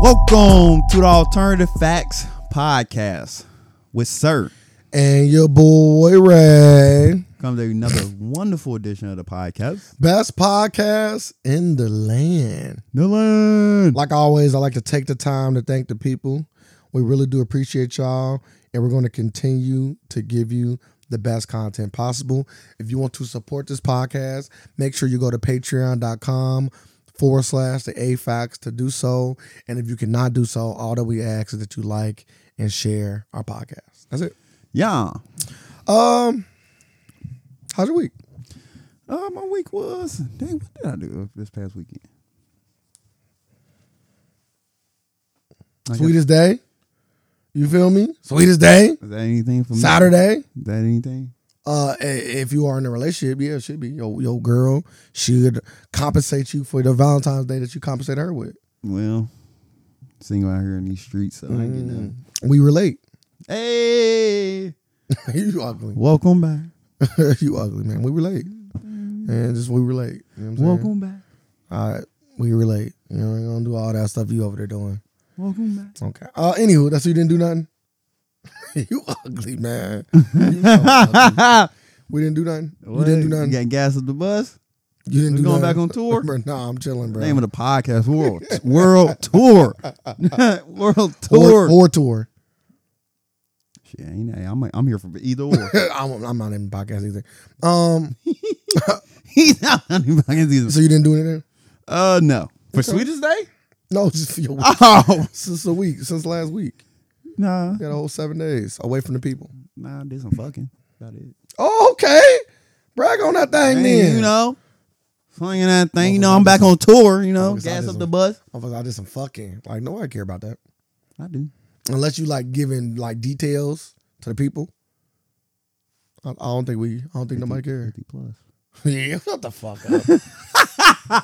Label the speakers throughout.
Speaker 1: Welcome to the Alternative Facts Podcast with Sir.
Speaker 2: and your boy Ray.
Speaker 1: Come to another wonderful edition of the podcast.
Speaker 2: Best podcast in the land.
Speaker 1: Dylan.
Speaker 2: Like always, I like to take the time to thank the people. We really do appreciate y'all, and we're going to continue to give you the best content possible. If you want to support this podcast, make sure you go to patreon.com forward slash the AFAX to do so. And if you cannot do so, all that we ask is that you like and share our podcast. That's it. Um,
Speaker 1: Yeah.
Speaker 2: How's your week?
Speaker 1: Uh, my week was. Dang, what did I do this past weekend? I guess-
Speaker 2: Sweetest day. You feel me? Sweetest day.
Speaker 1: Is that anything for me?
Speaker 2: Saturday.
Speaker 1: Is that anything?
Speaker 2: Uh, i- if you are in a relationship, yeah, it should be your your girl should compensate you for the Valentine's Day that you compensate her with.
Speaker 1: Well, single out here in these streets, so I get nothing.
Speaker 2: We relate.
Speaker 1: Hey.
Speaker 2: you ugly.
Speaker 1: Welcome back.
Speaker 2: you ugly man. We relate. And just we relate. You know what I'm saying?
Speaker 1: Mm-hmm. Welcome back.
Speaker 2: All right. We relate. You know, I ain't gonna do all that stuff you over there doing.
Speaker 1: Welcome back.
Speaker 2: Okay. Uh, anywho, that's you didn't do nothing. you ugly man. You so ugly. We didn't do nothing.
Speaker 1: What?
Speaker 2: You didn't do nothing.
Speaker 1: You got gas at the bus?
Speaker 2: You didn't
Speaker 1: We
Speaker 2: do
Speaker 1: going
Speaker 2: nothing.
Speaker 1: back on tour?
Speaker 2: Bro, nah, I'm chilling, bro.
Speaker 1: Name of the podcast world world tour world
Speaker 2: Or,
Speaker 1: tour.
Speaker 2: or tour.
Speaker 1: Shit, ain't I? I'm I'm here for either or.
Speaker 2: I'm, I'm not in podcast either. Um,
Speaker 1: He's not even fucking either.
Speaker 2: so you didn't do anything?
Speaker 1: Uh, no. For sweetest day?
Speaker 2: No, just for your week.
Speaker 1: Oh,
Speaker 2: since a week, since last week,
Speaker 1: nah,
Speaker 2: you got a whole seven days away from the people.
Speaker 1: nah. I Did some fucking. About it.
Speaker 2: Oh, okay. Brag on that thing,
Speaker 1: Hey,
Speaker 2: then.
Speaker 1: you know, swinging that thing. You know, I'm back on tour. You know, gas up the bus.
Speaker 2: Motherfucker, I did some fucking. Like nobody care about that
Speaker 1: I do.
Speaker 2: unless you like giving like details to the people. I, I don't think we. I don't think nobody cares.
Speaker 1: Fifty plus.
Speaker 2: yeah, shut the fuck up.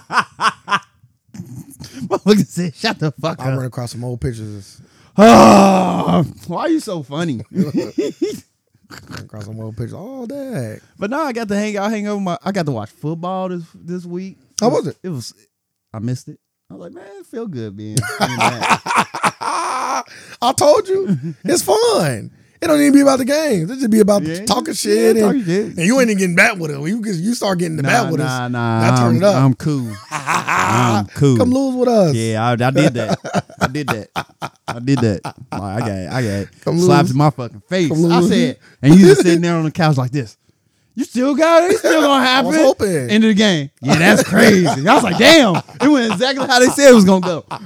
Speaker 1: Motherfucker said, "Shut the fuck
Speaker 2: I
Speaker 1: up."
Speaker 2: ran across some old pictures.
Speaker 1: Ah, why are you so funny?
Speaker 2: Ran across some old pictures all day.
Speaker 1: But now I got to hang. I hang over my. I got to watch football this this week.
Speaker 2: How was it?
Speaker 1: It was. I missed it. I was like, man, it feel good being. being back.
Speaker 2: I told you, it's fun. It don't even be about the games. It just be about
Speaker 1: Yeah,
Speaker 2: talking
Speaker 1: yeah,
Speaker 2: shit,
Speaker 1: talking
Speaker 2: and,
Speaker 1: shit.
Speaker 2: and you ain't even getting back with it. When You just- you start getting the
Speaker 1: nah,
Speaker 2: bat with
Speaker 1: nah,
Speaker 2: us.
Speaker 1: nah.
Speaker 2: I turn
Speaker 1: I'm,
Speaker 2: it up.
Speaker 1: I'm cool. I'm cool.
Speaker 2: Come lose with us.
Speaker 1: Yeah, I, I did that. I did that. I did that. Like, I got, I got
Speaker 2: Come
Speaker 1: slapped
Speaker 2: lose.
Speaker 1: in my fucking face.
Speaker 2: Come
Speaker 1: I
Speaker 2: lose.
Speaker 1: said, and you just sitting there on the couch like this. You still got it. It's still gonna happen.
Speaker 2: was hoping.
Speaker 1: End of the game. Yeah, that's crazy. I was like, damn. It went exactly how they said it was gonna go.
Speaker 2: I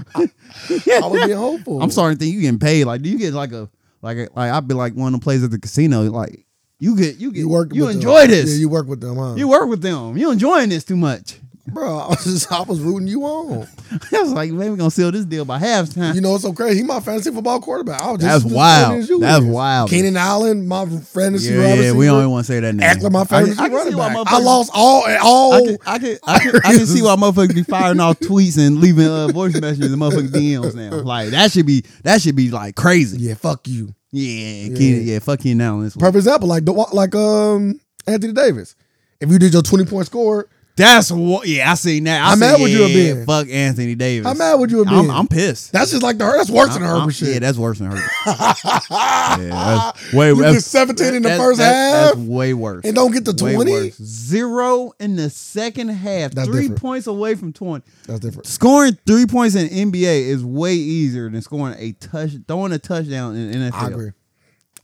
Speaker 2: was being hopeful.
Speaker 1: I'm starting to think you getting paid. Like, do you get like a like a, like I'd be like one of the players at the casino. Like, you get you get
Speaker 2: You work.
Speaker 1: you
Speaker 2: with
Speaker 1: enjoy
Speaker 2: them.
Speaker 1: this.
Speaker 2: Yeah,
Speaker 1: you,
Speaker 2: you work with them, huh?
Speaker 1: work with them. You enjoying this too much.
Speaker 2: bro. I was, just, I was rooting you on.
Speaker 1: I was like, man, we gonna seal this deal by halftime.
Speaker 2: You know it's so crazy. He my fantasy football quarterback. I was just
Speaker 1: That's
Speaker 2: as excited
Speaker 1: wild.
Speaker 2: as you
Speaker 1: That's
Speaker 2: is.
Speaker 1: wild.
Speaker 2: Keenan Allen, my fantasy.
Speaker 1: yeah, yeah, we only
Speaker 2: only.
Speaker 1: want to say that name.
Speaker 2: Ackler, my
Speaker 1: Mm. I can-
Speaker 2: fantasy
Speaker 1: I can see
Speaker 2: running
Speaker 1: why
Speaker 2: back.
Speaker 1: motherfuckers-
Speaker 2: I lost all all.
Speaker 1: I can, I can, I can, I can see why motherfuckers be firing off tweets and leaving uh, voice messages and motherfucking DMs now. Like that should be that should be like crazy.
Speaker 2: yeah, fuck you.
Speaker 1: Yeah, Keenan, yeah, fuck you now. This one.
Speaker 2: Perfect example, like Dewa- like um Anthony Davis. If you did your twenty point score,
Speaker 1: That's what. Yeah, I seen that. I
Speaker 2: How
Speaker 1: said,
Speaker 2: mad would you have
Speaker 1: yeah,
Speaker 2: been?
Speaker 1: Fuck Anthony Davis.
Speaker 2: How mad would you have
Speaker 1: I'm,
Speaker 2: been?
Speaker 1: I'm pissed.
Speaker 2: that's just like the that's worse than the
Speaker 1: I'm- I'm-
Speaker 2: Herbert shit.
Speaker 1: Yeah, that's worse than Herbert. yeah, that's way
Speaker 2: you
Speaker 1: that's-
Speaker 2: did seventeen in the
Speaker 1: that's-
Speaker 2: first
Speaker 1: that's-
Speaker 2: half
Speaker 1: That's way worse.
Speaker 2: and don't get to
Speaker 1: Way
Speaker 2: twenty.
Speaker 1: worse. Zero in the second half.
Speaker 2: That's
Speaker 1: three
Speaker 2: different.
Speaker 1: points away from twenty.
Speaker 2: That's different.
Speaker 1: Scoring three points in NBA is way easier than scoring a touch, throwing a touchdown in NFL.
Speaker 2: I agree.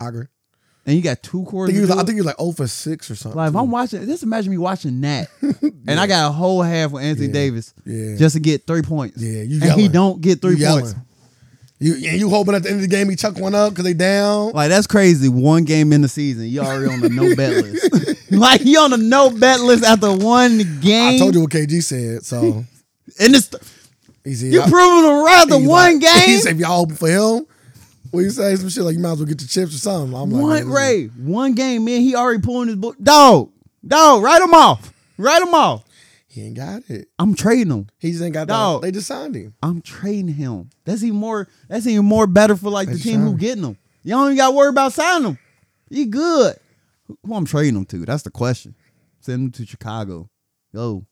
Speaker 2: I agree.
Speaker 1: And you got two
Speaker 2: I
Speaker 1: quarters.
Speaker 2: think he was,
Speaker 1: to
Speaker 2: I
Speaker 1: do it.
Speaker 2: think he was like 0 for six or something.
Speaker 1: like if I'm
Speaker 2: too.
Speaker 1: watching, just imagine me watching that, and I got a whole half with Anthony
Speaker 2: Yeah.
Speaker 1: Davis
Speaker 2: Yeah.
Speaker 1: just to get three points.
Speaker 2: Yeah, you
Speaker 1: and he
Speaker 2: yelling.
Speaker 1: don't get three
Speaker 2: You yelling.
Speaker 1: points.
Speaker 2: You and you hoping at the end of the game he chuck one up because they down.
Speaker 1: Like that's crazy. One game in the season, you already on the no bet list. like you on the no bet list after one game.
Speaker 2: I told you what KG said. So
Speaker 1: and it's
Speaker 2: he's
Speaker 1: you proving them right the
Speaker 2: He's
Speaker 1: one
Speaker 2: like-
Speaker 1: game.
Speaker 2: He said, if y'all hoping for him, what you say? Some shit like, you might as well get your chips or something. I'm like,
Speaker 1: One
Speaker 2: man,
Speaker 1: Ray, one game, man. He already pulling his book. Dog, dog, write him off. Write him off.
Speaker 2: He ain't got it.
Speaker 1: I'm trading him.
Speaker 2: He just ain't got
Speaker 1: Dog.
Speaker 2: that. They just signed him.
Speaker 1: I'm trading him. That's even more. That's even more better for like the
Speaker 2: That's
Speaker 1: team who
Speaker 2: fine.
Speaker 1: getting him. You don't even got to worry about signing him. He good. Who who I'm trading him to? That's the question. Send him to Chicago. Yo,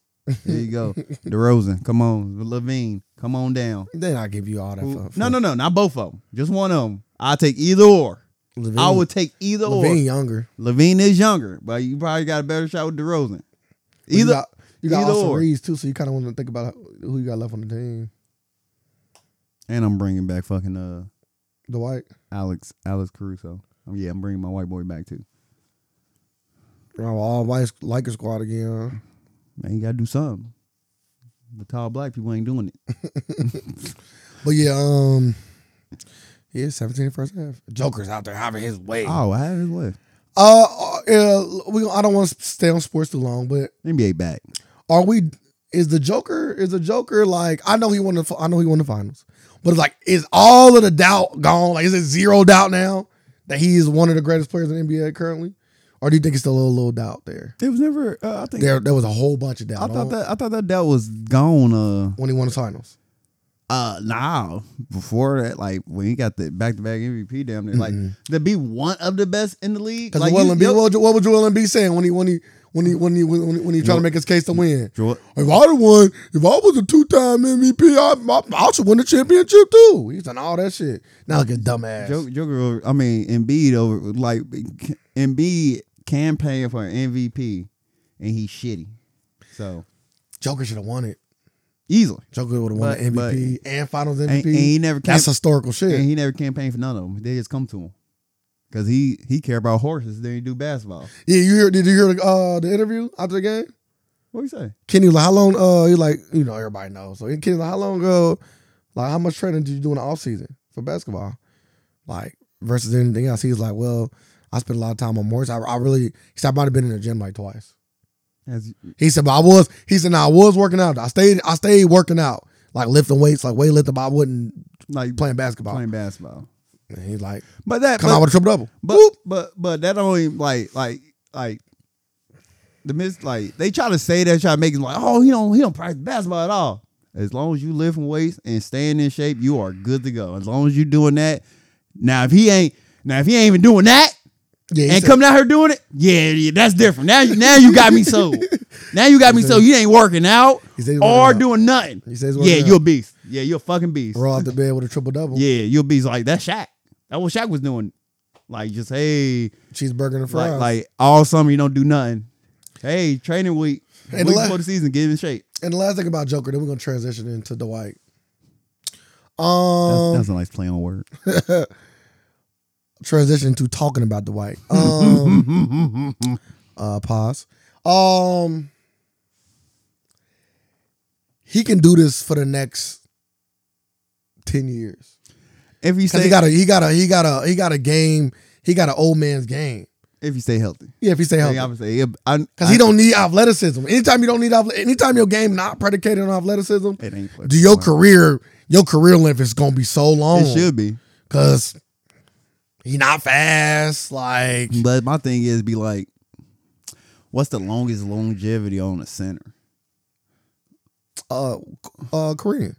Speaker 1: There you go. DeRozan, come on. Levine, come on down.
Speaker 2: Then I give you all that.
Speaker 1: Who-
Speaker 2: for-
Speaker 1: No,
Speaker 2: for
Speaker 1: no, no, not both of them. Just one of them. I take either or.
Speaker 2: Levine.
Speaker 1: I would take either or.
Speaker 2: Levine younger.
Speaker 1: Levine is younger, but you probably got a better shot with DeRozan.
Speaker 2: But you
Speaker 1: Either
Speaker 2: got, you got
Speaker 1: either
Speaker 2: Austin
Speaker 1: or.
Speaker 2: Reeves too, so you kind of want to think about who you got left on the team.
Speaker 1: and I'm bringing back fucking uh
Speaker 2: Dwight.
Speaker 1: Alex Alex Caruso. Um, yeah, I'm bringing my white boy back too.
Speaker 2: Oh, all white Lakers squad again. huh?
Speaker 1: Man, you gotta do something. The tall black people ain't doing it.
Speaker 2: But yeah, um, yeah, 17 first half. Joker's out there having his way. Uh,
Speaker 1: Oh, I had his way.
Speaker 2: uh, yeah, we, I don't want to stay on sports too long, but
Speaker 1: NBA back.
Speaker 2: are we? Is the Joker? Is the Joker like? I know he won the. I know he won the finals, but it's like, is all of the doubt gone? Like, is it zero doubt now that he is one of the greatest players in the NBA currently, or do you think it's still a little, little doubt there?
Speaker 1: It was never uh, I think
Speaker 2: There, there was a whole bunch of doubt.
Speaker 1: I thought
Speaker 2: on-
Speaker 1: that I thought that that was gone uh
Speaker 2: when he won the finals.
Speaker 1: Uh, nah. Before that, like when he got the back to back MVP, damn near like
Speaker 2: Mm-hmm.
Speaker 1: to be one of the best in the league.
Speaker 2: Because
Speaker 1: Like
Speaker 2: Joel
Speaker 1: you-
Speaker 2: Embiid,
Speaker 1: yo-
Speaker 2: what, what was Joel Embiid saying when he when he when he when he when he, when he, when he trying to make his case to win?
Speaker 1: Joel-
Speaker 2: If I'd have won, if I was a two time MVP, I, I, I should win the championship too. He's done all that shit. Now look at dumbass.
Speaker 1: Jo- Joker, over- I mean Embiid over like Embiid campaign for an MVP, and he's shitty. So
Speaker 2: Joker should have won it.
Speaker 1: easily,
Speaker 2: Joker would have won
Speaker 1: But-
Speaker 2: the MVP and Finals MVP.
Speaker 1: and, and he never came,
Speaker 2: That's historical shit.
Speaker 1: and he never campaigned for none of them. They just come to him because he he care about horses than he do basketball.
Speaker 2: yeah, you hear? Did you hear the, uh, the interview after the game?
Speaker 1: What you say?
Speaker 2: Kenny, like, how long? Uh, he like, you know, everybody knows. So Kenny, like, how long ago? Like, how much training did you do in the off season for basketball? Like versus anything else. He's like, well, I spent a lot of time on Morris. I, I really, he said, I might have been in the gym like twice.
Speaker 1: As,
Speaker 2: He said, but I was. He said, no, I was working out. I stayed. I stayed working out, like lifting weights, like weightlifting. But I wasn't
Speaker 1: like
Speaker 2: playing basketball.
Speaker 1: playing basketball,
Speaker 2: And he's like,
Speaker 1: but that
Speaker 2: come
Speaker 1: but,
Speaker 2: out with a triple double.
Speaker 1: But but but that only like like like the miss like they try to say that try to make it like oh he don't he don't practice basketball at all. As long as you lifting weights and staying in shape, you are good to go. As long as you doing that. Now if he ain't now if he ain't even doing that
Speaker 2: Yeah, he
Speaker 1: and
Speaker 2: said-
Speaker 1: coming out here doing it, yeah, yeah that's different. Now you now you got me sold. Now you got me sold. You ain't working out
Speaker 2: He said he working
Speaker 1: or
Speaker 2: out.
Speaker 1: doing nothing.
Speaker 2: He said he's
Speaker 1: yeah,
Speaker 2: working out.
Speaker 1: you're a beast. Yeah, you're a fucking beast.
Speaker 2: roll out the bed with a triple double.
Speaker 1: Yeah, you're a beast. Like that's Shaq. That what Shaq was doing. Like just hey,
Speaker 2: cheeseburger and fries.
Speaker 1: like, like all summer you don't do nothing. Hey, training week, week
Speaker 2: And the la-
Speaker 1: before the season, get in shape.
Speaker 2: and the last thing about Joker, then we're gonna transition into Dwight.
Speaker 1: That's,
Speaker 2: Um,
Speaker 1: that's a nice play on word.
Speaker 2: transition to talking about Dwight. Um, uh, pause. Um, he can do this for the next ten years
Speaker 1: If you
Speaker 2: because
Speaker 1: stay,
Speaker 2: he got a he got a he got a he got a game. He got an old man's game.
Speaker 1: if you stay healthy,
Speaker 2: Yeah, if he stay
Speaker 1: Like,
Speaker 2: healthy.
Speaker 1: obviously, it- I,
Speaker 2: Because he don't need athleticism. Anytime you don't need athle- anytime your game not predicated on athleticism,
Speaker 1: It ain't
Speaker 2: do your career your career length is gonna be so long.
Speaker 1: It should be,
Speaker 2: Cause he not fast. Like
Speaker 1: but my thing is, be like, what's the longest longevity on a center?
Speaker 2: uh uh Korean.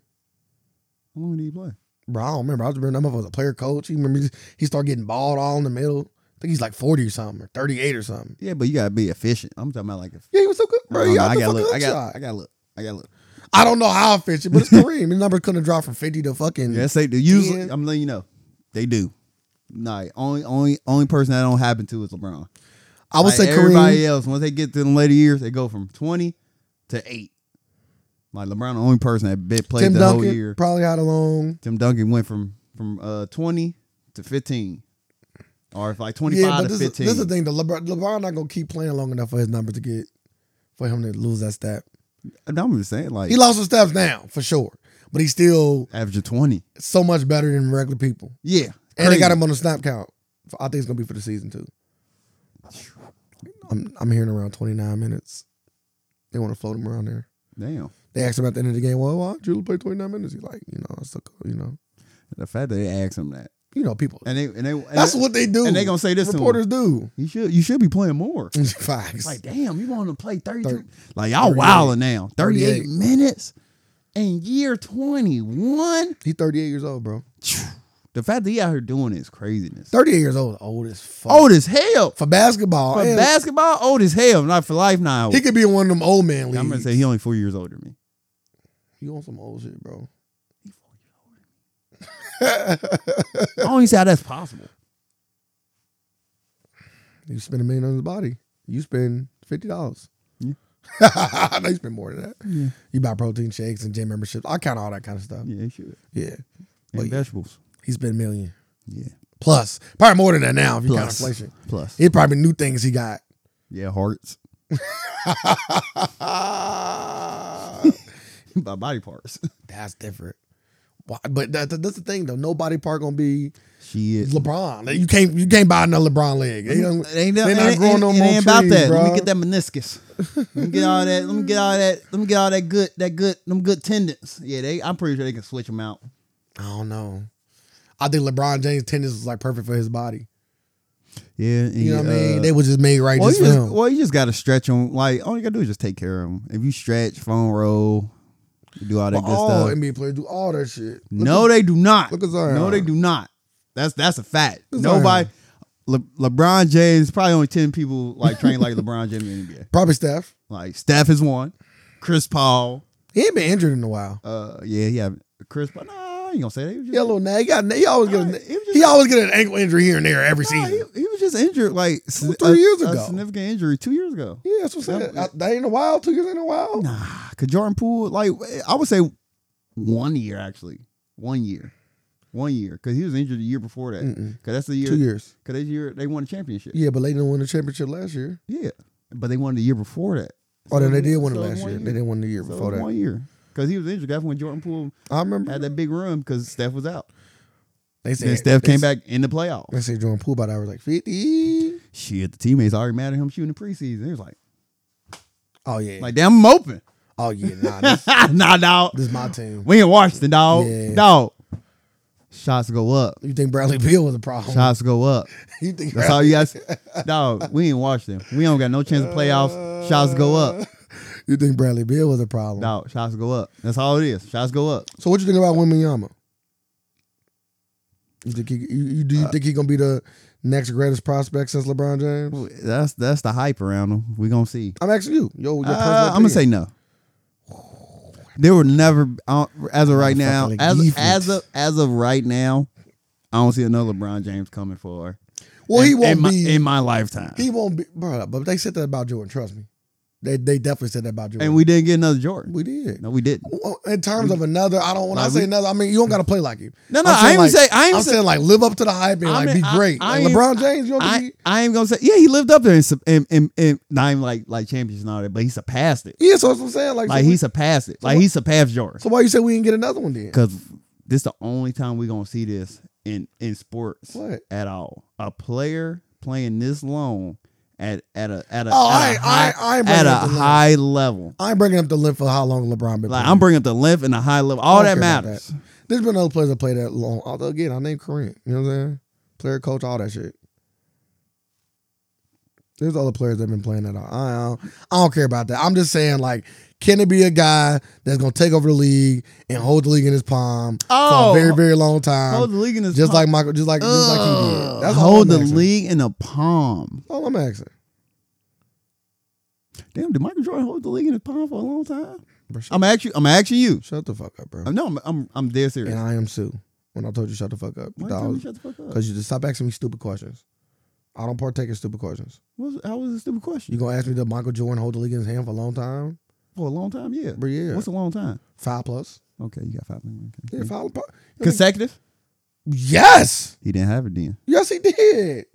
Speaker 1: How long do you play?
Speaker 2: Bro, I don't remember. I was remember that motherfucker was a player coach. He remember he- he started getting balled all in the middle. I think he's like 40 or something or 38 or something.
Speaker 1: Yeah, but you gotta be efficient. I'm talking about like, a,
Speaker 2: Yeah, he was so good, bro.
Speaker 1: I,
Speaker 2: He
Speaker 1: don't know, Uh-huh. I
Speaker 2: got the
Speaker 1: gotta
Speaker 2: fucking
Speaker 1: look, I
Speaker 2: hook
Speaker 1: got,
Speaker 2: shot.
Speaker 1: I gotta look, I gotta look.
Speaker 2: I don't know how efficient, but it's Kareem. His numbers couldn't drop from 50 to fucking
Speaker 1: Yes, they do. Usually,
Speaker 2: Mm. Yeah.
Speaker 1: I'm letting you know, they do. Nah, only, only, only person that don't happen to is LeBron.
Speaker 2: I would
Speaker 1: Like
Speaker 2: say
Speaker 1: everybody
Speaker 2: Kareem.
Speaker 1: else, once they get to the later years, they go from twenty to eight. Like LeBron, the only person that bit played
Speaker 2: Tim
Speaker 1: the
Speaker 2: Duncan
Speaker 1: whole year.
Speaker 2: probably had a long
Speaker 1: Tim Duncan went from from uh, twenty to fifteen, or if like twenty five
Speaker 2: Yeah, but
Speaker 1: to
Speaker 2: this is,
Speaker 1: fifteen.
Speaker 2: this is the thing. The LeBron, LeBron not gonna keep playing long enough for his numbers to get for him to lose that stat.
Speaker 1: And I'm just saying, like
Speaker 2: He lost some steps now for sure, but he's still
Speaker 1: average of twenty.
Speaker 2: so much better than regular people.
Speaker 1: Yeah,
Speaker 2: And they got
Speaker 1: him.
Speaker 2: him on the snap count. For, I think it's gonna be for the season too. I'm I'm hearing around 29 minutes. They want to float him around there.
Speaker 1: Damn,
Speaker 2: They asked him at the end of the game, "Well, why Drew play 29 minutes?" He's like, "You know, it's okay, you know,
Speaker 1: the fact that they asked him that,
Speaker 2: you know, people.
Speaker 1: and they and they and
Speaker 2: That's
Speaker 1: they-
Speaker 2: what they do.
Speaker 1: and they gonna say this to him.
Speaker 2: reporters do.
Speaker 1: you should you should be playing more.
Speaker 2: Facts.
Speaker 1: Like, damn, you want to play 32?
Speaker 2: Thirty-
Speaker 1: like, y'all
Speaker 2: 38.
Speaker 1: wilding now. 38,
Speaker 2: 38.
Speaker 1: minutes in year 21?
Speaker 2: He's 38 years old, bro.
Speaker 1: The fact that he out here doing it is craziness.
Speaker 2: 38 years old, old as fuck.
Speaker 1: Old as hell.
Speaker 2: for basketball.
Speaker 1: For
Speaker 2: and
Speaker 1: basketball, old as hell. Not for life now.
Speaker 2: he could be in one of them old man leagues.
Speaker 1: I'm gonna say he only four years older than me.
Speaker 2: you on some old shit, bro.
Speaker 1: I don't even see how that's possible.
Speaker 2: You spend a million on his body. You spend fifty dollars.
Speaker 1: Yeah.
Speaker 2: I know you spend more than that.
Speaker 1: Yeah.
Speaker 2: You buy protein shakes and gym memberships. I count all that kind of stuff.
Speaker 1: Yeah, it should.
Speaker 2: Yeah,
Speaker 1: And
Speaker 2: Wait.
Speaker 1: vegetables.
Speaker 2: he spent a million
Speaker 1: Yeah.
Speaker 2: plus, probably more than that now if you count
Speaker 1: Plus.
Speaker 2: inflation.
Speaker 1: Plus.
Speaker 2: He probably knew things he got.
Speaker 1: Yeah, hearts. By body parts.
Speaker 2: Ah. That's different. Why- But that, that- that's the thing though. No body part gonna be
Speaker 1: Shit.
Speaker 2: LeBron. Like, You can't you can't buy another LeBron leg. They don't-
Speaker 1: It ain't,
Speaker 2: they
Speaker 1: that- it
Speaker 2: not
Speaker 1: ain't-
Speaker 2: growing
Speaker 1: it
Speaker 2: no
Speaker 1: ain't
Speaker 2: more
Speaker 1: about
Speaker 2: trees,
Speaker 1: that. Let
Speaker 2: bruh.
Speaker 1: me get that meniscus. Let me get all that. Let me get all that. Let me get all that good. That good. Them good tendons. Yeah, they. I'm pretty sure they can switch them out.
Speaker 2: I don't know. I think LeBron James tennis was like perfect for his body.
Speaker 1: Yeah, and
Speaker 2: You know what I mean?
Speaker 1: uh,
Speaker 2: They was just made right
Speaker 1: well,
Speaker 2: just
Speaker 1: you
Speaker 2: for
Speaker 1: just,
Speaker 2: him.
Speaker 1: well, you just gotta stretch them. Like all you gotta do is just take care of them. If you stretch, foam roll, you do all that
Speaker 2: But
Speaker 1: good
Speaker 2: all
Speaker 1: stuff.
Speaker 2: NBA players do all that shit. Look
Speaker 1: No,
Speaker 2: at-
Speaker 1: they do not.
Speaker 2: look at Zion.
Speaker 1: No, they do not. That's that's a fact.
Speaker 2: Look at
Speaker 1: Nobody. Le, LeBron James probably only ten people like train like LeBron James in the NBA.
Speaker 2: probably Steph.
Speaker 1: Like Steph is one, Chris Paul.
Speaker 2: He ain't been injured in a while.
Speaker 1: Uh, yeah, yeah, Chris Paul. Nah, I ain't gonna say that. He was just,
Speaker 2: Yeah, little nag. He got he always get
Speaker 1: Nah, he
Speaker 2: a,
Speaker 1: was just-
Speaker 2: he always get an ankle injury here and there every
Speaker 1: Nah, he,
Speaker 2: season.
Speaker 1: he was just injured like
Speaker 2: Two,
Speaker 1: s-
Speaker 2: three
Speaker 1: a-
Speaker 2: years
Speaker 1: a
Speaker 2: ago.
Speaker 1: significant injury two years ago.
Speaker 2: Yeah, that's what I'm saying.
Speaker 1: Yeah.
Speaker 2: I- That ain't a while. Two years ain't a while.
Speaker 1: Nah, cause Jordan Poole, like I would say, one year actually, one year, one year, cause he was injured the year before that.
Speaker 2: Mm-mm.
Speaker 1: Cause that's the year.
Speaker 2: Two years.
Speaker 1: Cause that year they won a championship.
Speaker 2: Yeah, but they didn't win the championship last year.
Speaker 1: Yeah, but they won the year before that.
Speaker 2: Oh, then they did win it
Speaker 1: So
Speaker 2: last
Speaker 1: one
Speaker 2: year. They didn't win the year
Speaker 1: So
Speaker 2: before
Speaker 1: one
Speaker 2: that.
Speaker 1: year because he was injured. That's when Jordan Poole
Speaker 2: I remember.
Speaker 1: had that big run because Steph was out.
Speaker 2: They
Speaker 1: Then Steph came back in the playoffs.
Speaker 2: They said Jordan Poole about I was like fifty.
Speaker 1: Shit, the teammates already mad at him shooting the preseason. They was like,
Speaker 2: Oh yeah.
Speaker 1: like damn, I'm open.
Speaker 2: oh yeah. Nah, this,
Speaker 1: nah, dog.
Speaker 2: this is my team.
Speaker 1: We in Washington, dog.
Speaker 2: Yeah.
Speaker 1: Dog. Shots go up.
Speaker 2: You think Bradley Beal was a problem?
Speaker 1: Shots go up.
Speaker 2: You think
Speaker 1: That's all you guys. Dog, we in Washington. We don't got no chance of playoffs. Shots go up.
Speaker 2: Uh. You think Bradley Beal was a problem?
Speaker 1: Dog, shots go up. That's all it is. Shots go up.
Speaker 2: So what you think about Wembanyama? You think he, you, you
Speaker 1: Uh,
Speaker 2: do you think he's gonna be the next greatest prospect since LeBron James?
Speaker 1: That's that's the hype around him. We gonna see.
Speaker 2: I'm asking you. Yo, your personal
Speaker 1: Uh, I'm gonna say
Speaker 2: opinion.
Speaker 1: no. There will never, I don't- as of right now,
Speaker 2: Motherfucker,
Speaker 1: as
Speaker 2: give
Speaker 1: as
Speaker 2: it.
Speaker 1: of as of right now, I don't see another LeBron James coming for.
Speaker 2: Well, he
Speaker 1: in-
Speaker 2: won't
Speaker 1: in my,
Speaker 2: be.
Speaker 1: in my lifetime,
Speaker 2: he won't be, bro. But they said that about Jordan. Trust me. They they definitely said that about Jordan.
Speaker 1: and we didn't get another Jordan.
Speaker 2: we did.
Speaker 1: No, we didn't.
Speaker 2: Well, In terms of another, I don't. When I
Speaker 1: Like,
Speaker 2: say
Speaker 1: we-
Speaker 2: another, I mean you don't got to play like him.
Speaker 1: No, no,
Speaker 2: I'm
Speaker 1: I ain't
Speaker 2: like,
Speaker 1: say- I ain't
Speaker 2: I'm
Speaker 1: say-
Speaker 2: saying like live up to the hype and
Speaker 1: I
Speaker 2: like
Speaker 1: mean,
Speaker 2: be
Speaker 1: I-
Speaker 2: great.
Speaker 1: I
Speaker 2: Like,
Speaker 1: ain't-
Speaker 2: LeBron James, you don't
Speaker 1: I,
Speaker 2: think
Speaker 1: I ain't gonna say. Yeah, he lived up there in sup- in in, in not even like like champions and all that, but he surpassed it.
Speaker 2: he, yeah. So that's what I'm saying. Like,
Speaker 1: Like
Speaker 2: so,
Speaker 1: he
Speaker 2: we,
Speaker 1: surpassed it. Like he surpassed Jordan.
Speaker 2: so why you say we didn't get another one then?
Speaker 1: Because this the only time we're gonna see this in in sports
Speaker 2: What?
Speaker 1: at all. A player playing this long at at a at a
Speaker 2: Oh,
Speaker 1: at
Speaker 2: I
Speaker 1: a
Speaker 2: ain't-
Speaker 1: high,
Speaker 2: I ain't- I ain't
Speaker 1: at
Speaker 2: bringing
Speaker 1: a
Speaker 2: up the length.
Speaker 1: high level.
Speaker 2: I ain't bringing up the length for how long LeBron been.
Speaker 1: Like
Speaker 2: playing.
Speaker 1: I'm bringing up the length and the high level. All
Speaker 2: I
Speaker 1: that
Speaker 2: don't care about
Speaker 1: matters.
Speaker 2: that. There's been other players that play that long. Although again, I name Kareem. You know what I'm saying? Player, coach, all that shit. There's other players that've been playing that. all- I don't, I don't care about that. I'm just saying, like, can it be a guy that's gonna take over the league and hold the league in his palm
Speaker 1: Oh.
Speaker 2: for a very, very long time?
Speaker 1: Hold the league in his
Speaker 2: just
Speaker 1: palm.
Speaker 2: like Michael, just like just like he did. That's all
Speaker 1: hold
Speaker 2: I'm
Speaker 1: the
Speaker 2: asking.
Speaker 1: league in a palm.
Speaker 2: All I'm asking.
Speaker 1: Damn, did Michael Jordan hold the league in a palm for a long time?
Speaker 2: Bro, shut,
Speaker 1: I'm actually I'm asking you.
Speaker 2: shut the fuck up, bro.
Speaker 1: No, I'm I'm, I'm dead serious.
Speaker 2: And I am Sue. When I told you shut the fuck up,
Speaker 1: Why you
Speaker 2: that
Speaker 1: tell me
Speaker 2: was-
Speaker 1: shut the fuck up?
Speaker 2: Because you just stop asking me stupid questions. I don't partake in stupid questions.
Speaker 1: What's- How was this stupid question?
Speaker 2: You gonna ask me did Michael Jordan hold the league in his hand for a long time?
Speaker 1: For a long time, yeah.
Speaker 2: But yeah,
Speaker 1: What's a long time?
Speaker 2: five plus.
Speaker 1: Okay, you got five minutes. okay.
Speaker 2: Yeah, five. Plus.
Speaker 1: Consecutive?
Speaker 2: Yes,
Speaker 1: He didn't have it then.
Speaker 2: yes, he did.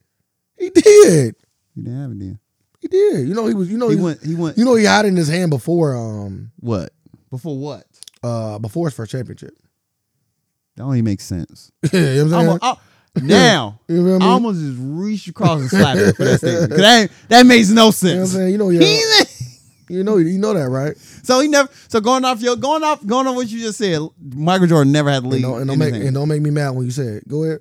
Speaker 2: He did.
Speaker 1: He didn't have it then.
Speaker 2: He did. You know he was. Oh, You know
Speaker 1: he
Speaker 2: he,
Speaker 1: went. He went.
Speaker 2: You know he had it in his hand before um
Speaker 1: what? Before what?
Speaker 2: uh before his first championship.
Speaker 1: That don't even make sense.
Speaker 2: you know what I'm
Speaker 1: I'm
Speaker 2: saying?
Speaker 1: a, I, now,
Speaker 2: you know
Speaker 1: I
Speaker 2: what I mean?
Speaker 1: almost just reached across and slapped him for that statement. 'Cause That, ain't- that makes no
Speaker 2: you know what I'm
Speaker 1: sense.
Speaker 2: saying? You know
Speaker 1: He
Speaker 2: yeah.
Speaker 1: didn't-
Speaker 2: You know you know that right?
Speaker 1: so he never. So going off your going off going on what you just said, Michael Jordan never had the
Speaker 2: And
Speaker 1: lead.
Speaker 2: don't, and don't make and don't make me mad when you say it. Go ahead.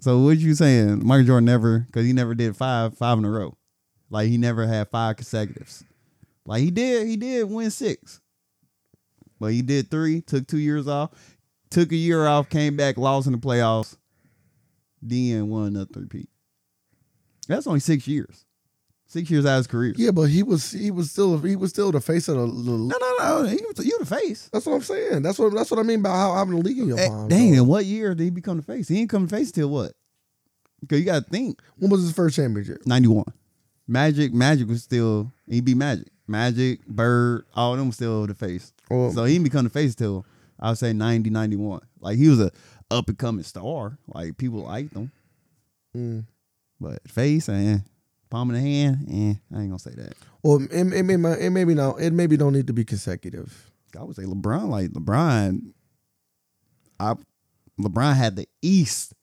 Speaker 1: so what you saying? Michael Jordan never because he never did five five in a row. Like he never had five consecutives. Like he did. He did win six. But he did three. Took two years off. Took a year off. Came back. Lost in the playoffs. then won another three peat. That's only six years. Six years out of his career.
Speaker 2: Yeah, but he was he was still he was still the face of the. the
Speaker 1: No, no, no. He was you the face.
Speaker 2: that's what I'm saying. That's what that's what I mean by how I'm leading your
Speaker 1: Eh,
Speaker 2: mind.
Speaker 1: dang,
Speaker 2: dog.
Speaker 1: in what year did he become the face? He didn't come the face till what? Because you got to think
Speaker 2: When was his first championship?
Speaker 1: 91. Magic, Magic was still, he beat Magic. Magic, Bird, all of them still the face.
Speaker 2: Well,
Speaker 1: So he didn't become the face till I would say 90, 91. Like he was a up and coming star. Like people liked him.
Speaker 2: mm.
Speaker 1: But face and palm of the hand, eh, I ain't gonna say that.
Speaker 2: well, it, it, may not- it maybe not. It maybe don't need to be consecutive.
Speaker 1: I would say LeBron, like LeBron, I LeBron had the East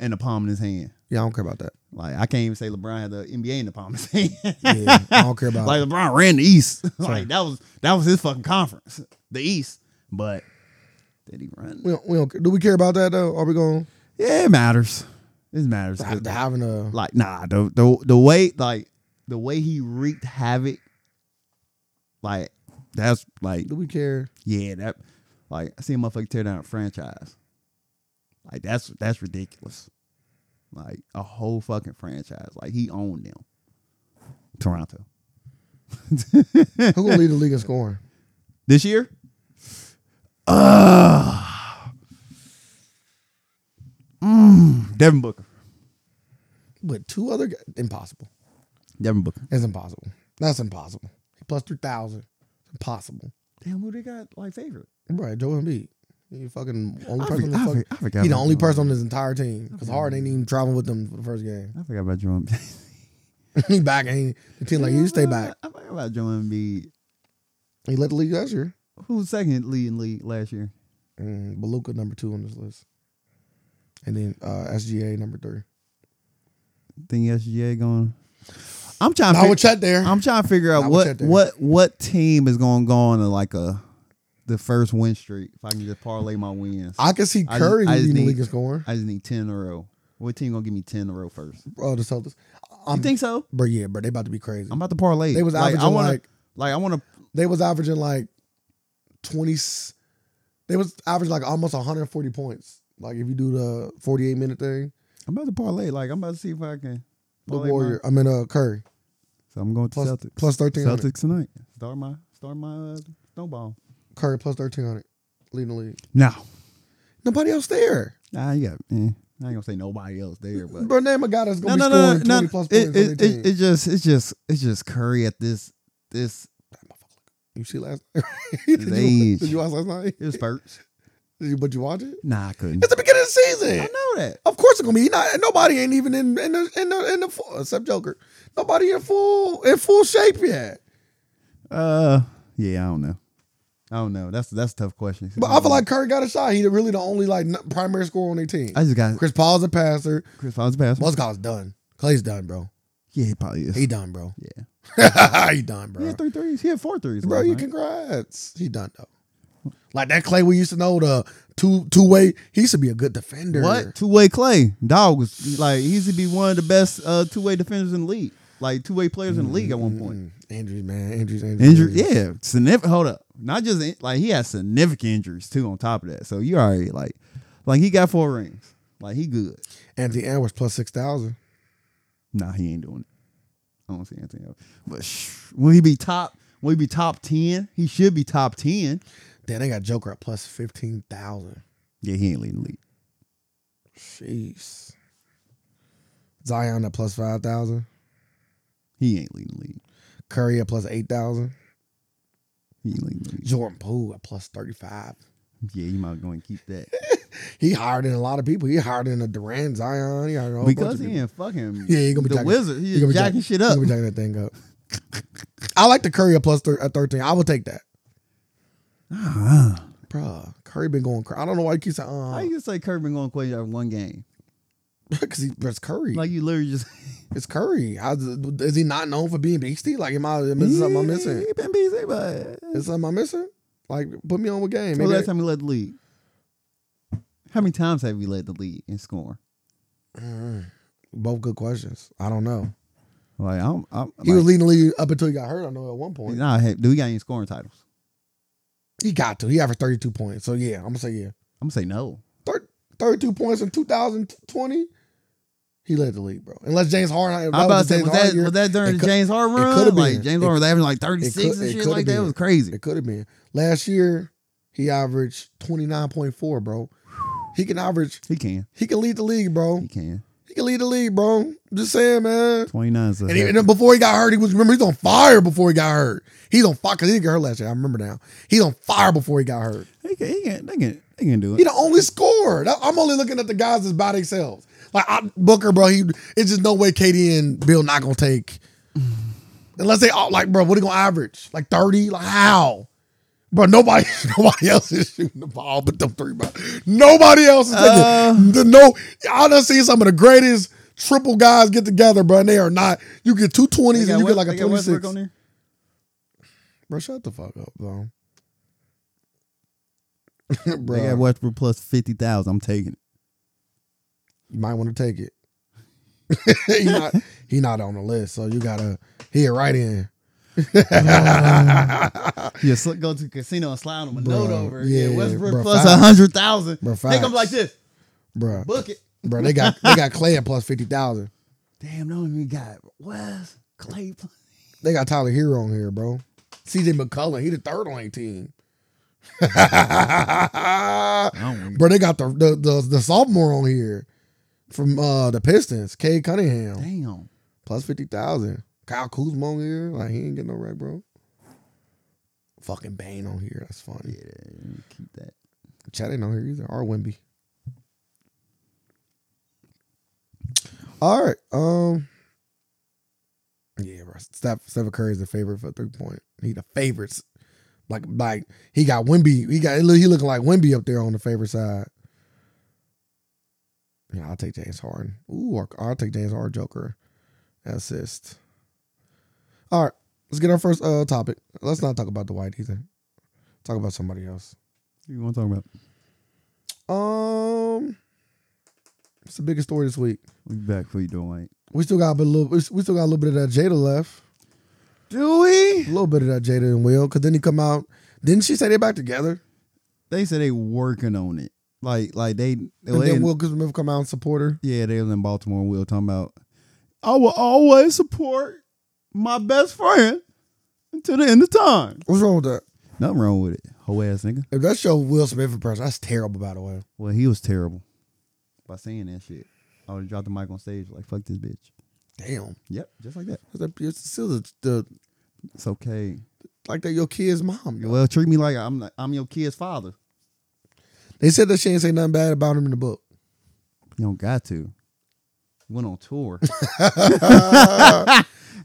Speaker 1: in the palm of his hand.
Speaker 2: Yeah, I don't care about that.
Speaker 1: Like I can't even say LeBron had the NBA in the palm of his hand.
Speaker 2: Yeah, I don't care about.
Speaker 1: like
Speaker 2: it.
Speaker 1: LeBron ran the East.
Speaker 2: Sorry.
Speaker 1: like that was that was his fucking conference, the East. But did he run?
Speaker 2: We don't, we don't. Do we care about that though? Are we going
Speaker 1: Yeah, it matters. It matters.
Speaker 2: to having a?
Speaker 1: like nah the the the way like the way he wreaked havoc like that's like
Speaker 2: Do we care?
Speaker 1: yeah that like I see a motherfucker tear down a franchise like that's that's ridiculous like a whole fucking franchise like he owned them Toronto
Speaker 2: Who gonna lead the league in scoring?
Speaker 1: this year uh mm, Devin Booker
Speaker 2: With two other guys, impossible.
Speaker 1: Devin Booker
Speaker 2: It's impossible. That's impossible. Plus three thousand. Impossible.
Speaker 1: damn who they got like favorite
Speaker 2: Right, Joe Embiid. You fucking only
Speaker 1: I
Speaker 2: person.
Speaker 1: forg-
Speaker 2: on the
Speaker 1: I
Speaker 2: fucking-
Speaker 1: forg- I forgot
Speaker 2: he the
Speaker 1: about
Speaker 2: only
Speaker 1: Joel
Speaker 2: person on this entire team because Hard ain't even traveling with them for the first game.
Speaker 1: I forgot about Jerome
Speaker 2: he back ain't the team like you stay
Speaker 1: I forgot-
Speaker 2: back.
Speaker 1: I forgot about Joe Embiid.
Speaker 2: He led the league last year.
Speaker 1: Who was second leading league last year?
Speaker 2: Mm, Beluka number two on this list, and then uh, SGA number three.
Speaker 1: Think SGA going? I'm trying. To
Speaker 2: I
Speaker 1: fig-
Speaker 2: would check there.
Speaker 1: I'm trying to figure
Speaker 2: I
Speaker 1: out
Speaker 2: would check
Speaker 1: what what
Speaker 2: that.
Speaker 1: what team is going to go on to like a the first win streak. If I can just parlay my wins, I,
Speaker 2: I can see
Speaker 1: I just-
Speaker 2: Curry
Speaker 1: I just
Speaker 2: leading the
Speaker 1: need-
Speaker 2: league in scoring.
Speaker 1: just need ten in a row. What team gonna give me ten in a row first?
Speaker 2: Oh, the Celtics.
Speaker 1: You
Speaker 2: I'm,
Speaker 1: think so?
Speaker 2: bro, yeah, bro, they about to be crazy.
Speaker 1: I'm about to parlay.
Speaker 2: They was
Speaker 1: like, I
Speaker 2: averaging
Speaker 1: wanna,
Speaker 2: like-
Speaker 1: like I want to.
Speaker 2: they was averaging like twenty. s- They was averaging like almost 140 points. Like if you do the 48 minute thing,
Speaker 1: I'm about to parlay. Like I'm about to see if I can.
Speaker 2: the
Speaker 1: parlay my-
Speaker 2: Warrior. I mean, uh, Curry
Speaker 1: so I'm going to
Speaker 2: plus
Speaker 1: Celtics.
Speaker 2: plus 1300.
Speaker 1: Celtics tonight. Start my start my uh, snowball.
Speaker 2: Curry plus 1300 leading the league.
Speaker 1: No.
Speaker 2: Nobody else there.
Speaker 1: Nah, you got. Eh, I ain't gonna say nobody else there, but
Speaker 2: Bro, name a guy that's
Speaker 1: no, no,
Speaker 2: gonna be
Speaker 1: no,
Speaker 2: scoring
Speaker 1: no,
Speaker 2: 20
Speaker 1: no.
Speaker 2: plus points
Speaker 1: It,
Speaker 2: on
Speaker 1: it,
Speaker 2: their
Speaker 1: it,
Speaker 2: team.
Speaker 1: it just, it's just, it's just Curry at this, this,
Speaker 2: you see last night? did, you,
Speaker 1: age.
Speaker 2: did you watch last night?
Speaker 1: his spurts.
Speaker 2: Did you, but you watch it?
Speaker 1: Nah, I couldn't.
Speaker 2: It's the beginning of the season.
Speaker 1: I know that.
Speaker 2: Of course it's gonna be. He not nobody ain't even in in the in the, in the full except Joker. Nobody in full in full shape yet.
Speaker 1: Uh, yeah, I don't know. I don't know. That's that's a tough question.
Speaker 2: But I feel like Curry got a shot. He really the only like n- primary scorer on their team.
Speaker 1: I just got
Speaker 2: Chris Paul's a passer.
Speaker 1: Chris Paul's pass.
Speaker 2: Mozgov's done. Clay's done, bro.
Speaker 1: Yeah, he probably is.
Speaker 2: He done, bro.
Speaker 1: yeah,
Speaker 2: he done,
Speaker 1: he
Speaker 2: bro.
Speaker 1: had three threes. He had four threes.
Speaker 2: Bro,
Speaker 1: last
Speaker 2: you
Speaker 1: night.
Speaker 2: congrats. He done though. Like that Clay we used to know the two two way. He used to be a good defender.
Speaker 1: What two way Clay dog was like? He used to be one of the best uh, two way defenders in the league. Like two way players in the league at one point.
Speaker 2: Mm, Injuries, man. Injuries. Injuries.
Speaker 1: Injury,
Speaker 2: injuries.
Speaker 1: Mm-hmm. yeah, significant. Hold up, not just in- like he has significant injuries too. On top of that, so you already like, like he got four rings. Like he good.
Speaker 2: Anthony Edwards plus six thousand.
Speaker 1: Nah, he ain't doing it. I don't see anything else. But shh, when he be top, when he be top ten, he should be top ten.
Speaker 2: Then they got Joker at plus fifteen thousand.
Speaker 1: Yeah, he ain't leading the league.
Speaker 2: Jeez. Zion at plus five thousand.
Speaker 1: He ain't leading the league.
Speaker 2: Curry at plus eight thousand.
Speaker 1: He ain't leading the league.
Speaker 2: Jordan Poole at plus thirty five.
Speaker 1: Yeah, you might go and keep that
Speaker 2: He hired in a lot of people. He hired in a Durant, Zion. He hired in a whole
Speaker 1: because
Speaker 2: bunch of
Speaker 1: he
Speaker 2: people.
Speaker 1: ain't fucking.
Speaker 2: Yeah, he gonna be
Speaker 1: the
Speaker 2: jacking-
Speaker 1: wizard. He,
Speaker 2: he gonna be
Speaker 1: is jacking
Speaker 2: jacking-
Speaker 1: shit
Speaker 2: Let
Speaker 1: up.
Speaker 2: me jack that thing up. I like the Curry at plus thir- at thirteen. I will take that,
Speaker 1: Ah.
Speaker 2: Bruh, Curry been going. cra- I don't know why he keeps saying
Speaker 1: How
Speaker 2: uh,
Speaker 1: you say Curry been going crazy after one game?
Speaker 2: because he but it's Curry.
Speaker 1: Like you literally just
Speaker 2: it's Curry. How's is he not known for being beastie? Like am I is there something I'm missing?
Speaker 1: He been busy, but
Speaker 2: Is something I'm missing? Like put me on with game.
Speaker 1: When
Speaker 2: Maybe
Speaker 1: was the
Speaker 2: I-
Speaker 1: last time you led the league? How many times have you led the league in scoring?
Speaker 2: Mm. Both good questions. I don't know.
Speaker 1: Like I'm, I'm
Speaker 2: He was
Speaker 1: like,
Speaker 2: leading the league up until he got hurt. I know at one point
Speaker 1: nah, hey, do we got any scoring titles?
Speaker 2: he got to. He averaged thirty two points. So yeah, I'm gonna say yeah.
Speaker 1: I'm gonna say no.
Speaker 2: Thir- 32 points in 2020. He led the league, bro. Unless James Harden, that
Speaker 1: I about to
Speaker 2: was
Speaker 1: say,
Speaker 2: James
Speaker 1: was
Speaker 2: Harden
Speaker 1: that,
Speaker 2: year.
Speaker 1: was that during
Speaker 2: It
Speaker 1: the
Speaker 2: cou-
Speaker 1: James Harden
Speaker 2: it
Speaker 1: run?
Speaker 2: could've
Speaker 1: like
Speaker 2: been.
Speaker 1: James
Speaker 2: It-
Speaker 1: Harden was average like thirty six
Speaker 2: could-
Speaker 1: and
Speaker 2: it
Speaker 1: shit
Speaker 2: could've
Speaker 1: like that. It was
Speaker 2: been.
Speaker 1: crazy.
Speaker 2: It could have been last year. He averaged twenty nine point four, bro. He can average.
Speaker 1: He can,
Speaker 2: He can lead the league, bro.
Speaker 1: he can.
Speaker 2: He can lead the league, bro. I'm just saying, man.
Speaker 1: Twenty nine.
Speaker 2: And even then before he got hurt, he was remember he's on fire before he got hurt. He's on fire because he didn't get hurt last year. I remember now. He's on fire before he got hurt.
Speaker 1: He can, he can, they can, they can do
Speaker 2: He
Speaker 1: it.
Speaker 2: the only scorer. That- I'm only looking at the guys that's by themselves. Like I, Booker, bro, he it's just no way KD and Bill not gonna take. Unless they all like, bro, what are they gonna average? Like 30? Like how? Bro, nobody nobody else is shooting the ball but them three, bro. Nobody else is taking
Speaker 1: Uh.
Speaker 2: the, no. I done seen some of the greatest triple guys get together, bro, and they are not. You get two
Speaker 1: They
Speaker 2: twenties
Speaker 1: got
Speaker 2: and you
Speaker 1: West-
Speaker 2: get like
Speaker 1: they
Speaker 2: a
Speaker 1: got
Speaker 2: twenty
Speaker 1: Westbrook
Speaker 2: six.
Speaker 1: on there?
Speaker 2: Bro, shut the fuck up, bro.
Speaker 1: They got
Speaker 2: bro,
Speaker 1: Westbrook plus fifty thousand. I'm taking it.
Speaker 2: you might want to take it. he not he not on the list, so you gotta he right in.
Speaker 1: Yeah, sl- go to the casino and slide him a note
Speaker 2: Bruh,
Speaker 1: over. Yeah,
Speaker 2: yeah,
Speaker 1: Westbrook
Speaker 2: bruh,
Speaker 1: plus
Speaker 2: facts.
Speaker 1: a hundred thousand.
Speaker 2: Bruh,
Speaker 1: Make him
Speaker 2: facts.
Speaker 1: like this.
Speaker 2: Bro.
Speaker 1: Book it.
Speaker 2: Bro, they got they got Clay at plus fifty thousand.
Speaker 1: Damn, no, we got Wes Clay. plus-
Speaker 2: They got Tyler Hero on here, bro. CJ McCullough, he the third on 18.
Speaker 1: don't-
Speaker 2: bro, they got the, the the the sophomore on here from uh the Pistons, Kay Cunningham.
Speaker 1: Damn.
Speaker 2: plus fifty thousand. Kyle Kuzma on here, like he ain't getting no right, bro. Fucking Bane on here, that's funny.
Speaker 1: Keep that.
Speaker 2: Chad ain't on here either, or Wimby. All right, um, yeah, bro. Steph, Stephen Curry is the favorite for three point. He the favorites, like like he got Wimby. He got he look- he looking like Wimby up there on the favorite side. Yeah, I'll take James Harden. Ooh, or, or I'll take James Harden Joker assist. All right, let's get our first uh topic. Let's not talk about Dwight either. Talk about somebody else.
Speaker 1: You want to talk about?
Speaker 2: Um, it's the biggest story this week.
Speaker 1: We back for you, Dwight.
Speaker 2: We still got a bit- little. We still got a little bit of that Jada left.
Speaker 1: Do
Speaker 2: A
Speaker 1: we?
Speaker 2: little bit of that Jada and Will, because then he come out. Didn't she say they back together?
Speaker 1: They said they working on it. Like, like they.
Speaker 2: and
Speaker 1: they-
Speaker 2: then Will Smith come out and support her.
Speaker 1: Yeah, they was in Baltimore. and We were talking about. I will always support my best friend until the end of time.
Speaker 2: What's wrong with that?
Speaker 1: Nothing wrong with it, whole ass nigga.
Speaker 2: If that's your Will Smith impression, that's terrible. By the way,
Speaker 1: Well, he was terrible by saying that shit. I would have dropped the mic on stage like fuck this bitch.
Speaker 2: damn.
Speaker 1: Yep, just like that.
Speaker 2: That's a- It's still the, the
Speaker 1: It's okay.
Speaker 2: like that your kid's mom. yo.
Speaker 1: Well, treat me like I'm like, I'm your kid's father.
Speaker 2: They said that she ain't say nothing bad about him in the book.
Speaker 1: You don't got to. Went on tour.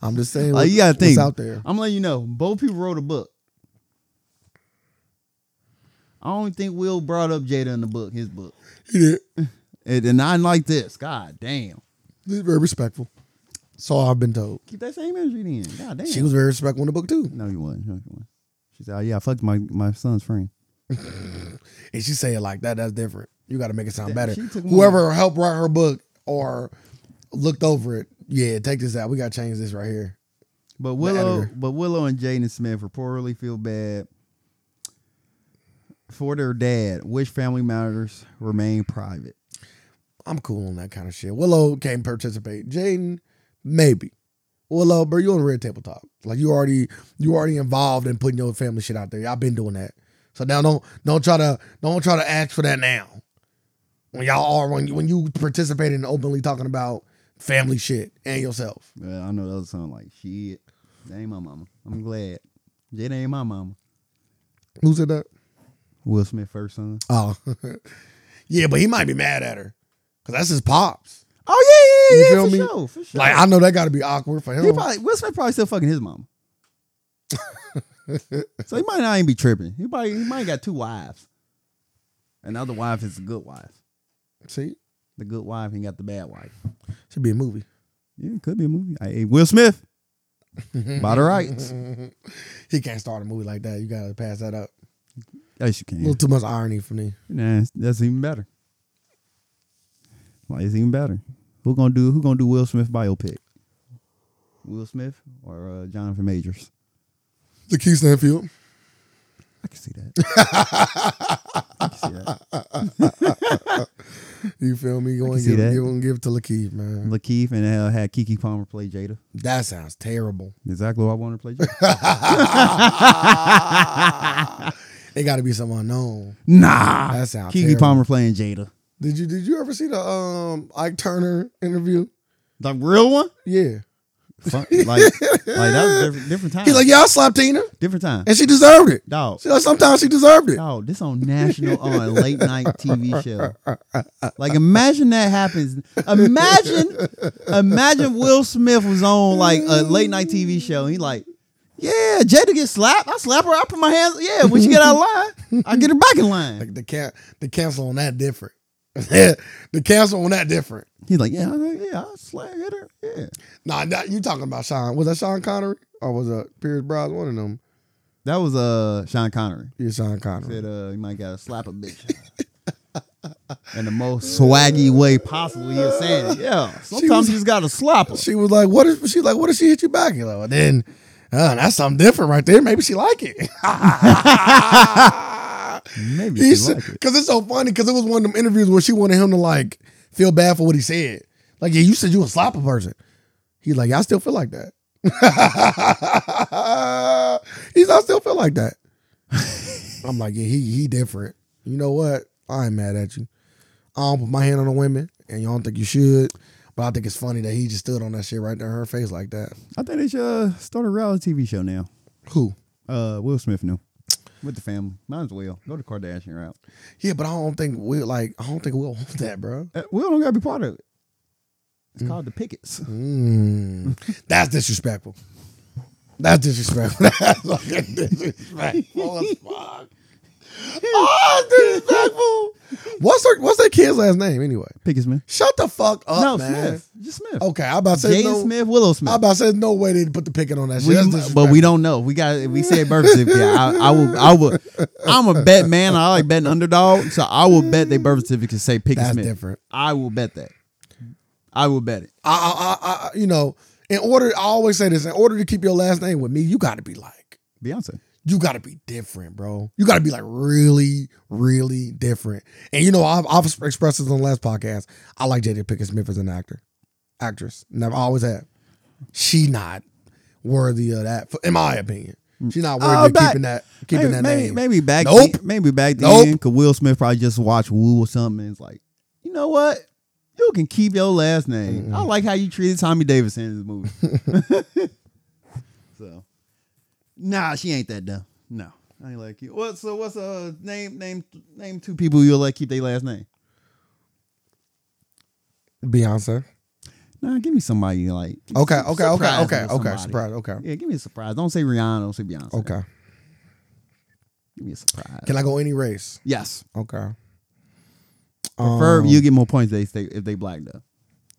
Speaker 2: I'm just saying.
Speaker 1: like
Speaker 2: what-
Speaker 1: you gotta
Speaker 2: what's
Speaker 1: think.
Speaker 2: out there.
Speaker 1: I'm letting you know. Both people wrote a book. I don't think Will brought up Jada in the book, his book.
Speaker 2: He did.
Speaker 1: And, and I like this. God damn.
Speaker 2: He's very respectful. So I've been told.
Speaker 1: Keep that same energy then. God damn.
Speaker 2: She was very respectful in the book too.
Speaker 1: no, you wasn't. No, you wasn't. She said, "Oh yeah, I fucked my, my son's friend."
Speaker 2: and she say it like that, that's different. You got to make it sound
Speaker 1: That-
Speaker 2: better.
Speaker 1: she took
Speaker 2: Whoever helped write her book or looked over it, yeah, take this out. We got to change this right here.
Speaker 1: But Willow,
Speaker 2: editor.
Speaker 1: but Willow and Jaden Smith reportedly feel bad for their dad, which family matters remain private.
Speaker 2: I'm cool on that kind of shit. Willow can't participate. Jaden, maybe. Willow, bro, you on the red table talk. Like you already, you already involved in putting your family shit out there. Y'all been doing that. So now don't don't try to don't try to ask for that now. When y'all are when you when you participate in openly talking about family shit and yourself.
Speaker 1: Uh, I know that was sound like shit. That ain't my mama. I'm glad Jaden ain't my mama.
Speaker 2: Who said that?
Speaker 1: Will Smith first son.
Speaker 2: Oh, yeah, but he might be mad at her because that's his pops.
Speaker 1: Oh yeah,
Speaker 2: yeah,
Speaker 1: yeah,
Speaker 2: You
Speaker 1: yeah.
Speaker 2: yeah, feel
Speaker 1: for
Speaker 2: for
Speaker 1: sure,
Speaker 2: me? sure,
Speaker 1: for sure.
Speaker 2: Like I know that got to be awkward for
Speaker 1: he
Speaker 2: him.
Speaker 1: probably Will Smith probably still fucking his mama. so he might not even be tripping. He probably he might got two wives. Another wife is a good wife.
Speaker 2: See,
Speaker 1: The good wife ain't got the bad wife.
Speaker 2: should be a movie.
Speaker 1: Yeah, it could be a movie. I, hey, Will Smith. By the rights.
Speaker 2: He can't start a movie like that. You got to pass that up.
Speaker 1: Yes, you
Speaker 2: A little
Speaker 1: can.
Speaker 2: too much irony for me.
Speaker 1: Nah, that's even better. Like it's even better. Who gonna do who gonna do Will Smith biopic? Will Smith or uh, Jonathan Majors?
Speaker 2: The Keith Stanfield.
Speaker 1: I can see that. see that.
Speaker 2: You feel me? Go and
Speaker 1: see
Speaker 2: give,
Speaker 1: that.
Speaker 2: give, and give to Lakeith, man.
Speaker 1: Lakeith and uh, had Kiki Palmer play Jada.
Speaker 2: That sounds terrible.
Speaker 1: Exactly what I wanted to play Jada.
Speaker 2: It got to be some unknown.
Speaker 1: nah.
Speaker 2: That sounds
Speaker 1: Kiki
Speaker 2: terrible.
Speaker 1: Palmer playing Jada.
Speaker 2: Did you Did you ever see the um Ike Turner interview?
Speaker 1: The real one?
Speaker 2: Yeah,
Speaker 1: Fun- like, like that was different, different time.
Speaker 2: he's like, yeah, I slapped Tina,
Speaker 1: different time.
Speaker 2: and she deserved it.
Speaker 1: Dog.
Speaker 2: She- sometimes she deserved it.
Speaker 1: Dog, this on national on a late night TV show. Like imagine that happens. Imagine imagine Will Smith was on like a late night TV show and he like, Yeah, Jada gets slapped. I slap her, I put my hands yeah, when she get out of line, I get her back in line.
Speaker 2: Like the can the cancel on that different. the cancel on that different.
Speaker 1: He's like, Yeah, I- yeah, I slap hit her. Yeah.
Speaker 2: Nah, nah, you talking about Sean? Was that Sean Connery or was that Pierce Brosnan? One of them.
Speaker 1: That was uh Sean Connery.
Speaker 2: Yeah, Sean Connery.
Speaker 1: Said uh you might gotta slap a bitch. In the most swaggy way possible, you're saying, it. yeah. Sometimes
Speaker 2: was-
Speaker 1: you just gotta slap her.
Speaker 2: She was like, "What is?" She like, "What did she hit you back?" You know, and then uh, that's something different right there. Maybe she like it.
Speaker 1: Maybe
Speaker 2: He
Speaker 1: she like
Speaker 2: said,
Speaker 1: it.
Speaker 2: because it's so funny, because it was one of them interviews where she wanted him to like feel bad for what he said. Like, yeah, you said you a slapper person. He's like, yeah, I still feel like that. He's, I still feel like that. I'm like, yeah, he he different. You know what? I ain't mad at you. I don't put my hand on the women, and y'all don't think you should. But I think it's funny that he just stood on that shit right there in her face like that.
Speaker 1: I think they should uh, start a reality TV show now.
Speaker 2: Who?
Speaker 1: Uh, Will Smith knew with the family. Might as well go the Kardashian route.
Speaker 2: Yeah, but I don't think we like. I don't think we'll want that, bro.
Speaker 1: Uh, Will don't gotta be part of it. It's called the Pickets.
Speaker 2: Mm, that's disrespectful. That's disrespectful. That's fucking disrespectful as fuck. Oh, it's disrespectful. What's her, what's that kid's last name anyway?
Speaker 1: Pickets, man.
Speaker 2: Shut the fuck up,
Speaker 1: no,
Speaker 2: man.
Speaker 1: Smith. Just Smith.
Speaker 2: Okay, I about to say
Speaker 1: Jaden
Speaker 2: no.
Speaker 1: Oh, Smith, Willow
Speaker 2: I
Speaker 1: Smith.
Speaker 2: about to say no way they put the picket on that shit.
Speaker 1: We-
Speaker 2: That's
Speaker 1: but
Speaker 2: disrespectful.
Speaker 1: we don't know. We got we said birth certificate. I, I will. I will. I'm a bet man. I like betting underdog, so I will bet they birth certificate say Pickett
Speaker 2: That's
Speaker 1: Smith.
Speaker 2: different.
Speaker 1: I will bet that. I will bet it.
Speaker 2: I, I, I, I, you know, in order, I always say this. In order to keep your last name with me, you got to be like,
Speaker 1: Beyonce.
Speaker 2: you got to be different, bro. You got to be like really, really different. And you know, I've, I've expressed this on the last podcast. I like Jada Pickett Smith as an actor, actress. Never, I always have. She not worthy of that, in my opinion. She not worthy
Speaker 1: Oh,
Speaker 2: of
Speaker 1: back-
Speaker 2: keeping that,
Speaker 1: maybe,
Speaker 2: keeping that
Speaker 1: maybe,
Speaker 2: name.
Speaker 1: Maybe back
Speaker 2: Nope.
Speaker 1: then- maybe back
Speaker 2: Nope.
Speaker 1: then, because Will Smith probably just watched Woo or something. And it's like, you know what? You can keep your last name. I like how you treated Tommy Davidson in this movie. so, nah, she ain't that dumb. No, I ain't like you. What? So what's uh name name name two people you'll let keep their last name?
Speaker 2: Beyonce.
Speaker 1: Nah, give me somebody you like. Give me
Speaker 2: Okay,
Speaker 1: some-
Speaker 2: okay, okay,
Speaker 1: surprise
Speaker 2: okay,
Speaker 1: me with
Speaker 2: okay.
Speaker 1: somebody.
Speaker 2: Surprise. Okay,
Speaker 1: Yeah, give me a surprise. Don't say Rihanna. Don't say Beyonce.
Speaker 2: okay.
Speaker 1: Give me a surprise.
Speaker 2: Can I go any race?
Speaker 1: yes.
Speaker 2: Okay.
Speaker 1: Prefer
Speaker 2: Um,
Speaker 1: you get more points if they if they black though.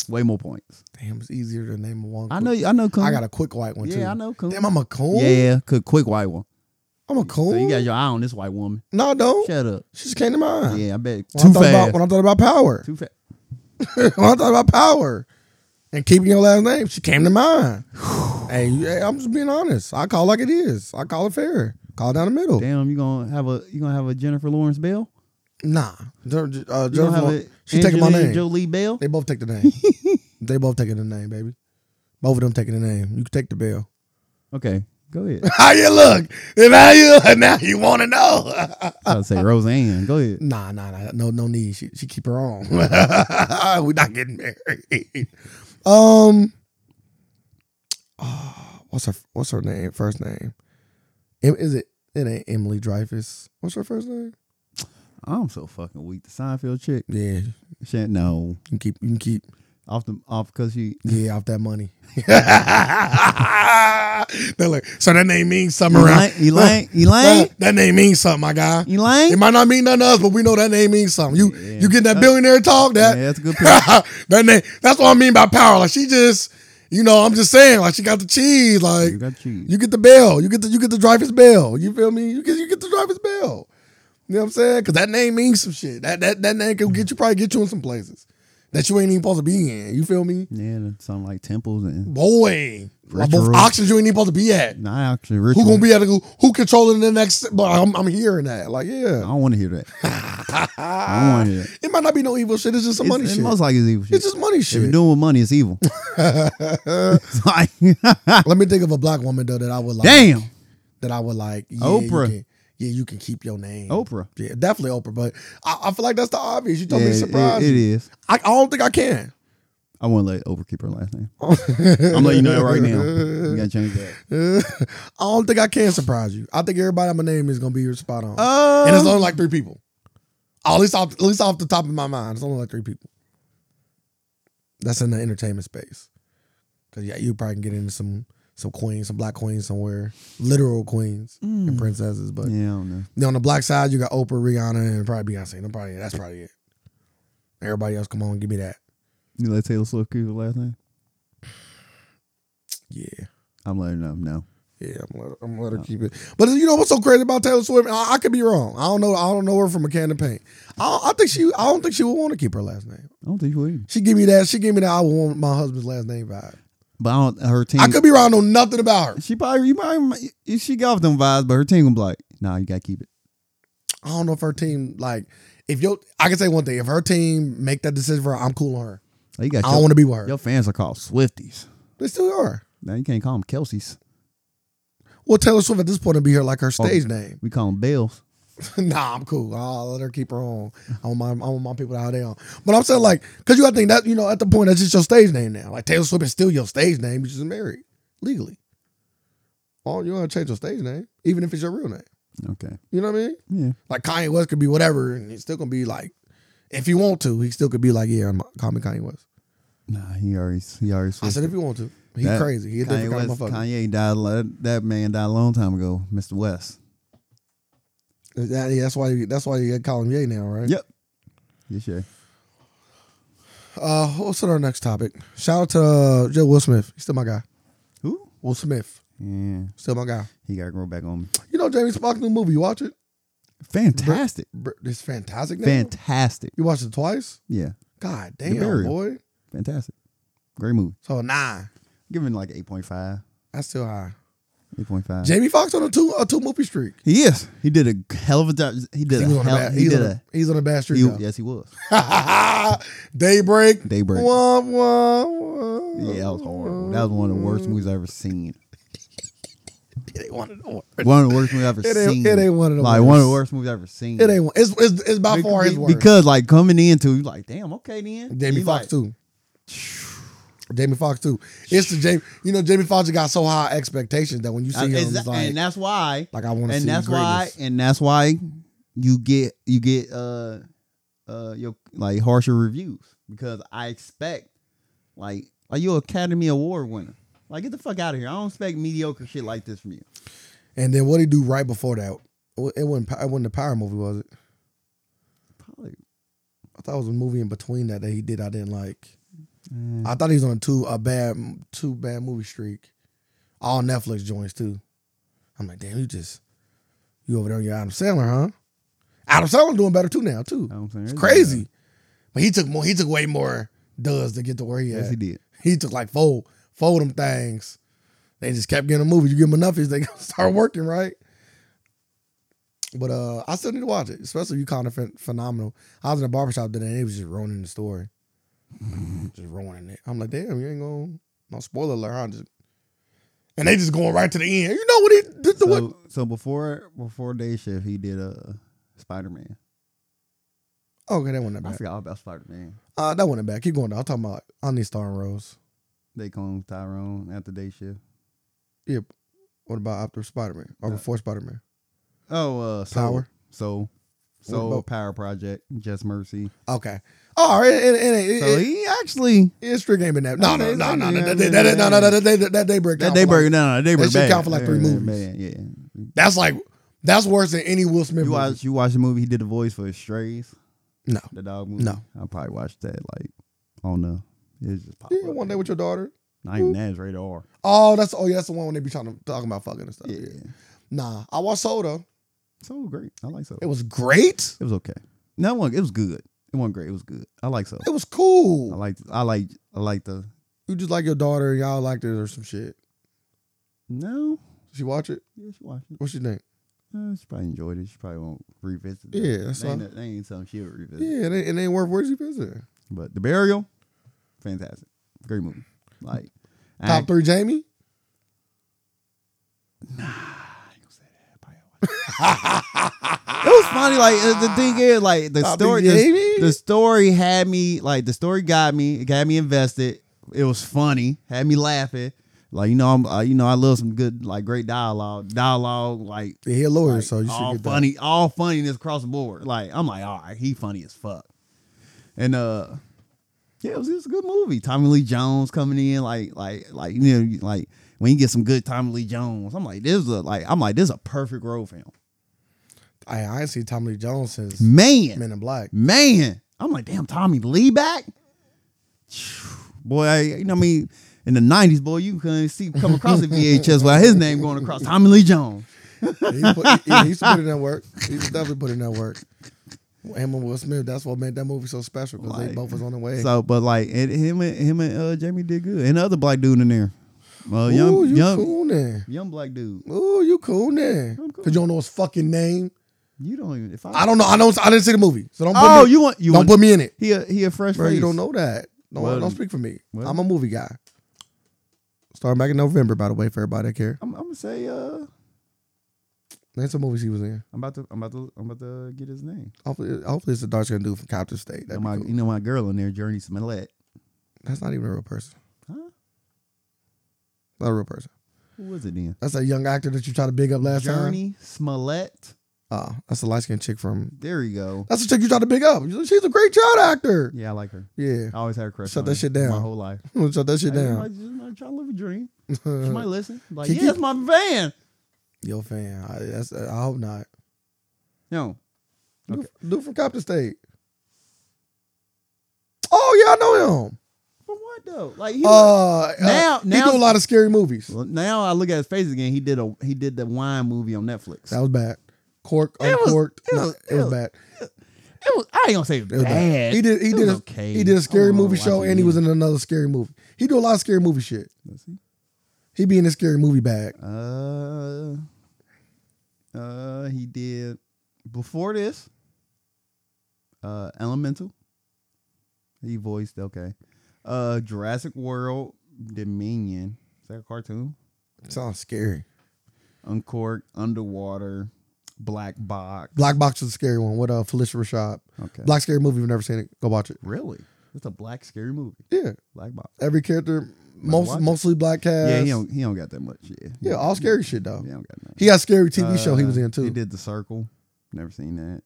Speaker 1: Way more points.
Speaker 2: Damn, it's easier to name one.
Speaker 1: I
Speaker 2: quick-
Speaker 1: know. I know. Coon.
Speaker 2: I got a quick white one
Speaker 1: Yeah,
Speaker 2: too.
Speaker 1: I know, coon.
Speaker 2: Damn, I'm a coon.
Speaker 1: Yeah, could quick white one.
Speaker 2: I'm a coon.
Speaker 1: So you got your eye on this white woman.
Speaker 2: no, don't.
Speaker 1: Shut up.
Speaker 2: She just came to mind.
Speaker 1: Yeah, I bet
Speaker 2: When I
Speaker 1: too
Speaker 2: thought
Speaker 1: fast.
Speaker 2: About, when I thought about power.
Speaker 1: too fast.
Speaker 2: when I thought about power and keeping your last name, she came to mind. hey, you- hey, I'm just being honest. I call like it is. I call it fair. Call down the middle.
Speaker 1: Damn, you gonna have a you gonna have a Jennifer Lawrence Bell?
Speaker 2: Nah. Jer- Jer- uh,
Speaker 1: You gonna have
Speaker 2: Jennifer,
Speaker 1: a
Speaker 2: she taking my
Speaker 1: Angelina
Speaker 2: name.
Speaker 1: Jolie Bell.
Speaker 2: They both take the name. they both taking the name, baby. Both of them taking the name. You can take the bill.
Speaker 1: Okay, go ahead.
Speaker 2: How you look? And how you look? Now you want to know.
Speaker 1: I was about to say Roseanne. Go ahead.
Speaker 2: Nah, nah, nah. No, no need. She, she keep her own. We're not getting married. Um, ah, what's her what's her name? First name? Em- Is it? It ain't Emily Dreyfus. What's her first name?
Speaker 1: I'm so fucking weak. The Seinfeld chick.
Speaker 2: Yeah, you
Speaker 1: Shit, no.
Speaker 2: can keep. You can keep.
Speaker 1: Off the off because she.
Speaker 2: Yeah, off that money. They're like, so that name means something around.
Speaker 1: Elaine, Elaine, Elaine,
Speaker 2: That, that name means something, my guy. It
Speaker 1: Elaine.
Speaker 2: might not mean nothing to us, but we know that name means something. You
Speaker 1: Yeah.
Speaker 2: you get that billionaire talk
Speaker 1: Yeah,
Speaker 2: that
Speaker 1: that's a good pick.
Speaker 2: that name, that's what I mean by power. Like she just, you know, I'm just saying, like she got the cheese. Like
Speaker 1: You got cheese.
Speaker 2: you get the bell. You get the you get the Dreyfus bell. You feel me? You get you get the Dreyfus bell. You know what I'm saying? Cause that name means some shit. That that that name can get you probably get you in some places that you ain't even supposed to be in. You feel me?
Speaker 1: Yeah, something like temples and
Speaker 2: Boy. Are both
Speaker 1: Ritual.
Speaker 2: auctions you ain't even supposed to be at.
Speaker 1: Not actually ritual.
Speaker 2: Who gonna be at who, who controlling the next? But I'm, I'm hearing that. Like,
Speaker 1: I
Speaker 2: yeah,
Speaker 1: don't want to hear that. I don't want to hear that.
Speaker 2: it might not be no evil shit. It's just some money
Speaker 1: It's-
Speaker 2: shit.
Speaker 1: It most likely is evil shit.
Speaker 2: it's just money
Speaker 1: if you're
Speaker 2: shit.
Speaker 1: doing with money, it's evil. it's like,
Speaker 2: Let me think of a black woman though that I would like.
Speaker 1: damn,
Speaker 2: That I would like. Yeah,
Speaker 1: Oprah.
Speaker 2: You can, yeah, you can keep your name.
Speaker 1: Oprah.
Speaker 2: Yeah, definitely Oprah. But I, I feel like that's the obvious. You told
Speaker 1: Yeah,
Speaker 2: me to
Speaker 1: it-
Speaker 2: surprise.
Speaker 1: it
Speaker 2: you.
Speaker 1: is.
Speaker 2: I, I don't think I can.
Speaker 1: I want to let Oprah keep her last name. I'm letting you know that right now. You gotta change that.
Speaker 2: I don't think I can surprise you. I think everybody I'm gonna name is gonna be your spot on.
Speaker 1: Uh,
Speaker 2: and it's only like three people. Oh, at least off, at least off the top of my mind, it's only like three people. That's in the entertainment space. Cause yeah, you probably can get into some some queens, some black queens somewhere, literal queens
Speaker 1: Mm.
Speaker 2: and princesses. But
Speaker 1: yeah, I don't know.
Speaker 2: then on the black side, you got Oprah, Rihanna, and probably Beyonce. Them probably- that's probably it. Everybody else, come on, give me that.
Speaker 1: You let Taylor Swift keep her last name.
Speaker 2: Yeah.
Speaker 1: I'm letting her know.
Speaker 2: Yeah, I'm gonna, let her, I'm gonna let her keep it. But you know what's so crazy about Taylor Swift? I, I could be wrong. I don't know. I don't know her from a can of paint. I, I think she. I don't think she would want to keep her last name.
Speaker 1: I don't think you would.
Speaker 2: She give me that. She give me that. I would want my husband's last name vibe.
Speaker 1: But I don't, her team.
Speaker 2: I could be wrong. I know nothing about her.
Speaker 1: She probably you probably she got off them vibes, but her team gonna be like, nah, you gotta keep it.
Speaker 2: I don't know if her team like. If your, I can say one thing. If her team make that decision for her, I'm cool on her.
Speaker 1: Like, you got
Speaker 2: I don't
Speaker 1: your,
Speaker 2: want to be with her.
Speaker 1: your fans are called Swifties.
Speaker 2: They still are.
Speaker 1: Now you can't call them Kelseys.
Speaker 2: Well, Taylor Swift at this point would be her like her stage name.
Speaker 1: We call them Bells.
Speaker 2: nah, I'm cool. I'll let her keep her on. I want my I want my people to how they on. But I'm saying like, cause you got to think that you know at the point that's just your stage name now. Like Taylor Swift is still your stage name. You just married legally. Oh, you want to change your stage name, even if it's your real name.
Speaker 1: Okay.
Speaker 2: You know what I mean?
Speaker 1: Yeah.
Speaker 2: Like Kanye West could be whatever, and he's still gonna be like, if he want to, he still could be like, yeah, I'm, call me Kanye West.
Speaker 1: Nah, he already he already
Speaker 2: I
Speaker 1: Swift.
Speaker 2: said if you want to, he
Speaker 1: That-
Speaker 2: crazy. He a
Speaker 1: Kanye
Speaker 2: different kind of
Speaker 1: West,
Speaker 2: motherfucker.
Speaker 1: Kanye died. lo- That man died a long time ago, Mr. West.
Speaker 2: That- yeah, that's why. That's why you got column Ye now, right?
Speaker 1: Yep. Yes, sir.
Speaker 2: Uh, what's our next topic? Shout out to uh, Joe Will Smith. He's still my guy.
Speaker 1: Who?
Speaker 2: Will Smith,
Speaker 1: Yeah,
Speaker 2: still my guy.
Speaker 1: he got to grow back on me.
Speaker 2: You know Jamie Spock's new movie. You watch it?
Speaker 1: Fantastic,
Speaker 2: Br- It's fantastic. Now.
Speaker 1: fantastic.
Speaker 2: You watched it twice?
Speaker 1: Yeah,
Speaker 2: God damn,
Speaker 1: Burial.
Speaker 2: boy.
Speaker 1: fantastic. Great movie.
Speaker 2: So nine.
Speaker 1: Give him like 8.5,
Speaker 2: That's still high.
Speaker 1: 8.5.
Speaker 2: Jamie Foxx on a two a two movie streak.
Speaker 1: he is. He did a hell of a job. He did
Speaker 2: He
Speaker 1: a
Speaker 2: was on a
Speaker 1: hell.
Speaker 2: bad.
Speaker 1: he
Speaker 2: He's
Speaker 1: did
Speaker 2: on
Speaker 1: a.
Speaker 2: a he's on a bad streak.
Speaker 1: he-
Speaker 2: now.
Speaker 1: yes, he was.
Speaker 2: Daybreak.
Speaker 1: Daybreak.
Speaker 2: Wah, wah, wah.
Speaker 1: Yeah, that was horrible. That was one of the worst movies I've ever seen.
Speaker 2: It ain't one of the worst.
Speaker 1: One of the worst movies I've ever
Speaker 2: It ain't,
Speaker 1: seen.
Speaker 2: it ain't one of the
Speaker 1: like
Speaker 2: worst.
Speaker 1: one of the worst movies I've ever seen.
Speaker 2: It ain't one. It's, it's, it's by
Speaker 1: Be-
Speaker 2: far his
Speaker 1: be-
Speaker 2: worst.
Speaker 1: Because like coming into you like, damn, okay then.
Speaker 2: Jamie
Speaker 1: You
Speaker 2: Foxx
Speaker 1: like,
Speaker 2: too. Jamie Foxx too. It's the Jamie. You know, Jamie Foxx got so high expectations that when you see
Speaker 1: I-
Speaker 2: him,
Speaker 1: exa-
Speaker 2: it's like,
Speaker 1: and that's why
Speaker 2: like I want to see
Speaker 1: and that's
Speaker 2: the
Speaker 1: why
Speaker 2: greatest.
Speaker 1: and that's why you get you get uh uh your like harsher reviews because I expect like are you an Academy Award winner? Like get the fuck out of here! I don't expect mediocre shit like this from you.
Speaker 2: And then what did he do right before that? It it wasn't. It wasn't the Power movie, was it?
Speaker 1: Probably.
Speaker 2: I thought it was a movie in between that that he did. I didn't like.
Speaker 1: Mm.
Speaker 2: I thought he was on two a bad two bad movie streak, all Netflix joints too. I'm like, damn, you just you over there on your Adam Sandler, huh? Adam Sandler doing better too now too.
Speaker 1: I don't think
Speaker 2: It's
Speaker 1: it is
Speaker 2: crazy, but he took more. He took way more does to get to where he
Speaker 1: bad.
Speaker 2: is.
Speaker 1: Yes, he did.
Speaker 2: He took like four, four of them things. They just kept getting them movies. You give them enough, is they gonna start working, right? But uh, I still need to watch it, especially if you call it phen- phenomenal. I was in a barbershop today, and it was just ruining the story, just ruining it. I'm like, damn, you ain't gonna no spoiler alert, huh? Just, and they just going right to the end. You know what he did? The what?
Speaker 1: So, so before before day shift, he did uh, a Spider Man.
Speaker 2: Okay, that wasn't that
Speaker 1: I
Speaker 2: bad.
Speaker 1: forgot all about Spider Man.
Speaker 2: Uh, that wasn't that bad. Keep going. Though. I'm talking about I need Star and Rose.
Speaker 1: They cloned Tyrone after day shift.
Speaker 2: Yep. What about after Spider Man or
Speaker 1: No.
Speaker 2: before Spider Man?
Speaker 1: Oh, uh, Soul.
Speaker 2: Power?
Speaker 1: Uh, So,
Speaker 2: What
Speaker 1: so
Speaker 2: about-
Speaker 1: Power Project, Just Mercy.
Speaker 2: Okay. Oh, it, it, it, it,
Speaker 1: So
Speaker 2: it,
Speaker 1: he actually
Speaker 2: It's straight game in that. No, no,
Speaker 1: Okay,
Speaker 2: no,
Speaker 1: so,
Speaker 2: no, no,
Speaker 1: yeah,
Speaker 2: that-
Speaker 1: yeah,
Speaker 2: that- that- no, no,
Speaker 1: yeah.
Speaker 2: that day that day break.
Speaker 1: that
Speaker 2: count
Speaker 1: they
Speaker 2: for like-
Speaker 1: break no, no, they break
Speaker 2: that shit
Speaker 1: bad.
Speaker 2: count for like three
Speaker 1: Yeah,
Speaker 2: movies.
Speaker 1: bad, yeah,
Speaker 2: That's like that's worse than any Will Smith.
Speaker 1: you
Speaker 2: movie.
Speaker 1: watch you watch the movie. He did the voice for Strays,
Speaker 2: No,
Speaker 1: the dog movie.
Speaker 2: No.
Speaker 1: I probably watched that like on the. It's just popped
Speaker 2: yeah,
Speaker 1: up.
Speaker 2: one day with your daughter.
Speaker 1: Not even that. It's rated R.
Speaker 2: Oh, that's oh yeah, that's the one when they be trying to talking about fucking and stuff.
Speaker 1: Yeah,
Speaker 2: Nah, I watched Soul though.
Speaker 1: so great. I like so.
Speaker 2: It
Speaker 1: It,
Speaker 2: was great.
Speaker 1: was okay. No one. It was good. It wasn't great. It was good. I like so.
Speaker 2: It was
Speaker 1: I
Speaker 2: cool.
Speaker 1: like. I like. I like the.
Speaker 2: You just like your daughter. Y'all liked it or some shit.
Speaker 1: No.
Speaker 2: Did she watch it?
Speaker 1: Yeah, she watched it.
Speaker 2: What she think?
Speaker 1: Uh, she probably enjoyed it. She probably won't revisit it.
Speaker 2: Yeah, that's
Speaker 1: That ain't,
Speaker 2: all.
Speaker 1: that ain't something she'll revisit.
Speaker 2: Yeah, it ain't, it ain't worth where she visiting.
Speaker 1: But The Burial, fantastic. Great movie. Like, I
Speaker 2: Top three, Jamie.
Speaker 1: ain't gonna say that. Probably won't. it was funny. Like uh, the thing is, like the
Speaker 2: Top
Speaker 1: story,
Speaker 2: three,
Speaker 1: the,
Speaker 2: Jamie?
Speaker 1: the story had me like the story got me, it got me invested. It was funny, had me laughing. Like you know, I'm uh, you know I love some good like great dialogue, dialogue like
Speaker 2: Yeah, he a lawyer,
Speaker 1: like,
Speaker 2: so you should
Speaker 1: all
Speaker 2: get
Speaker 1: funny, all funniness across the board. Like I'm like, all right, he funny as fuck. And uh, yeah, it was, it was a good movie. Tommy Lee Jones coming in, like like like you know like when you get some good Tommy Lee Jones, I'm like this is a like I'm like this is a perfect role for him.
Speaker 2: That. I, I ain't seen Tommy Lee Jones since
Speaker 1: Man,
Speaker 2: Men in Black.
Speaker 1: man, I'm like damn Tommy Lee back. Boy, I, you know what I mean. In the '90s, boy, you couldn't see come across the VHS without his name going across. Tommy Lee Jones.
Speaker 2: He, put, he, he used to put in that work. He used to definitely put in that work. Him and Will Smith. That's what made that movie so special because they
Speaker 1: Like,
Speaker 2: both was on the way.
Speaker 1: So, but like and him and him and uh, Jamie did good, and the other black dude in there, uh,
Speaker 2: Ooh,
Speaker 1: young
Speaker 2: you
Speaker 1: young
Speaker 2: cool there.
Speaker 1: young black dude.
Speaker 2: Ooh, you cool there.
Speaker 1: I'm cool.
Speaker 2: Cause you don't know his fucking name.
Speaker 1: You don't even. If I,
Speaker 2: I don't know. I know. I didn't see the movie, so don't. Put
Speaker 1: Oh,
Speaker 2: me,
Speaker 1: you want you
Speaker 2: don't
Speaker 1: want,
Speaker 2: put me in it.
Speaker 1: he a, he a fresh
Speaker 2: Bro,
Speaker 1: face.
Speaker 2: you don't know that. Don't,
Speaker 1: Well,
Speaker 2: don't speak for me.
Speaker 1: well.
Speaker 2: I'm a movie guy. Starting back in November, by the way, for everybody that care.
Speaker 1: I'm, I'm gonna say uh, I'm
Speaker 2: That's the movies he was in.
Speaker 1: about to I'm about to I'm about to get his name.
Speaker 2: Hopefully, hopefully it's the dark skin dude from Captain State.
Speaker 1: You know,
Speaker 2: That'd be
Speaker 1: my,
Speaker 2: cool.
Speaker 1: you know my girl in there, Journey Smollett.
Speaker 2: That's not even a real person.
Speaker 1: Huh?
Speaker 2: Not a real person.
Speaker 1: Who was it then?
Speaker 2: That's that young actor that you tried to big up last time.
Speaker 1: Journey Smollett.
Speaker 2: Oh, that's the light skinned chick from.
Speaker 1: There you go.
Speaker 2: That's the chick you tried to big up. You- She's a great child actor.
Speaker 1: Yeah, I like her.
Speaker 2: Yeah.
Speaker 1: I always had a crush.
Speaker 2: Shut
Speaker 1: on
Speaker 2: that
Speaker 1: her
Speaker 2: shit down.
Speaker 1: My whole life.
Speaker 2: Shut that shit
Speaker 1: Hey, I
Speaker 2: down. Uh,
Speaker 1: just might try to live a dream. She might listen. Like,
Speaker 2: Kiki?
Speaker 1: yeah, it's my van.
Speaker 2: Yo, fan. I, that's, I hope not.
Speaker 1: No,
Speaker 2: Dude,
Speaker 1: Okay.
Speaker 2: dude from Compton State. Oh yeah, I know him.
Speaker 1: but what though? Like he was-
Speaker 2: Uh,
Speaker 1: Now-
Speaker 2: uh, he
Speaker 1: now-
Speaker 2: do a lot of scary movies.
Speaker 1: Well, now I look at his face again. He did a he did the wine movie on Netflix.
Speaker 2: That was bad. Cork
Speaker 1: It was-
Speaker 2: uncorked.
Speaker 1: it
Speaker 2: No,
Speaker 1: was-
Speaker 2: it was
Speaker 1: it
Speaker 2: bad.
Speaker 1: it was, I ain't gonna say it
Speaker 2: It was
Speaker 1: was
Speaker 2: bad.
Speaker 1: bad.
Speaker 2: He did. He
Speaker 1: It
Speaker 2: did.
Speaker 1: was
Speaker 2: A,
Speaker 1: okay.
Speaker 2: He did a
Speaker 1: I
Speaker 2: scary
Speaker 1: wouldn't
Speaker 2: movie
Speaker 1: wanna
Speaker 2: show,
Speaker 1: watch it
Speaker 2: and he was
Speaker 1: again.
Speaker 2: in another scary movie. He do a lot of scary movie shit. He be in a scary movie bag.
Speaker 1: Uh, uh, he did before this. Uh, Elemental. He voiced okay. Uh, Jurassic World Dominion. Is that a cartoon?
Speaker 2: Sounds scary.
Speaker 1: Uncorked, Underwater, Black Box.
Speaker 2: Black Box is a scary one with uh, Felicia Rashad.
Speaker 1: Okay.
Speaker 2: Black scary movie. You've never seen it? Go watch it.
Speaker 1: Really? It's a black scary movie.
Speaker 2: Yeah.
Speaker 1: Black Box.
Speaker 2: Every character, most
Speaker 1: watch it.
Speaker 2: mostly black cast.
Speaker 1: Yeah, he don't he don't got that much. Yeah.
Speaker 2: Yeah, all scary shit though.
Speaker 1: He don't got nothing.
Speaker 2: He got a scary TV show he was
Speaker 1: Uh,
Speaker 2: in too.
Speaker 1: He did The Circle. Never seen that.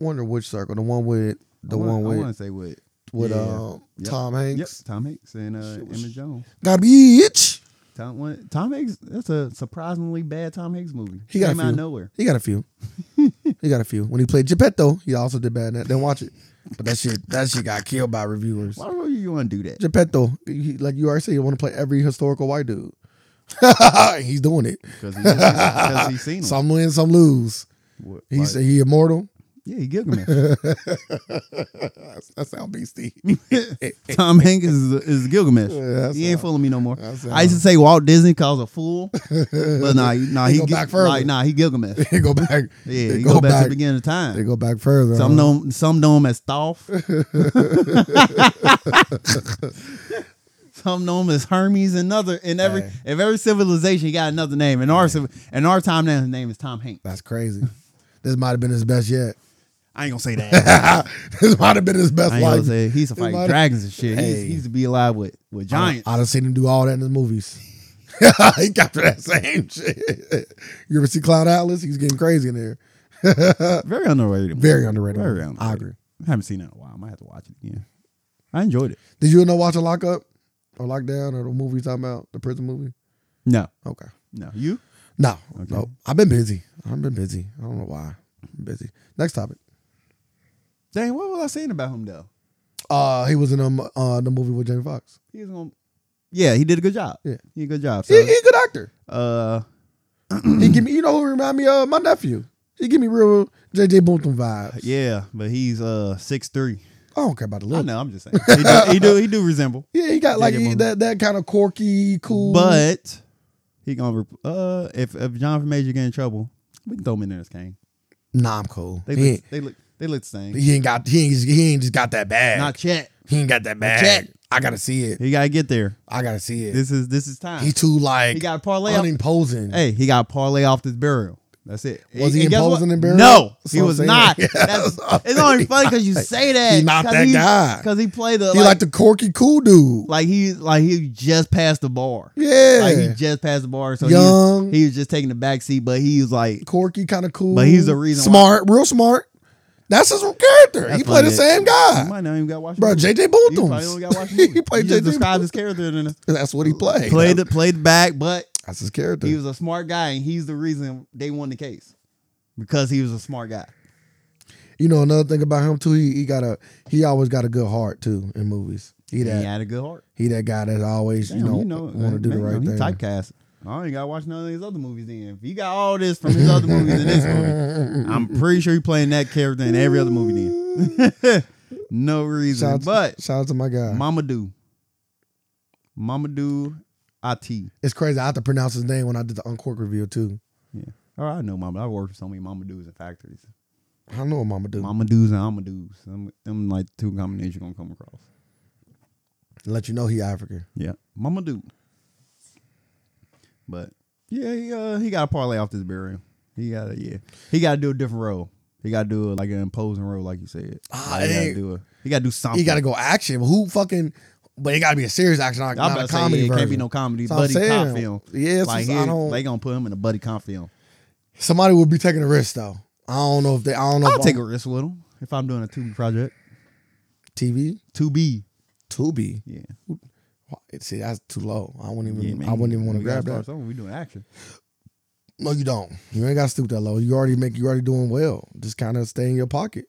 Speaker 2: Wonder which circle, the one with the
Speaker 1: I wanna,
Speaker 2: one
Speaker 1: I
Speaker 2: with
Speaker 1: want to say with
Speaker 2: with
Speaker 1: yeah.
Speaker 2: um,
Speaker 1: Yep.
Speaker 2: Tom
Speaker 1: yep,
Speaker 2: Hanks.
Speaker 1: Tom Hanks and uh,
Speaker 2: Shit was-
Speaker 1: Emma Jones.
Speaker 2: Garbage.
Speaker 1: Tom one, Tom Hanks. That's a surprisingly bad Tom Hanks movie.
Speaker 2: He got a
Speaker 1: came out
Speaker 2: few.
Speaker 1: of nowhere.
Speaker 2: He got a few. he got a few. When he played Geppetto, he also did bad. in That. Then watch it. But that shit, that shit got killed by reviewers.
Speaker 1: Why would you want to do that?
Speaker 2: Geppetto, he- like you already said, you want to play every historical white dude. He's doing it.
Speaker 1: Because he, he's seen him.
Speaker 2: Some win, some lose.
Speaker 1: What-
Speaker 2: He's
Speaker 1: like,
Speaker 2: he immortal.
Speaker 1: yeah, he Gilgamesh.
Speaker 2: That's, that sound beastie.
Speaker 1: Tom Hanks is, is Gilgamesh.
Speaker 2: Yeah, that's
Speaker 1: he ain't
Speaker 2: how-
Speaker 1: fooling me no more.
Speaker 2: that's
Speaker 1: I used to say Walt Disney cause a fool, but nah, nah,
Speaker 2: They
Speaker 1: he,
Speaker 2: go
Speaker 1: Gil-
Speaker 2: back further.
Speaker 1: like, nah, he Gilgamesh.
Speaker 2: they go back.
Speaker 1: Yeah,
Speaker 2: they
Speaker 1: he go, back, to the beginning of time.
Speaker 2: They go back further.
Speaker 1: Some
Speaker 2: huh?
Speaker 1: know him, some know him as Thoth. some know him as Hermes. Another in every
Speaker 2: Hey.
Speaker 1: if every civilization he got another name. In our civ- in our time now, his name is Tom Hanks.
Speaker 2: That's crazy. This might have been his best yet.
Speaker 1: I ain't gonna say that.
Speaker 2: this might have been his best
Speaker 1: I ain't
Speaker 2: life.
Speaker 1: gonna say he used to
Speaker 2: It might
Speaker 1: fight
Speaker 2: have-
Speaker 1: dragons and shit. He,
Speaker 2: Hey.
Speaker 1: used, he used to be alive with with giants.
Speaker 2: I, I done seen him do all that in his movies. he got to that same shit. You ever see Cloud Atlas? He's getting crazy in there.
Speaker 1: very underrated.
Speaker 2: Very underrated.
Speaker 1: Very
Speaker 2: movie.
Speaker 1: underrated.
Speaker 2: I agree.
Speaker 1: I haven't seen it in a while. I might have to watch it again. I enjoyed it.
Speaker 2: Did you know watch a lockup or lockdown or the movie you talking about? The prison movie?
Speaker 1: No,
Speaker 2: Okay.
Speaker 1: no, you.
Speaker 2: No.
Speaker 1: Okay.
Speaker 2: No. I've been busy. I've been busy. I don't know why. I'm busy. Next topic.
Speaker 1: Dang, what was I saying about him though?
Speaker 2: Uh he was in um uh the movie with Jamie Foxx.
Speaker 1: He was gonna. Yeah, he did a good job.
Speaker 2: Yeah.
Speaker 1: he did a good job.
Speaker 2: He,
Speaker 1: So,
Speaker 2: he a good actor.
Speaker 1: uh,
Speaker 2: he give me you know who remind me of my nephew. He give me real JJ Boonton vibes.
Speaker 1: Yeah, but he's uh six three.
Speaker 2: I don't care about the
Speaker 1: I
Speaker 2: look.
Speaker 1: know. I'm just saying. He do. He do, he do resemble,
Speaker 2: Yeah, he got like
Speaker 1: Jacob
Speaker 2: he-
Speaker 1: Moon.
Speaker 2: that that kind of quirky, cool.
Speaker 1: but he gonna. rep- Uh, if if Jonathan Major get in trouble, we can throw him in there as Kane.
Speaker 2: nah, I'm cool.
Speaker 1: They
Speaker 2: he,
Speaker 1: look.
Speaker 2: ain't,
Speaker 1: They look. They look the same.
Speaker 2: he ain't got he ain't, he ain't just got that bag.
Speaker 1: Not yet.
Speaker 2: he ain't got that bag. I gotta see it.
Speaker 1: He gotta get there.
Speaker 2: I gotta see it.
Speaker 1: This is this is time.
Speaker 2: He too like
Speaker 1: He got parlay. Off,
Speaker 2: unimposing.
Speaker 1: hey, he got parlay off this burial. That's it.
Speaker 2: Was he
Speaker 1: And guess
Speaker 2: imposing
Speaker 1: what?
Speaker 2: in burial?
Speaker 1: No,
Speaker 2: That's
Speaker 1: he
Speaker 2: what I'm
Speaker 1: was
Speaker 2: saying.
Speaker 1: not.
Speaker 2: Yeah,
Speaker 1: That's,
Speaker 2: that's what I'm
Speaker 1: it's only
Speaker 2: saying.
Speaker 1: funny because you say that.
Speaker 2: He not that guy.
Speaker 1: Because he played the
Speaker 2: he
Speaker 1: like,
Speaker 2: like the quirky, cool dude.
Speaker 1: like he like he just passed the bar.
Speaker 2: yeah,
Speaker 1: Like he just passed the bar, so He,
Speaker 2: young,
Speaker 1: was, he was just taking the back seat. But he was like,
Speaker 2: quirky, kind of cool.
Speaker 1: But he's the reason why-
Speaker 2: Smart, real smart. That's his character.
Speaker 1: That's
Speaker 2: he played
Speaker 1: funny.
Speaker 2: the same
Speaker 1: you
Speaker 2: guy,
Speaker 1: might not even got watched.
Speaker 2: bro. JJ
Speaker 1: you probably only got
Speaker 2: Boothums.
Speaker 1: watched. he
Speaker 2: He played
Speaker 1: played. Just
Speaker 2: JJ
Speaker 1: described his character in it.
Speaker 2: That's what he played.
Speaker 1: Played
Speaker 2: that's,
Speaker 1: it. Played back, but
Speaker 2: that's his character.
Speaker 1: he was a smart guy, and he's the reason they won the case because he was a smart guy.
Speaker 2: you know another thing about him too. He, he got a he always got a good heart too in movies. He
Speaker 1: And
Speaker 2: that
Speaker 1: he had a good heart.
Speaker 2: he that guy that always
Speaker 1: Damn,
Speaker 2: you know,
Speaker 1: uh,
Speaker 2: want to do the
Speaker 1: man,
Speaker 2: right
Speaker 1: he
Speaker 2: thing.
Speaker 1: Typecast. I ain't gotta watch none of these other movies. Then if you got all this from his other movies in this movie, I'm pretty sure he playing that character in every other movie. Then no reason,
Speaker 2: Shout out,
Speaker 1: but
Speaker 2: to, shout out to my guy.
Speaker 1: Mama Do, Mama Do, It.
Speaker 2: it's crazy. I have to pronounce his name when I did the Uncork review too.
Speaker 1: Yeah, all right, Oh, I know Mama. I worked with so many Mama Do's and factories.
Speaker 2: I know what Mama do.
Speaker 1: Mama Do's and Mama Do's. Them, them like two combinations you're gonna come across.
Speaker 2: Let you know he African.
Speaker 1: Yeah, Mama Do. But yeah, he, uh, he got to parlay off this burial. He got to yeah, he got to do a different role. He got to do a, like an imposing role, like you said.
Speaker 2: Ah,
Speaker 1: Like, he got
Speaker 2: hey.
Speaker 1: to do a, He got to do something.
Speaker 2: He got to go action. But who fucking? But it got to be a serious action, not,
Speaker 1: I'm
Speaker 2: not
Speaker 1: about
Speaker 2: a
Speaker 1: to say,
Speaker 2: comedy
Speaker 1: yeah, it can't be
Speaker 2: version.
Speaker 1: no comedy
Speaker 2: That's what I'm
Speaker 1: buddy cop
Speaker 2: saying.
Speaker 1: film.
Speaker 2: Yeah, it's
Speaker 1: like
Speaker 2: just-
Speaker 1: he,
Speaker 2: I don't-
Speaker 1: they gonna put him in a buddy cop film.
Speaker 2: Somebody would be taking a risk though. I don't know if they. I don't know.
Speaker 1: I'll
Speaker 2: if
Speaker 1: take a risk with him if I'm doing a two B project.
Speaker 2: TV.
Speaker 1: Two B,
Speaker 2: Tubi.
Speaker 1: yeah,
Speaker 2: See, that's too low. I wouldn't
Speaker 1: yeah
Speaker 2: even.
Speaker 1: man.
Speaker 2: Mm-hmm. I wouldn't even want to
Speaker 1: We gotta
Speaker 2: grab
Speaker 1: start
Speaker 2: that.
Speaker 1: something. We doing action.
Speaker 2: No, you don't. You ain't got to stoop that low. You already make. You already doing well. Just kind of stay in your pocket.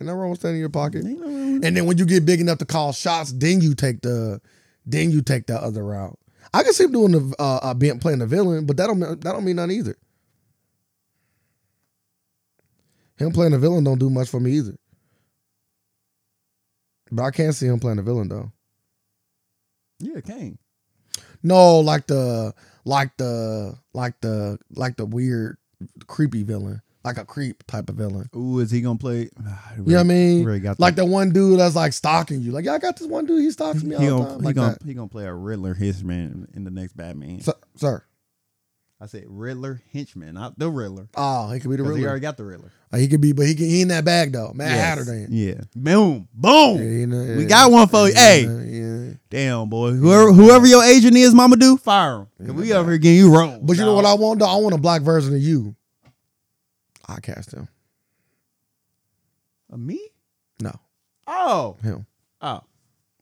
Speaker 2: Ain't nothing wrong with staying in your pocket.
Speaker 1: Ain't no wrong with
Speaker 2: And then when you get big enough to call shots, then you take the, then you take the other route. I can see him doing the uh, uh being playing the villain, but that don't that don't mean nothing either. Him playing the villain don't do much for me either. But I can't see him playing the villain though.
Speaker 1: Yeah, Kane.
Speaker 2: No, like the like the like the like the weird creepy villain, like a creep type of villain.
Speaker 1: Ooh, is he gonna play?
Speaker 2: You know what I mean?
Speaker 1: Really got
Speaker 2: Like the one dude that's like stalking you. Like, yeah, I got this one dude. He stalks me all
Speaker 1: he
Speaker 2: the
Speaker 1: gonna,
Speaker 2: time.
Speaker 1: he,
Speaker 2: Like
Speaker 1: gonna,
Speaker 2: that.
Speaker 1: he gonna play a Riddler henchman in the next Batman.
Speaker 2: Sir, sir.
Speaker 1: I said Riddler henchman, not the Riddler.
Speaker 2: Oh, he could be the
Speaker 1: 'Cause He
Speaker 2: Riddler.
Speaker 1: already got the Riddler.
Speaker 2: Uh, he could be, but he, can, he in that bag though. Mad
Speaker 1: Yes.
Speaker 2: Hatter then.
Speaker 1: Yeah. Boom. Boom.
Speaker 2: Yeah, you know,
Speaker 1: We
Speaker 2: yeah.
Speaker 1: got one for you.
Speaker 2: Yeah,
Speaker 1: Hey.
Speaker 2: yeah.
Speaker 1: Damn, boy. Whoever, whoever your agent is, Mama do, fire him. 'Cause we over here getting you wrong.
Speaker 2: But you know what I want though? I want a black version of you. I cast him.
Speaker 1: Uh, me?
Speaker 2: No,
Speaker 1: Oh.
Speaker 2: him.
Speaker 1: Oh.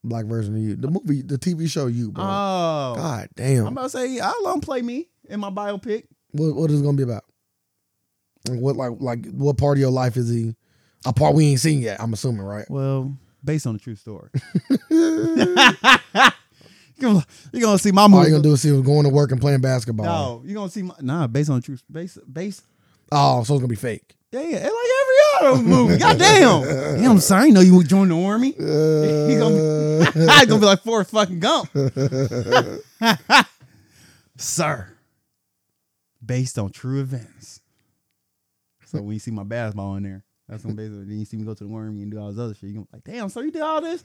Speaker 2: Black version of you. The movie, the TV show you, bro.
Speaker 1: Oh.
Speaker 2: God
Speaker 1: I'm
Speaker 2: damn.
Speaker 1: about to say, I'll let him play me in my biopic.
Speaker 2: What, what is it gonna be about? Like, What like like what part of your life is he? A part we ain't seen yet. I'm assuming, right?
Speaker 1: Well, based on the true story. You're going to see my movie.
Speaker 2: All Oh, you gonna do is see him going to work and playing basketball.
Speaker 1: No, you're gonna see my nah based on true based based
Speaker 2: Oh, so it's gonna be fake.
Speaker 1: yeah, yeah like every other movie. Goddamn, damn son, I didn't know you would join the army. He gonna
Speaker 2: Uh,
Speaker 1: I gonna be like Forrest fucking Gump, sir. Based on true events. So when you see my basketball in there, that's when basically then you see me go to the worm and do all this other shit. You gonna be like, damn, sir, you did all this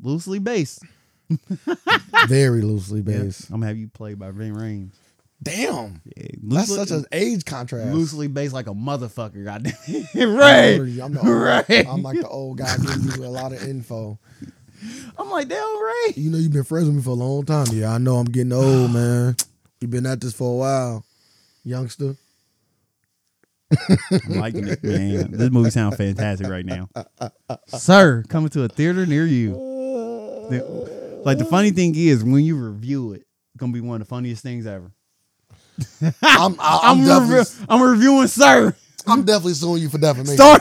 Speaker 1: loosely based.
Speaker 2: Uh, very loosely
Speaker 1: Yeah,
Speaker 2: based.
Speaker 1: I'm gonna have you played by Vin Rames.
Speaker 2: Damn,
Speaker 1: Yeah,
Speaker 2: that's
Speaker 1: loosely-
Speaker 2: such an age contrast.
Speaker 1: loosely based like a motherfucker. Goddamn,
Speaker 2: I'm,
Speaker 1: Ray.
Speaker 2: older than you. I'm the old,
Speaker 1: Ray.
Speaker 2: I'm like the old guy giving you a lot of info.
Speaker 1: I'm like, damn, Ray.
Speaker 2: You know, you've been friends with me for a long time. Yeah, I know I'm getting old, man. You've been at this for a while, youngster.
Speaker 1: I'm liking it, man. This movie sounds fantastic right now. Sir, coming to a theater near you. The- Like the funny thing is, when you review it, it's gonna be one of the funniest things ever.
Speaker 2: I'm, I, I'm,
Speaker 1: I'm,
Speaker 2: definitely,
Speaker 1: revi- I'm reviewing, sir.
Speaker 2: I'm definitely suing you for defamation.
Speaker 1: Star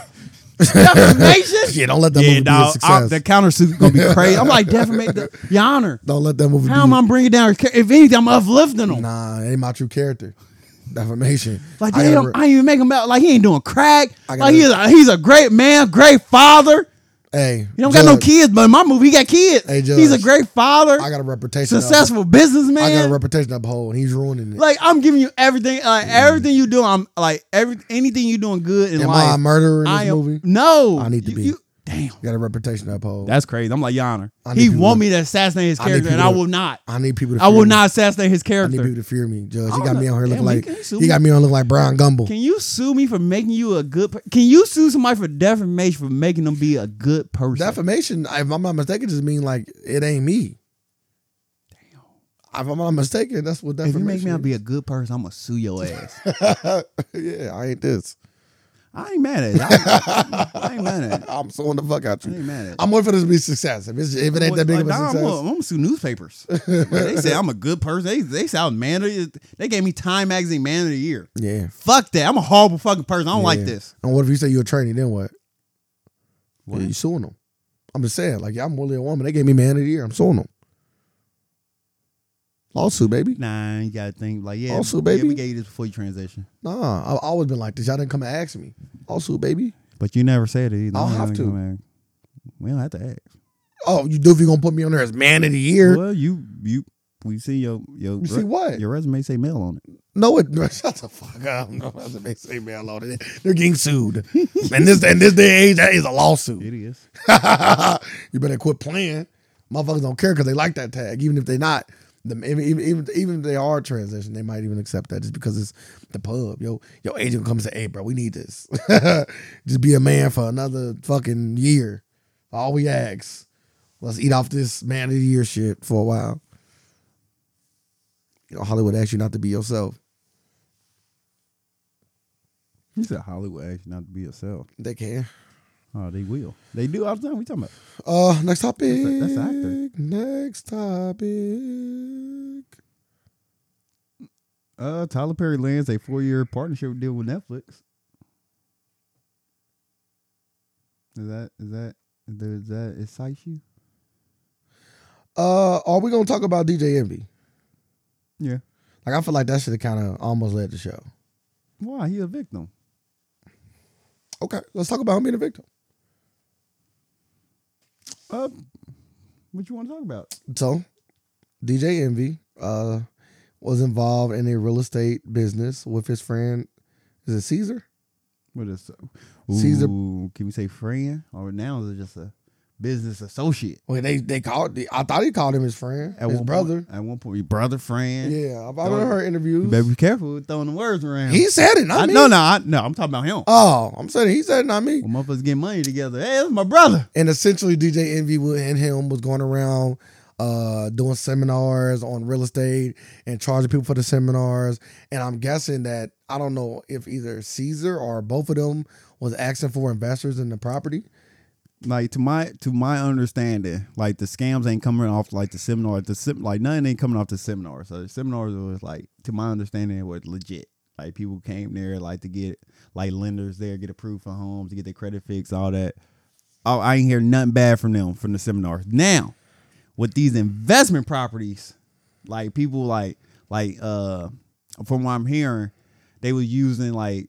Speaker 1: defamation.
Speaker 2: Yeah, don't let that
Speaker 1: Yeah,
Speaker 2: movie be a
Speaker 1: dog.
Speaker 2: success.
Speaker 1: the countersuit gonna be crazy. I'm like, defamate the, your honor.
Speaker 2: don't let that movie.
Speaker 1: How am
Speaker 2: be,
Speaker 1: I bringing down? his char- If anything, I'm uplifting him.
Speaker 2: Nah, it ain't my true character. Defamation.
Speaker 1: Like
Speaker 2: I
Speaker 1: damn, I,
Speaker 2: gotta re-
Speaker 1: ain't even make him out like he ain't doing crack.
Speaker 2: I
Speaker 1: Like
Speaker 2: gotta-
Speaker 1: he's a, he's a great man, great father.
Speaker 2: Hey,
Speaker 1: He don't got no
Speaker 2: Judge,
Speaker 1: kids, but in my movie, he got kids.
Speaker 2: Hey, Judge.
Speaker 1: He's a great father,
Speaker 2: I got a reputation. to up-
Speaker 1: successful businessman.
Speaker 2: I got a reputation to uphold. and He's ruining it.
Speaker 1: like I'm giving you everything, like everything you do. I'm like every anything you doing good in
Speaker 2: Mm. Am I a
Speaker 1: life.
Speaker 2: murderer in
Speaker 1: I
Speaker 2: this
Speaker 1: am
Speaker 2: movie?
Speaker 1: no.
Speaker 2: I need to
Speaker 1: You-
Speaker 2: be.
Speaker 1: you- damn,
Speaker 2: Got a reputation to uphold.
Speaker 1: that's crazy. I'm like Yonner.
Speaker 2: I need
Speaker 1: He
Speaker 2: people
Speaker 1: want
Speaker 2: to-
Speaker 1: me to assassinate his
Speaker 2: I need
Speaker 1: character, and I
Speaker 2: people to-
Speaker 1: will not.
Speaker 2: I need people to.
Speaker 1: I
Speaker 2: fear
Speaker 1: will
Speaker 2: me.
Speaker 1: not assassinate his
Speaker 2: I need
Speaker 1: character.
Speaker 2: people to fear me, Judge.
Speaker 1: I
Speaker 2: He
Speaker 1: don't
Speaker 2: got me
Speaker 1: know.
Speaker 2: on here looking
Speaker 1: Damn, you
Speaker 2: like
Speaker 1: can sue
Speaker 2: he
Speaker 1: me.
Speaker 2: got me on looking like Brian Gumble.
Speaker 1: Can you sue me for making you a good? Per- Can you sue somebody for defamation for making them be a good person?
Speaker 2: Defamation, if I'm not mistaken, just mean like it ain't me. Damn. If I'm not mistaken, that's what
Speaker 1: if you
Speaker 2: defamation.
Speaker 1: make me out to be a good person, I'm gonna sue your ass.
Speaker 2: is. yeah, I ain't this.
Speaker 1: I ain't mad at it. I, I ain't mad at it.
Speaker 2: I'm suing the fuck out
Speaker 1: I
Speaker 2: you.
Speaker 1: ain't mad at it.
Speaker 2: I'm waiting for this to be success. If, it's, if it ain't that big of a
Speaker 1: Like, nah, I'm
Speaker 2: success,
Speaker 1: gonna- I'm gonna sue newspapers. they say I'm a good person. They they say I'm man. Of, the- they gave me Time Magazine Man of the Year.
Speaker 2: yeah.
Speaker 1: Fuck that. I'm a horrible fucking person. I don't like
Speaker 2: Yeah.
Speaker 1: this.
Speaker 2: And what if you say you're a trainee? Then what?
Speaker 1: What?
Speaker 2: Yeah, you suing them. I'm just saying, like, yeah, I'm really a woman. They gave me man of the year. I'm suing them. Lawsuit, baby.
Speaker 1: Nah, you gotta think like yeah.
Speaker 2: Also,
Speaker 1: yeah,
Speaker 2: baby.
Speaker 1: we gave you this before you transition,
Speaker 2: Nah, I've always been like this. Y'all didn't come and ask me. Lawsuit, baby.
Speaker 1: but you never said it either.
Speaker 2: I'll
Speaker 1: I don't
Speaker 2: have
Speaker 1: think
Speaker 2: to.
Speaker 1: I'm act- We don't have to act.
Speaker 2: Oh, you do if you're gonna put me on there as man of the year.
Speaker 1: Well, you you we see your your
Speaker 2: You see what?
Speaker 1: your resume say mail on it.
Speaker 2: No, it no, shut the fuck up. No, that's what they say, man. Lord, they- They're getting sued. and this and this day and age, that is a lawsuit.
Speaker 1: It is.
Speaker 2: you better quit playing. Motherfuckers don't care because they like that tag, even if they're not. The, even, even even even if they are transition, they might even accept that just because it's the pub. Yo, your agent comes and say, "Hey, bro, we need this. just be a man for another fucking year. All we ask, let's eat off this man of the year shit for a while." You know, Hollywood asks you not to be yourself.
Speaker 1: You said Hollywood action not to be yourself.
Speaker 2: They can.
Speaker 1: Oh, they will. They do all the time. We talking about
Speaker 2: Uh, next topic.
Speaker 1: a- that's an
Speaker 2: Next topic.
Speaker 1: uh Tyler Perry lands a four year partnership deal with Netflix. Is that is that does that excite you?
Speaker 2: Uh, are we gonna talk about DJ Envy?
Speaker 1: Yeah.
Speaker 2: Like, I feel like that should have kind of almost led the show.
Speaker 1: Why he a victim?
Speaker 2: Okay, let's talk about him being a victim.
Speaker 1: Uh, what you want to talk about?
Speaker 2: So, DJ Envy uh was involved in a real estate business with his friend. Is it Caesar?
Speaker 1: What is
Speaker 2: Caesar-
Speaker 1: Ooh, can we say friend or now is it just a business associate?
Speaker 2: Wait, they they called. I thought he called him his friend,
Speaker 1: At
Speaker 2: his
Speaker 1: one
Speaker 2: brother.
Speaker 1: Point, at one point, your brother friend.
Speaker 2: Yeah, I've, I've heard interviews.
Speaker 1: You better be careful with throwing the words around.
Speaker 2: He said it, not
Speaker 1: I,
Speaker 2: me.
Speaker 1: no, no, I, no. I'm talking about him.
Speaker 2: Oh, I'm saying he said it, not me.
Speaker 1: when motherfuckers get money together, hey, that's my brother.
Speaker 2: and essentially DJ Envy wa- and him was going around uh doing seminars on real estate and charging people for the seminars and I'm guessing that I don't know if either Caesar or both of them was asking for investors in the property.
Speaker 1: Like to my to my understanding, like the scams ain't coming off like the seminar. The sem- like nothing ain't coming off the seminar. So the seminars was like to my understanding it was legit. Like people came there like to get like lenders there get approved for homes to get their credit fixed, all that. Oh, I ain't hear nothing bad from them from the seminars. Now, with these investment properties, like people like like uh from what I'm hearing, they were using like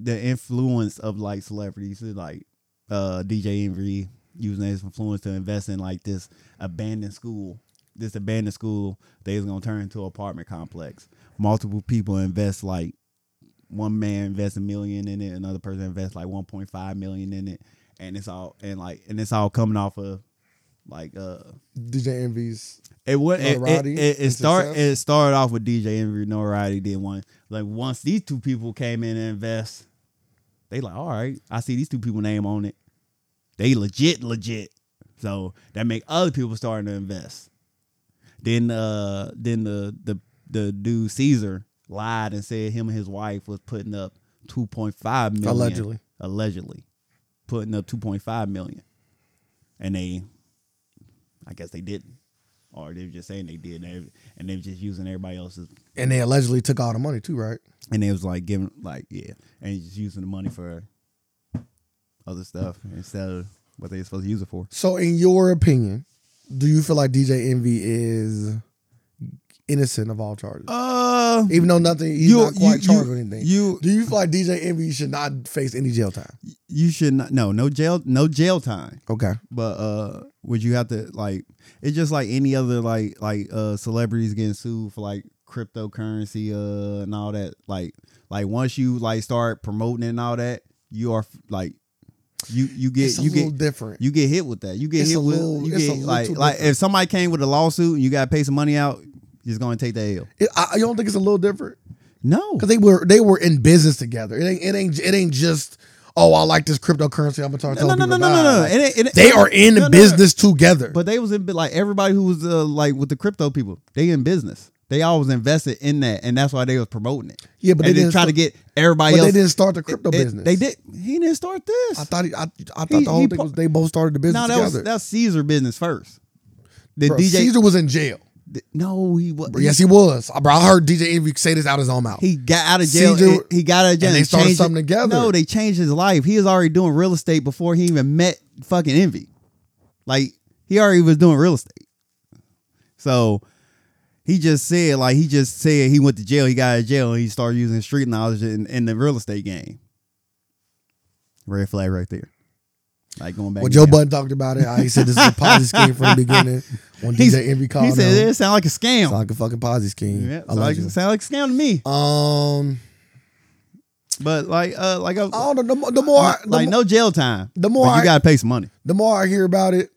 Speaker 1: the influence of like celebrities It's like uh DJ Envy using his influence to invest in like this abandoned school. This abandoned school they was gonna turn into an apartment complex. Multiple people invest like one man invests a million in it, another person invests like one point five million in it, and it's all and like and it's all coming off of like uh
Speaker 2: DJ Envy's
Speaker 1: it went. It, it,
Speaker 2: Notoriety
Speaker 1: it, it
Speaker 2: and
Speaker 1: start.
Speaker 2: success.
Speaker 1: It started off with DJ Envy Notoriety. Then one like once these two people came in and invest, they like all right. I see these two people name on it. They legit, legit. So that make other people starting to invest. Then uh then the the the dude Caesar lied and said him and his wife was putting up two point five million
Speaker 2: Allegedly.
Speaker 1: allegedly putting up two point five million, and they, I guess they didn't, or they were just saying they did, and they, and they was just using everybody else's,
Speaker 2: and they allegedly took all the money too, right?
Speaker 1: and they was like giving like yeah, and just using the money for other stuff instead of what they were supposed to use it for.
Speaker 2: So in your opinion, do you feel like DJ Envy is innocent of all charges?
Speaker 1: Uh,
Speaker 2: Even though nothing, he's
Speaker 1: you-
Speaker 2: not
Speaker 1: you-
Speaker 2: quite charged with anything.
Speaker 1: you
Speaker 2: Do you feel like DJ Envy should not face any jail time?
Speaker 1: you should not. No, no jail, no jail time.
Speaker 2: Okay.
Speaker 1: But uh, would you have to like? It's just like any other like like uh celebrities getting sued for like cryptocurrency uh and all that. Like like once you like start promoting and all that, you are like you you get
Speaker 2: it's a
Speaker 1: you
Speaker 2: little
Speaker 1: get
Speaker 2: different.
Speaker 1: you get hit with that. You get
Speaker 2: It's
Speaker 1: hit
Speaker 2: a
Speaker 1: with
Speaker 2: little-
Speaker 1: you
Speaker 2: it's a
Speaker 1: get like
Speaker 2: little
Speaker 1: like
Speaker 2: different.
Speaker 1: if somebody came with a lawsuit and you got to pay some money out, you're going to take that L.
Speaker 2: It- I, you don't think it's a little different
Speaker 1: No,
Speaker 2: because they were they were in business together. It ain't it ain't it ain't just oh I like this cryptocurrency. I'm gonna talk
Speaker 1: no, no,
Speaker 2: to
Speaker 1: no, no, no, no. It ain't- it ain't-
Speaker 2: They are in
Speaker 1: No, no, no.
Speaker 2: business together.
Speaker 1: But they was in like everybody who was uh, like with the crypto people, they in business. They always invested in that, and that's why they was promoting it.
Speaker 2: yeah, but they
Speaker 1: and then
Speaker 2: didn't
Speaker 1: try to
Speaker 2: start-
Speaker 1: get everybody
Speaker 2: But
Speaker 1: else.
Speaker 2: they didn't start the crypto
Speaker 1: it-
Speaker 2: business.
Speaker 1: They did. He didn't start this.
Speaker 2: I thought he, I, I thought
Speaker 1: He-
Speaker 2: the whole
Speaker 1: he
Speaker 2: thing
Speaker 1: pu-
Speaker 2: was they both started the business
Speaker 1: no, that was
Speaker 2: together.
Speaker 1: that's Caesar business first. The
Speaker 2: Bro,
Speaker 1: DJ.
Speaker 2: Caesar was in jail.
Speaker 1: th- no, he was.
Speaker 2: Bro, yes, he was. Bro, I heard DJ Envy say this out his own mouth.
Speaker 1: He got out of jail.
Speaker 2: Caesar-
Speaker 1: and- he got out of jail.
Speaker 2: and they started
Speaker 1: changed it-
Speaker 2: something together.
Speaker 1: No, they changed his life. He was already doing real estate before he even met fucking Envy. Like he already was doing real estate. So he just said, like he just said, he went to jail. He got out of jail. And he started using street knowledge in, in the real estate game. Red flag right there. Like going back.
Speaker 2: when
Speaker 1: to
Speaker 2: Joe
Speaker 1: jail.
Speaker 2: Budden talked about it, I, he said this is a Ponzi scheme from the beginning. When
Speaker 1: He's-
Speaker 2: DJ Envy called
Speaker 1: he said,
Speaker 2: him,
Speaker 1: "It sound like a
Speaker 2: it's
Speaker 1: scam."
Speaker 2: like a fucking Ponzi scheme.
Speaker 1: Yeah, sound like,
Speaker 2: allegedly.
Speaker 1: sound like a scam to me.
Speaker 2: Um,
Speaker 1: But like, uh, like I,
Speaker 2: I don't know. The, mo- the more, I- the,
Speaker 1: like
Speaker 2: mo-
Speaker 1: no jail time.
Speaker 2: the more,
Speaker 1: But
Speaker 2: I,
Speaker 1: you gotta pay some money.
Speaker 2: the more I hear about it,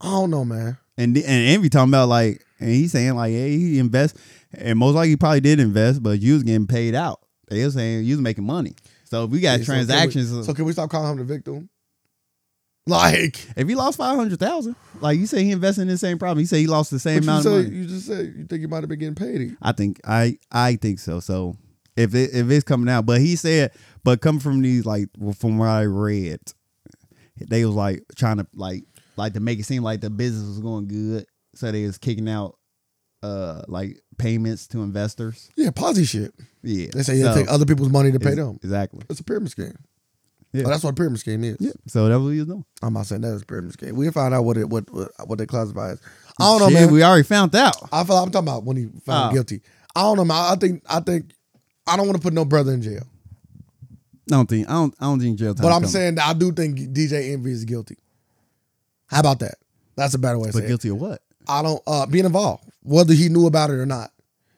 Speaker 2: I don't know, man.
Speaker 1: and and Envy talking about like, and he's saying like, hey, he invest, and most likely he probably did invest, but you was getting paid out. They was saying you was making money. So if we got
Speaker 2: Yeah, so can we-
Speaker 1: transactions,
Speaker 2: So can we stop calling him the victim? Like
Speaker 1: if he lost five hundred thousand, like you say, he invested in the same problem. You say he lost the same
Speaker 2: what you
Speaker 1: amount of
Speaker 2: say,
Speaker 1: money.
Speaker 2: you just said you think you might have been getting paid.
Speaker 1: I think I I think so. So if it, if it's coming out, but he said, but coming from these like from what I read, they was like trying to like like to make it seem like the business was going good, so they was kicking out uh like payments to investors.
Speaker 2: Yeah, Ponzi shit.
Speaker 1: Yeah.
Speaker 2: They say you take other people's money to pay
Speaker 1: ex-
Speaker 2: them.
Speaker 1: Exactly.
Speaker 2: It's a pyramid scheme.
Speaker 1: Yeah.
Speaker 2: Oh, that's what a pyramid scheme is.
Speaker 1: Yeah. So that's what he was doing.
Speaker 2: I'm not saying that is a pyramid scheme. We can find out what it what what, what they classify as. I don't know,
Speaker 1: Shit,
Speaker 2: man.
Speaker 1: We already found out.
Speaker 2: I feel I'm talking about when he found
Speaker 1: Oh.
Speaker 2: guilty. I don't know, man. I think I think I don't want to put no brother in jail.
Speaker 1: I don't think I don't I don't think jail time.
Speaker 2: But I'm
Speaker 1: coming.
Speaker 2: saying that I do think DJ Envy is guilty. How about that? That's a better way to
Speaker 1: but
Speaker 2: say it.
Speaker 1: guilty of what?
Speaker 2: I don't uh being involved, whether he knew about it or not.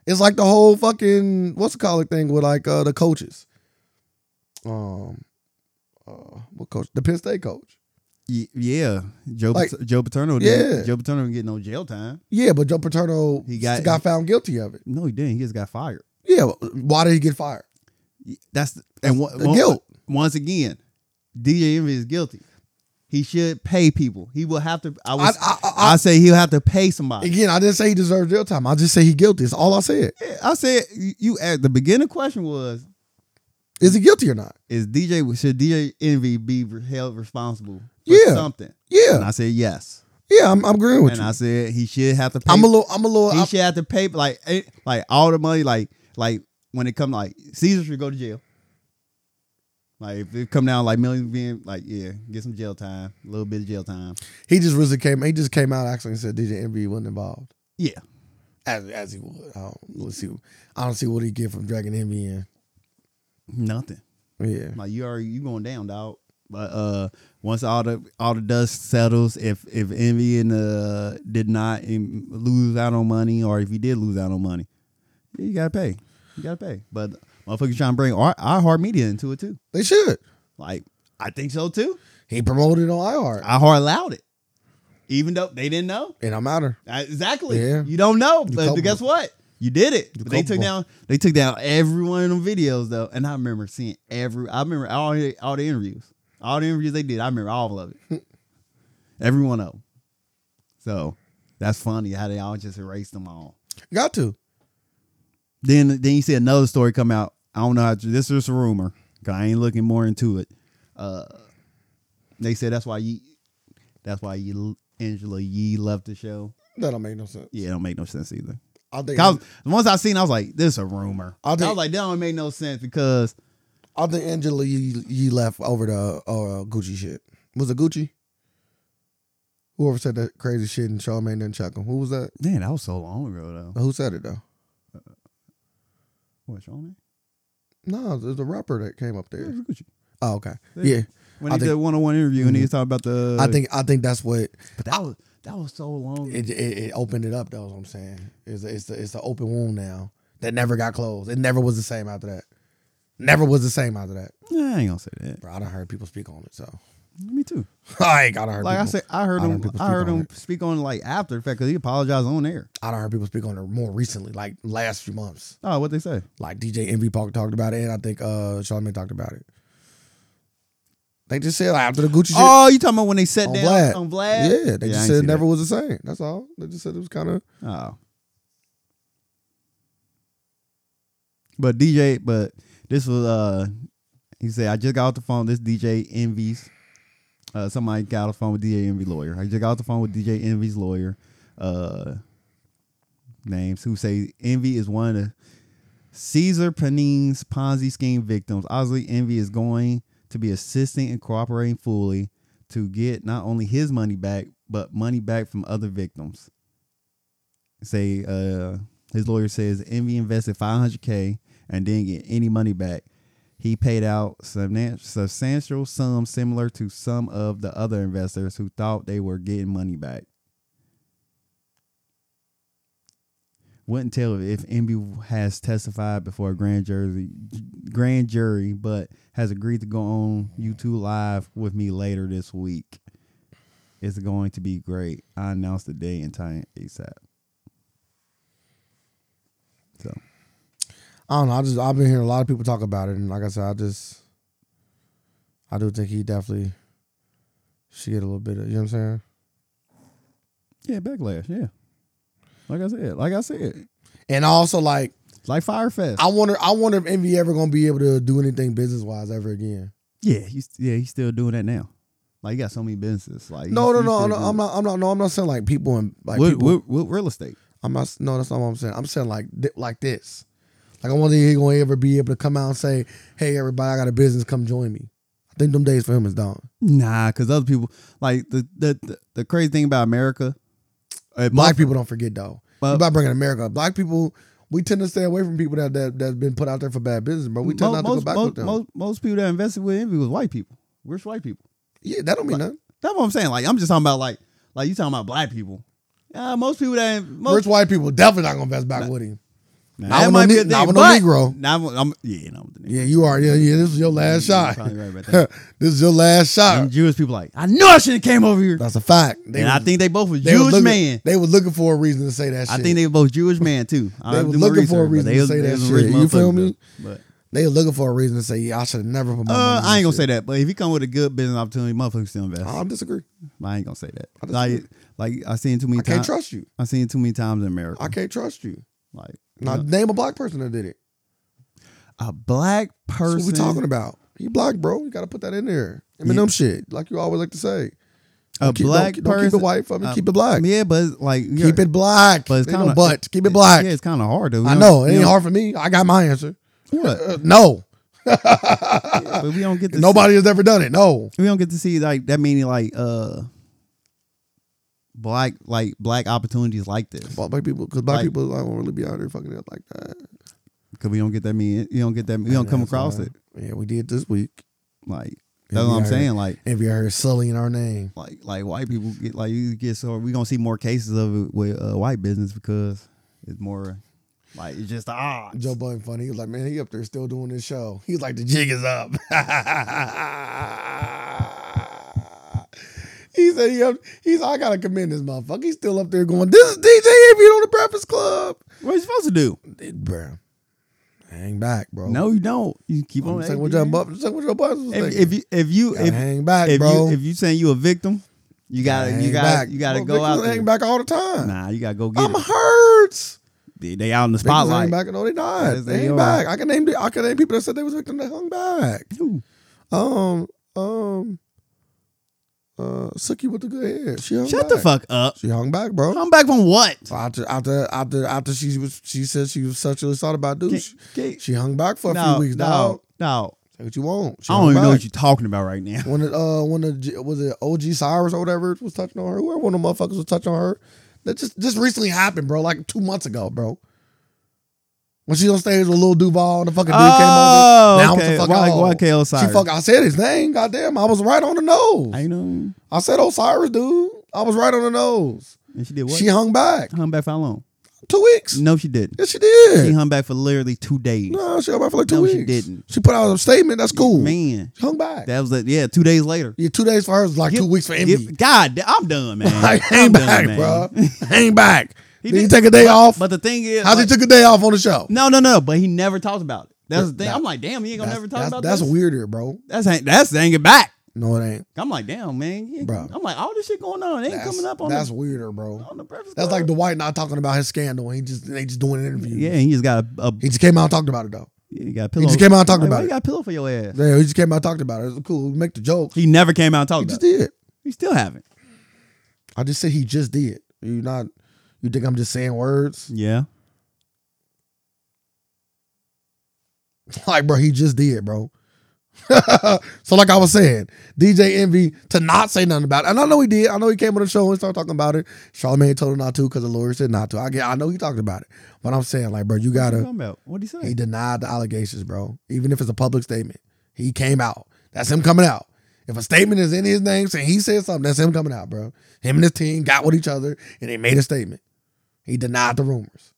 Speaker 2: It's like the whole fucking what's the call it thing with like uh the coaches. Um uh what coach? The Penn State coach.
Speaker 1: Ye- Yeah. Joe
Speaker 2: Like-
Speaker 1: Pat- Joe Paterno did
Speaker 2: Yeah.
Speaker 1: Joe Paterno didn't get no jail time.
Speaker 2: Yeah, but Joe Paterno
Speaker 1: He got-
Speaker 2: got found guilty of it.
Speaker 1: No, he didn't. He just got fired.
Speaker 2: Yeah, why did he get fired?
Speaker 1: That's and one, uh,
Speaker 2: the guilt.
Speaker 1: once again, DJ Envy is guilty. He should pay people. He will have to I
Speaker 2: I,
Speaker 1: was
Speaker 2: I, I,
Speaker 1: I, say he'll have to pay somebody.
Speaker 2: again, I didn't say he deserves jail time. I just say he guilty. That's all I said.
Speaker 1: I said you you at the beginning question was
Speaker 2: Is he guilty or not?
Speaker 1: is DJ should DJ Envy be re- held responsible for
Speaker 2: Yeah.
Speaker 1: something? And
Speaker 2: Yeah,
Speaker 1: I said yes.
Speaker 2: yeah, I'm, I'm agreeing with
Speaker 1: and
Speaker 2: you.
Speaker 1: I said he should have to pay.
Speaker 2: I'm a little, I'm a little.
Speaker 1: he
Speaker 2: I,
Speaker 1: should have to pay like eh, like all the money like like when it come like Caesar should go to jail. Like if it come down like millions being like yeah, get some jail time, a little bit of jail time.
Speaker 2: he just really came. He just came out actually and said DJ Envy wasn't involved.
Speaker 1: Yeah,
Speaker 2: as as he would. I don't let's see. I don't see what he get from dragging him in.
Speaker 1: nothing.
Speaker 2: Yeah,
Speaker 1: Like you already you going down, dog. But uh, once all the all the dust settles, if if Envy and uh did not um, lose out on money, or if he did lose out on money, yeah, you gotta pay. You gotta pay. But motherfuckers trying to bring our iHeart Media into it too.
Speaker 2: they should.
Speaker 1: Like I think so too.
Speaker 2: He promoted on IR.
Speaker 1: iHeart allowed it, even though they didn't know
Speaker 2: It don't matter.
Speaker 1: Uh, exactly.
Speaker 2: Yeah.
Speaker 1: You don't know, but
Speaker 2: culpable.
Speaker 1: guess what? You did it.
Speaker 2: You
Speaker 1: But they took
Speaker 2: culpable.
Speaker 1: down they took down every one of them videos though, and I remember seeing every. I remember all the, all the interviews, all the interviews they did. I remember all of it, every one of them. So that's funny how they all just erased them all.
Speaker 2: Got to.
Speaker 1: Then then you see another story come out. I don't know how true. This is a rumor. 'cause I ain't looking more into it. Uh, they said that's why you. That's why you Angela Yee left the show.
Speaker 2: That don't make no sense.
Speaker 1: Yeah, it don't make no sense either.
Speaker 2: I think.
Speaker 1: 'Cause I was- once I seen, I was like, "This is a rumor."
Speaker 2: I
Speaker 1: I,
Speaker 2: think-
Speaker 1: was like, "That don't make no sense because
Speaker 2: I think Angela Yee, Yee left over the uh, Gucci shit. Was it Gucci? Whoever said that crazy shit and Charlamagne didn't check him. Who was that?
Speaker 1: Man, that was so long ago though.
Speaker 2: Who said it though?
Speaker 1: What, Charlamagne?
Speaker 2: No, there's a rapper that came up
Speaker 1: Yeah,
Speaker 2: there.
Speaker 1: Gucci.
Speaker 2: Oh, okay.
Speaker 1: Mm-hmm. Yeah.
Speaker 2: Yeah.
Speaker 1: When
Speaker 2: I
Speaker 1: he
Speaker 2: think- Mm-hmm.
Speaker 1: did one on one interview and he was talking about the
Speaker 2: I think I think that's what
Speaker 1: but that was that was so long.
Speaker 2: it, it, it opened it up. That was what I'm saying. It's a, it's a, it's an open wound now that never got closed. It never was the same after that. Never was the same after that.
Speaker 1: Nah, I ain't gonna say that.
Speaker 2: Bro, I done heard people speak on it, so
Speaker 1: Me too.
Speaker 2: I ain't gotta heard.
Speaker 1: Like I
Speaker 2: people.
Speaker 1: said, I heard
Speaker 2: I heard
Speaker 1: him.
Speaker 2: people
Speaker 1: I
Speaker 2: speak
Speaker 1: heard
Speaker 2: on
Speaker 1: him speak on like after the fact because he apologized on air.
Speaker 2: I done heard people speak on it more recently, like last few months.
Speaker 1: Oh, what they say?
Speaker 2: Like DJ Envy Park talked about it, and I think uh Charlamagne talked about it. They just said like, after the Gucci shit
Speaker 1: Oh, you talking about when they sat
Speaker 2: on
Speaker 1: down
Speaker 2: Vlad.
Speaker 1: on Vlad?
Speaker 2: Yeah, they
Speaker 1: Yeah, I
Speaker 2: just
Speaker 1: ain't
Speaker 2: said it
Speaker 1: see
Speaker 2: never
Speaker 1: that.
Speaker 2: was the same. That's all. They just said it was kind of
Speaker 1: Oh. But DJ, but this was uh he said, I just got off the phone. This DJ envies uh somebody got off the phone with DJ Envy lawyer. I just got off the phone with DJ Envy's lawyer. Uh names who say Envy is one of Caesar Panin's Ponzi scheme victims. Obviously, Envy is going to be assisting and cooperating fully to get not only his money back, but money back from other victims say uh his lawyer says envy invested 500k and didn't get any money back he paid out subnan- substantial sums similar to some of the other investors who thought they were getting money back wouldn't tell if envy has testified before a grand jury grand jury but has agreed to go on youtube live with me later this week it's going to be great i announced the day and time asap so
Speaker 2: I don't know. I just I've been hearing a lot of people talk about it, and like I said, I just I do think he definitely should get a little bit of you know what I'm saying.
Speaker 1: yeah, backlash. Yeah, like I said, like I said,
Speaker 2: And also like
Speaker 1: like Firefest.
Speaker 2: I wonder I wonder if Envy ever gonna be able to do anything business wise ever again.
Speaker 1: yeah, he's yeah he's still doing that now. Like he got so many businesses. Like
Speaker 2: No
Speaker 1: he's-
Speaker 2: no
Speaker 1: he's still
Speaker 2: no no
Speaker 1: doing
Speaker 2: I'm
Speaker 1: it.
Speaker 2: not I'm not no I'm not saying like people and like
Speaker 1: With-
Speaker 2: people,
Speaker 1: with- with real estate.
Speaker 2: I'm not no that's not what I'm saying. I'm saying like thi- like this. Like I wonder if he gonna ever be able to come out and say, Hey everybody, I got a business, come join me. I think them days for him is done.
Speaker 1: Nah, because other people like the, the the the crazy thing about America. uh,
Speaker 2: Black people don't forget though.
Speaker 1: Well-
Speaker 2: about bringing America up. Black people, we tend to stay away from people that that that's been put out there for bad business, bro. We
Speaker 1: mo-
Speaker 2: tend not to go
Speaker 1: most,
Speaker 2: back
Speaker 1: most,
Speaker 2: with them.
Speaker 1: most most people that invested with Envy was white people, rich white people.
Speaker 2: yeah, that don't mean nothing.
Speaker 1: That's what I'm saying. Like I'm just talking about like like you talking about black people. Yeah, most people that most
Speaker 2: Rich white people definitely not gonna invest back with him.
Speaker 1: Nah,
Speaker 2: Not
Speaker 1: that
Speaker 2: with
Speaker 1: might
Speaker 2: no
Speaker 1: be a
Speaker 2: ne- not
Speaker 1: thing,
Speaker 2: with no
Speaker 1: but-
Speaker 2: Negro.
Speaker 1: Not with- I'm, yeah, not with the Negro.
Speaker 2: Yeah, you are. Yeah, yeah. This is your last
Speaker 1: Yeah, you're
Speaker 2: shot.
Speaker 1: probably right about
Speaker 2: this
Speaker 1: that.
Speaker 2: is your last shot.
Speaker 1: And Jewish people like, I knew I shouldn't have came over here.
Speaker 2: That's a fact. Uh, They
Speaker 1: and
Speaker 2: was-
Speaker 1: I think they both were
Speaker 2: they was
Speaker 1: Jewish
Speaker 2: looking,
Speaker 1: man.
Speaker 2: They were looking for a reason to say that.
Speaker 1: I
Speaker 2: shit.
Speaker 1: think they were both Jewish man too. I
Speaker 2: They
Speaker 1: didn't
Speaker 2: was
Speaker 1: do my
Speaker 2: looking for a
Speaker 1: research, but
Speaker 2: reason
Speaker 1: they
Speaker 2: to
Speaker 1: was-
Speaker 2: say
Speaker 1: they
Speaker 2: that
Speaker 1: was
Speaker 2: shit.
Speaker 1: rich
Speaker 2: You feel
Speaker 1: motherfuckers,
Speaker 2: me?
Speaker 1: though. But
Speaker 2: they were looking for a reason to say, "Yeah, I should have never put my."
Speaker 1: uh,
Speaker 2: money in
Speaker 1: I ain't gonna
Speaker 2: this
Speaker 1: say that. But if he come with a good business opportunity, motherfuckers still invest.
Speaker 2: shit." I disagree.
Speaker 1: I ain't gonna say that.
Speaker 2: I
Speaker 1: Like,
Speaker 2: disagree.
Speaker 1: like I seen too many
Speaker 2: I can't
Speaker 1: times.
Speaker 2: trust you.
Speaker 1: I seen too many times in America.
Speaker 2: I can't trust you.
Speaker 1: Like
Speaker 2: Now
Speaker 1: you know,
Speaker 2: name a black person that did it.
Speaker 1: a black person.
Speaker 2: That's what we talking about. He black, bro. You got to put that in there. Eminem shit, like you always like to say.
Speaker 1: A
Speaker 2: Don't keep-
Speaker 1: black
Speaker 2: don't,
Speaker 1: person.
Speaker 2: Don't keep it white for me.
Speaker 1: uh,
Speaker 2: keep it black.
Speaker 1: Yeah, but it's like
Speaker 2: Keep it black.
Speaker 1: But it's
Speaker 2: Ain't no
Speaker 1: kind of
Speaker 2: but. Keep it black.
Speaker 1: Yeah, it's kind of hard though. We
Speaker 2: I
Speaker 1: don't-
Speaker 2: know.
Speaker 1: we
Speaker 2: It ain't
Speaker 1: don't-
Speaker 2: hard for me. I got my answer.
Speaker 1: What?
Speaker 2: Uh, no.
Speaker 1: But we don't get to see-
Speaker 2: Nobody has ever done it. No.
Speaker 1: we don't get to see like that many like uh black like black opportunities like this
Speaker 2: Black black people, because black
Speaker 1: Like-
Speaker 2: people like, won't really be out there fucking up like that.
Speaker 1: because we don't get that many you don't get that we don't come across it
Speaker 2: Yeah, we did this week.
Speaker 1: like
Speaker 2: Yeah,
Speaker 1: that's
Speaker 2: we
Speaker 1: what I'm
Speaker 2: are.
Speaker 1: saying like
Speaker 2: If you heard Sully in our name,
Speaker 1: like like white people get like you get so we gonna see more cases of it with uh, white business because it's more like it's just the odds.
Speaker 2: Joe Budden funny. He was like, man, he up there still doing this show. He's like, the jig is up. he said, he up, he's, I gotta commend this motherfucker. He's still up there going, this is DJ Envy on the Breakfast Club.
Speaker 1: What are you supposed to do?
Speaker 2: It, bruh, hang back, bro.
Speaker 1: No, you don't. You keep
Speaker 2: I'm
Speaker 1: on.
Speaker 2: saying what Joe Budden, I'm saying what Joe Budden was
Speaker 1: if,
Speaker 2: thinking.
Speaker 1: if you if you
Speaker 2: Gotta
Speaker 1: if,
Speaker 2: hang back,
Speaker 1: if
Speaker 2: bro.
Speaker 1: you if you saying you a victim, uh, you gotta
Speaker 2: Hang
Speaker 1: you gotta
Speaker 2: back.
Speaker 1: you gotta
Speaker 2: Bro,
Speaker 1: go
Speaker 2: Victims
Speaker 1: out there.
Speaker 2: hang back all the time.
Speaker 1: Nah, you gotta go get
Speaker 2: I'm
Speaker 1: it.
Speaker 2: hurt.
Speaker 1: They, they out in the
Speaker 2: Victims
Speaker 1: spotlight.
Speaker 2: hang back. No, they
Speaker 1: That
Speaker 2: not.
Speaker 1: is-
Speaker 2: They
Speaker 1: they
Speaker 2: hang
Speaker 1: are.
Speaker 2: back. I can name. the- I can name people that said they was victim that hung back.
Speaker 1: Ooh,
Speaker 2: Um, um, uh, Suki with the good hair. She hung
Speaker 1: Shut
Speaker 2: back.
Speaker 1: the fuck up.
Speaker 2: She hung back, bro.
Speaker 1: I'm back from what?
Speaker 2: After after after after she was she said she was sexually assaulted by a dude.
Speaker 1: Can-
Speaker 2: She,
Speaker 1: can-
Speaker 2: she hung back for a
Speaker 1: no,
Speaker 2: few weeks.
Speaker 1: no,
Speaker 2: dog.
Speaker 1: no.
Speaker 2: what you want. She
Speaker 1: I don't even know
Speaker 2: back.
Speaker 1: what you're talking about right now.
Speaker 2: When it uh when the G- was it OG Cyrus or whatever was touching on her, whoever one of the motherfuckers was touching on her, that just just recently happened, bro. Like two months ago, bro. When she on stage with Lil Duval and the fucking dude
Speaker 1: Oh,
Speaker 2: came over.
Speaker 1: okay.
Speaker 2: Now
Speaker 1: Why- why
Speaker 2: I'm
Speaker 1: K. Osiris?
Speaker 2: She fuck. I said his name. Goddamn, I was right on the nose.
Speaker 1: I know.
Speaker 2: I said Osiris, dude. I was right on the nose.
Speaker 1: And she did what?
Speaker 2: She hung back
Speaker 1: hung back for how long?
Speaker 2: two weeks.
Speaker 1: No, she didn't.
Speaker 2: Yes, she did.
Speaker 1: She hung back for literally two days.
Speaker 2: no, she hung back for like two
Speaker 1: No,
Speaker 2: weeks.
Speaker 1: she didn't.
Speaker 2: She put out a statement. That's cool.
Speaker 1: Man,
Speaker 2: She hung back.
Speaker 1: that was it. Yeah, two days later.
Speaker 2: yeah, two days for her is like
Speaker 1: Give-
Speaker 2: two weeks for
Speaker 1: give-
Speaker 2: Emmy.
Speaker 1: God, da- I'm done, man.
Speaker 2: I
Speaker 1: I'm
Speaker 2: ain't
Speaker 1: done,
Speaker 2: back,
Speaker 1: man.
Speaker 2: bro. Ain't back.
Speaker 1: He
Speaker 2: Did he
Speaker 1: did-
Speaker 2: take a day off?
Speaker 1: But the thing is,
Speaker 2: How's he
Speaker 1: like-
Speaker 2: took a day off on the show?
Speaker 1: no, no, no. But he never talked about it. That's the thing.
Speaker 2: That-
Speaker 1: I'm like, damn, he ain't gonna
Speaker 2: That's,
Speaker 1: never talk
Speaker 2: that's-
Speaker 1: about
Speaker 2: that's
Speaker 1: this.
Speaker 2: weirder, bro.
Speaker 1: That's hang- that's hanging back.
Speaker 2: No, it ain't.
Speaker 1: I'm like, damn, man. he ain't-
Speaker 2: Bro.
Speaker 1: I'm like, all this shit going on. It ain't
Speaker 2: That's,
Speaker 1: coming up on
Speaker 2: that's
Speaker 1: the, Oh,
Speaker 2: weirder, bro.
Speaker 1: on the breakfast.
Speaker 2: That's
Speaker 1: Club.
Speaker 2: like Dwight not talking about his scandal. He just they just doing an interview.
Speaker 1: yeah, and he just got a, a
Speaker 2: He just came out and talked about it though.
Speaker 1: yeah, he got a pillow.
Speaker 2: just came out and talked
Speaker 1: Like,
Speaker 2: about
Speaker 1: why
Speaker 2: it.
Speaker 1: You got a pillow for your ass.
Speaker 2: Yeah, he just came out and talked about it. It was cool. We make the joke.
Speaker 1: He never came out and talked
Speaker 2: He just
Speaker 1: about. it.
Speaker 2: did.
Speaker 1: He still haven't.
Speaker 2: I just said he just did. You not you think I'm just saying words?
Speaker 1: Yeah.
Speaker 2: Like, bro, he just did, bro. so like I was saying, DJ Envy to not say nothing about it. And I know he did. I know he came on the show and started talking about it. Charlamagne told him not to because the lawyer said not to. I get I know he talked about it. But I'm saying, like, bro, you
Speaker 1: What you
Speaker 2: gotta
Speaker 1: talking about? What'd he say?
Speaker 2: he denied the allegations, bro. Even if it's a public statement. He came out. That's him coming out. If a statement is in his name saying he said something, that's him coming out, bro. Him and his team got with each other and they made a statement. He denied the rumors.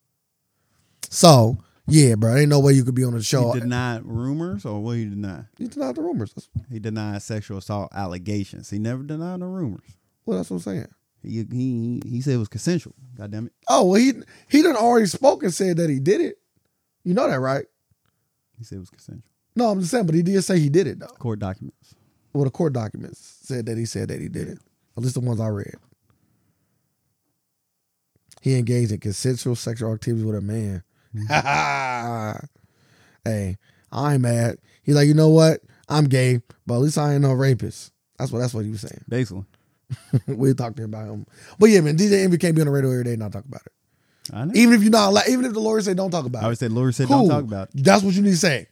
Speaker 2: So, yeah, bro, ain't no way you could be on the show.
Speaker 1: He denied rumors or what he denied?
Speaker 2: He denied the rumors. That's,
Speaker 1: He denied sexual assault allegations. He never denied the rumors.
Speaker 2: well, that's what I'm saying.
Speaker 1: He he he said it was consensual. God damn it.
Speaker 2: Oh, well, he he done already spoke and said that he did it. You know that, right?
Speaker 1: He said it was consensual.
Speaker 2: No, I'm just saying, but he did say he did it though.
Speaker 1: Court documents.
Speaker 2: Well, the court documents said that he said that he did it. At least the ones I read. He engaged in consensual sexual activities with a man. hey, I ain't mad. He's like, you know what? I'm gay, but at least I ain't no rapist. That's what that's what he was saying.
Speaker 1: Basically.
Speaker 2: we talked about him. But yeah, man, DJ Envy can't be on the radio every day and not talk about it.
Speaker 1: I know.
Speaker 2: Even if you're not, allo- even if the lawyer say don't talk about
Speaker 1: I
Speaker 2: it,
Speaker 1: always said Lori said don't
Speaker 2: cool.
Speaker 1: talk about it.
Speaker 2: That's what you need to say.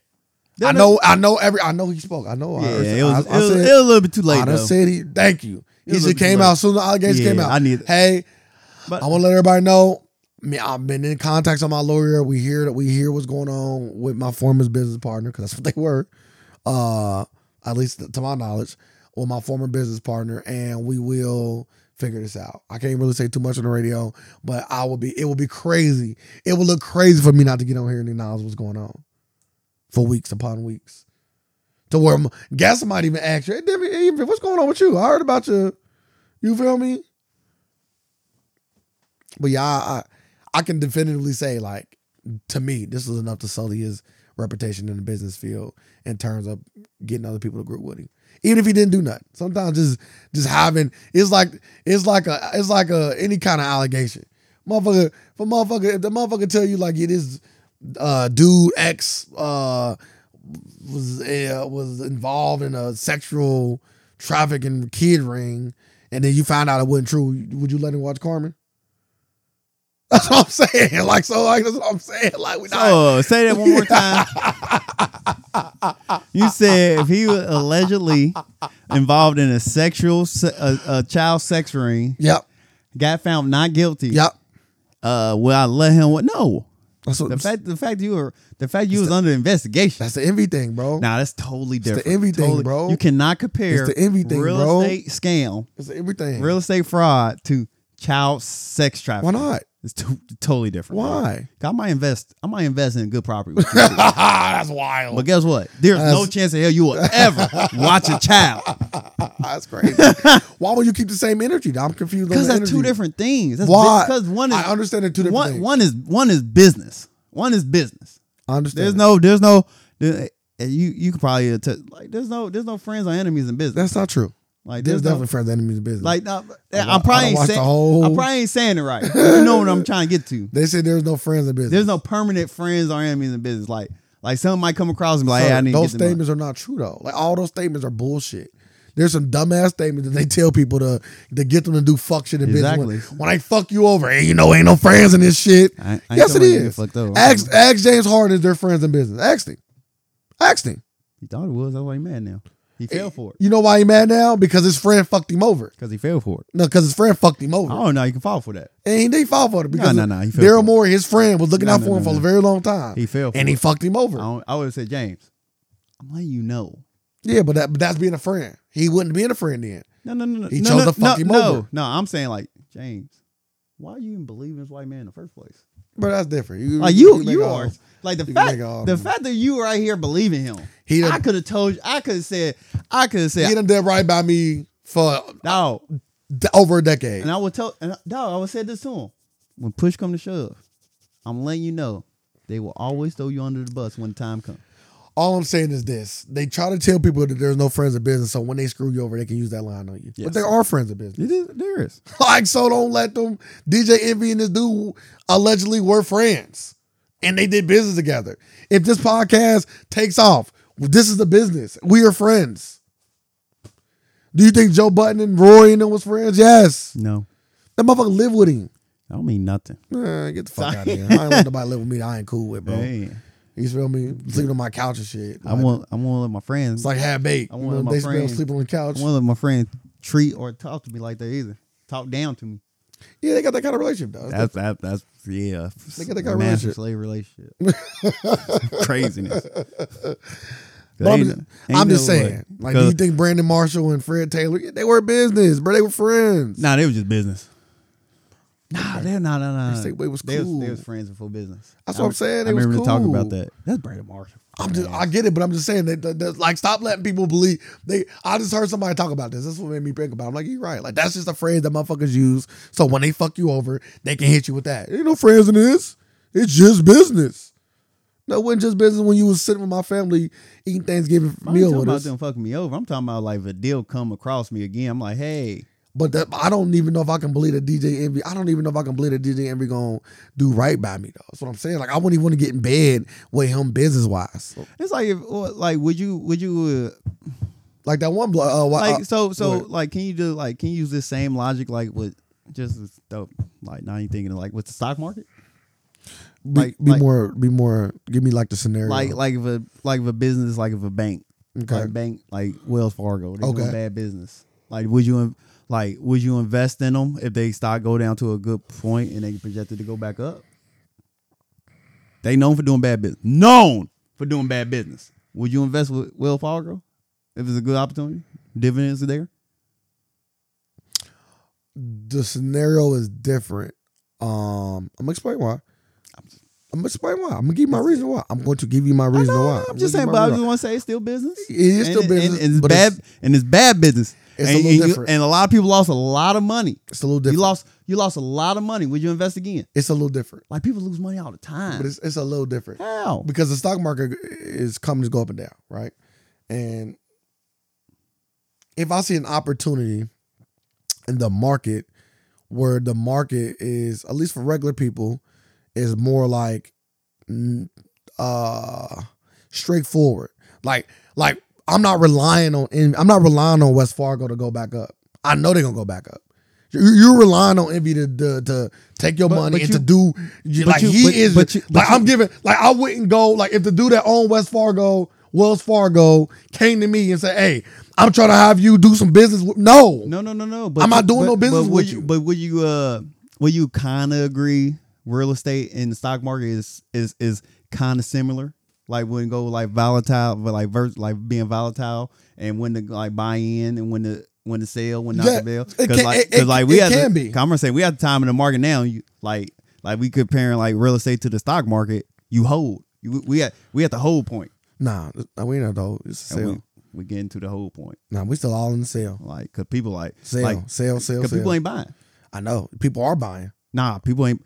Speaker 1: No,
Speaker 2: I
Speaker 1: no.
Speaker 2: know, I know every, I know he spoke. I know. I,
Speaker 1: Yeah,
Speaker 2: heard-
Speaker 1: it was,
Speaker 2: I, I
Speaker 1: it, was,
Speaker 2: said,
Speaker 1: it was a little bit too late
Speaker 2: I
Speaker 1: though.
Speaker 2: done said he. Thank you.
Speaker 1: It
Speaker 2: He
Speaker 1: was
Speaker 2: shit
Speaker 1: a little
Speaker 2: came
Speaker 1: bit
Speaker 2: out soon. as The allegations
Speaker 1: Yeah,
Speaker 2: came out.
Speaker 1: I need-
Speaker 2: Hey,
Speaker 1: but
Speaker 2: I want to let everybody know. me- I've been in contact with my lawyer. We hear that we hear what's going on with my former business partner because that's what they were, uh, at least to my knowledge, with my former business partner, and we will figure this out. I can't really say too much on the radio, but I will be. It will be crazy. It will look crazy for me not to get on here and acknowledge what's going on for weeks upon weeks. To where m- guests might even ask you, hey, Debbie, hey, what's going on with you? I heard about you. You feel me? But yeah, I, I I can definitively say, like, to me, this was enough to sully his reputation in the business field in terms of getting other people to group with him. Even if he didn't do nothing. Sometimes just just having it's like it's like a it's like a any kind of allegation. Motherfucker, if a motherfucker, if the motherfucker tell you like it is uh dude X uh was uh, was involved in a sexual trafficking kid ring, and then you found out it wasn't true, would you let him watch Carmen? That's what I'm saying. Like so, like that's what I'm saying. Like we not.
Speaker 1: Oh, say that one more time. you said if he was allegedly involved in a sexual, se- a, a child sex ring,
Speaker 2: Yep.
Speaker 1: got found not guilty.
Speaker 2: Yep.
Speaker 1: Uh, will I let him? What? No.
Speaker 2: That's what.
Speaker 1: The fact, the fact you were, the fact you was under investigation.
Speaker 2: that's the envy thing, bro.
Speaker 1: Now nah, that's totally different.
Speaker 2: envy thing,
Speaker 1: Totally-
Speaker 2: bro.
Speaker 1: You cannot compare
Speaker 2: It's the envy thing,
Speaker 1: real
Speaker 2: bro.
Speaker 1: estate scam,
Speaker 2: It's the envy thing.
Speaker 1: real estate fraud to child sex
Speaker 2: Why
Speaker 1: trafficking.
Speaker 2: not?
Speaker 1: It's to- totally different. bro.
Speaker 2: Why?
Speaker 1: 'Cause I might invest. I might invest in good property. with you.
Speaker 2: that's wild.
Speaker 1: But guess what? There's no
Speaker 2: That's-
Speaker 1: chance in hell you will ever watch a child
Speaker 2: that's crazy. Why would you keep the same energy? I'm confused. on
Speaker 1: because
Speaker 2: the
Speaker 1: that's two
Speaker 2: energy.
Speaker 1: different things. That's
Speaker 2: Why?
Speaker 1: Because one is
Speaker 2: I understand the two different
Speaker 1: one,
Speaker 2: things.
Speaker 1: one is one is business. One is business.
Speaker 2: I understand.
Speaker 1: There's no. There's no. There, and you you could probably attest- like. There's no. There's no friends or enemies in business.
Speaker 2: That's not true.
Speaker 1: Like
Speaker 2: There's
Speaker 1: there's, no.
Speaker 2: definitely friends, enemies, business.
Speaker 1: Like no,
Speaker 2: wa-
Speaker 1: I'm probably
Speaker 2: I
Speaker 1: ain't
Speaker 2: watched
Speaker 1: saying.
Speaker 2: the whole-
Speaker 1: I probably ain't saying it right. but You know what I'm trying to get to.
Speaker 2: They said there's no friends in business.
Speaker 1: There's no permanent friends or enemies in business. Like like some might come across and be like,
Speaker 2: So
Speaker 1: hey, I need to
Speaker 2: those
Speaker 1: get them.
Speaker 2: statements are not true though. Like all those statements are bullshit. There's some dumbass statements that they tell people to to get them to do fuck shit in
Speaker 1: Exactly.
Speaker 2: business. When, when I fuck you over, hey, you know ain't no friends in this shit.
Speaker 1: I- I ain't
Speaker 2: yes, it
Speaker 1: telling you to get
Speaker 2: is.
Speaker 1: fucked over.
Speaker 2: Ask, ask James Harden is their friends in business. Ask him. Ask him.
Speaker 1: He thought it was. I was like, man, now he fell for it
Speaker 2: You know why Eh, he mad now? Because his friend fucked him over.
Speaker 1: because he fell for it.
Speaker 2: No, because his friend fucked him
Speaker 1: I
Speaker 2: over.
Speaker 1: don't know. You can fall for that.
Speaker 2: And he did fall for it because
Speaker 1: no, no, he fell for
Speaker 2: Daryl
Speaker 1: it.
Speaker 2: Moore, his friend, was looking
Speaker 1: No,
Speaker 2: out
Speaker 1: no,
Speaker 2: for him
Speaker 1: no,
Speaker 2: for
Speaker 1: no.
Speaker 2: a very long time.
Speaker 1: He fell for
Speaker 2: and he
Speaker 1: it. Oh.
Speaker 2: fucked him
Speaker 1: I,
Speaker 2: over.
Speaker 1: don't, I would have said James. I'm letting you know.
Speaker 2: Yeah, but that but that's being a friend. He wouldn't be in a friend then.
Speaker 1: No, no, no, no.
Speaker 2: He
Speaker 1: no,
Speaker 2: chose
Speaker 1: no,
Speaker 2: to fuck
Speaker 1: no,
Speaker 2: him
Speaker 1: no,
Speaker 2: over.
Speaker 1: No, I'm saying like James. Why you even believe in this white man in the first place?
Speaker 2: But that's different. You,
Speaker 1: Like Oh, you,
Speaker 2: make
Speaker 1: you
Speaker 2: a-
Speaker 1: are like the
Speaker 2: you
Speaker 1: fact
Speaker 2: make a-
Speaker 1: the fact that you were right here believing him.
Speaker 2: He done-
Speaker 1: I could have told you. I could have said. I could have
Speaker 2: He
Speaker 1: said.
Speaker 2: done did right by me for
Speaker 1: No,
Speaker 2: d- over a decade.
Speaker 1: And I would tell, and dog, I would say this to him. When push come to shove, I'm letting you know they will always throw you under the bus when the time comes.
Speaker 2: All I'm saying is this: they try to tell people that there's no friends of business, so when they screw you over, they can use that line on you.
Speaker 1: Yes.
Speaker 2: But there are friends of business.
Speaker 1: It is, there is.
Speaker 2: like so, don't let them. DJ Envy and this dude allegedly were friends, and they did business together. If this podcast takes off, well, this is the business. We are friends. Do you think Joe Button and Roy and them was friends? Yes.
Speaker 1: No,
Speaker 2: That motherfucker lived with him.
Speaker 1: I don't mean nothing.
Speaker 2: Nah, get the fuck out of here. I ain't let nobody live with me. that I ain't cool with, bro.
Speaker 1: Man,
Speaker 2: You feel me? Sleeping on my couch and shit.
Speaker 1: I want, I want to let my friends,
Speaker 2: It's like half baked.
Speaker 1: I wanted my
Speaker 2: they still
Speaker 1: friends-
Speaker 2: sleeping on the couch.
Speaker 1: I want to let my friends treat or talk to me like that either. Talk down to me.
Speaker 2: yeah, they got that kind of relationship though.
Speaker 1: That's that, that's yeah.
Speaker 2: They got- they got a
Speaker 1: master
Speaker 2: relationship.
Speaker 1: slave relationship. Craziness.
Speaker 2: But I'm
Speaker 1: Ain't-
Speaker 2: just,
Speaker 1: ain't
Speaker 2: I'm just
Speaker 1: no way.
Speaker 2: saying. Like, do
Speaker 1: Cause-
Speaker 2: you think Brandon Marshall and Fred Taylor? yeah, they were business, bro. They were friends.
Speaker 1: Nah, they was just business. Nah, they're not. Nah, nah, nah.
Speaker 2: They say it was
Speaker 1: They was, they
Speaker 2: cool.
Speaker 1: was friends before business.
Speaker 2: That's what I'm saying,
Speaker 1: I
Speaker 2: it was
Speaker 1: remember them talking about
Speaker 2: cool.
Speaker 1: that. That's Brandon Marshall.
Speaker 2: I'm just, I get it, but I'm just saying that, that- that- like, stop letting people believe they. I just heard somebody talk about this. That's what made me think about. it. I'm like, you're right. Like, that's just a phrase that motherfuckers use. So when they fuck you over, they can hit you with that. Ain't no friends in this. It's just business. No, it wasn't just business when you was sitting with my family eating Thanksgiving
Speaker 1: I ain't
Speaker 2: meal
Speaker 1: talking
Speaker 2: with
Speaker 1: about
Speaker 2: us.
Speaker 1: them fucking me over. I'm talking about like if a deal come across me again. I'm like, hey,
Speaker 2: But that, I don't even know if I can believe that DJ Envy. I don't even know if I can believe that DJ Envy gonna do right by me though. That's what I'm saying. Like I wouldn't even want to get in bed with him business wise.
Speaker 1: it's like if or, like would you would you uh,
Speaker 2: Like that one blood. Uh, why-
Speaker 1: like
Speaker 2: uh,
Speaker 1: so so
Speaker 2: what?
Speaker 1: like can you do like can you use this same logic like with just as dope like now you thinking like with the stock market
Speaker 2: be,
Speaker 1: like-
Speaker 2: be
Speaker 1: like-
Speaker 2: more. Be more. Give me like the scenario.
Speaker 1: like like if a like if a business like if a bank
Speaker 2: Okay.
Speaker 1: like bank like Wells Fargo they
Speaker 2: Okay.
Speaker 1: doing bad business like would you in- like would you invest in them if they stock go down to a good point and they projected to go back up they known for doing bad business known for doing bad business would you invest with Wells Fargo if it's a good opportunity dividends are there
Speaker 2: the scenario is different. Um, I'm gonna explain why. I'm gonna explain why. I'm gonna give you my reason why. I'm going to give you my
Speaker 1: I
Speaker 2: reason
Speaker 1: know,
Speaker 2: why.
Speaker 1: I'm
Speaker 2: gonna
Speaker 1: just
Speaker 2: give
Speaker 1: saying
Speaker 2: my
Speaker 1: but I
Speaker 2: reason
Speaker 1: just
Speaker 2: why.
Speaker 1: want to say it's still business
Speaker 2: It is still
Speaker 1: and,
Speaker 2: business,
Speaker 1: and, and it's
Speaker 2: but
Speaker 1: bad
Speaker 2: it's-
Speaker 1: and it's bad business
Speaker 2: It's a
Speaker 1: and,
Speaker 2: little
Speaker 1: and you-
Speaker 2: different.
Speaker 1: and a lot of people lost a lot of money
Speaker 2: It's a little different.
Speaker 1: You lost you lost a lot of money. Would you invest again?
Speaker 2: it's a little different,
Speaker 1: Like people lose money all the time.
Speaker 2: but it's it's a little different.
Speaker 1: How?
Speaker 2: because the stock market is companies go up and down, right? And if I see an opportunity in the market where the market is, at least for regular people, is more like mm, uh straightforward. Like like I'm not relying on I'm not relying on West Fargo to go back up. I know they're gonna go back up. You're you're relying on Envy to, to, to take your
Speaker 1: But-
Speaker 2: money
Speaker 1: but
Speaker 2: and
Speaker 1: you-
Speaker 2: to do you,
Speaker 1: but
Speaker 2: like
Speaker 1: you-
Speaker 2: he
Speaker 1: but-
Speaker 2: is
Speaker 1: but you- but
Speaker 2: like I'm giving like I wouldn't go like if the dude that owned West Fargo, Wells Fargo, came to me and said, "Hey, I'm trying to have you do some business." With, no,
Speaker 1: No, no, no, no. But
Speaker 2: I'm not doing
Speaker 1: but-
Speaker 2: no business
Speaker 1: but would
Speaker 2: with you.
Speaker 1: But would you uh would you kinda agree real estate and the stock market is is is kinda similar? Like wouldn't go like volatile but like vers- like being volatile and when to like buy in and when to when to sell, when not
Speaker 2: Yeah,
Speaker 1: to sell.
Speaker 2: it
Speaker 1: Because
Speaker 2: can-
Speaker 1: like,
Speaker 2: it-
Speaker 1: 'cause,
Speaker 2: it-
Speaker 1: like we
Speaker 2: it
Speaker 1: had the-
Speaker 2: can be.
Speaker 1: I'm gonna say we have the time in the market now. You like like we comparing like real estate to the stock market. You hold. You, we at we at the hold point.
Speaker 2: nah, nah, we ain't at the whole It's a
Speaker 1: And we,
Speaker 2: sale.
Speaker 1: we getting to the whole point.
Speaker 2: Nah, we still all in the sale,
Speaker 1: Like, cause people like,
Speaker 2: sale,
Speaker 1: like,
Speaker 2: sale, sale,
Speaker 1: cause
Speaker 2: sale.
Speaker 1: people ain't buying.
Speaker 2: I know people are buying,
Speaker 1: Nah, people ain't.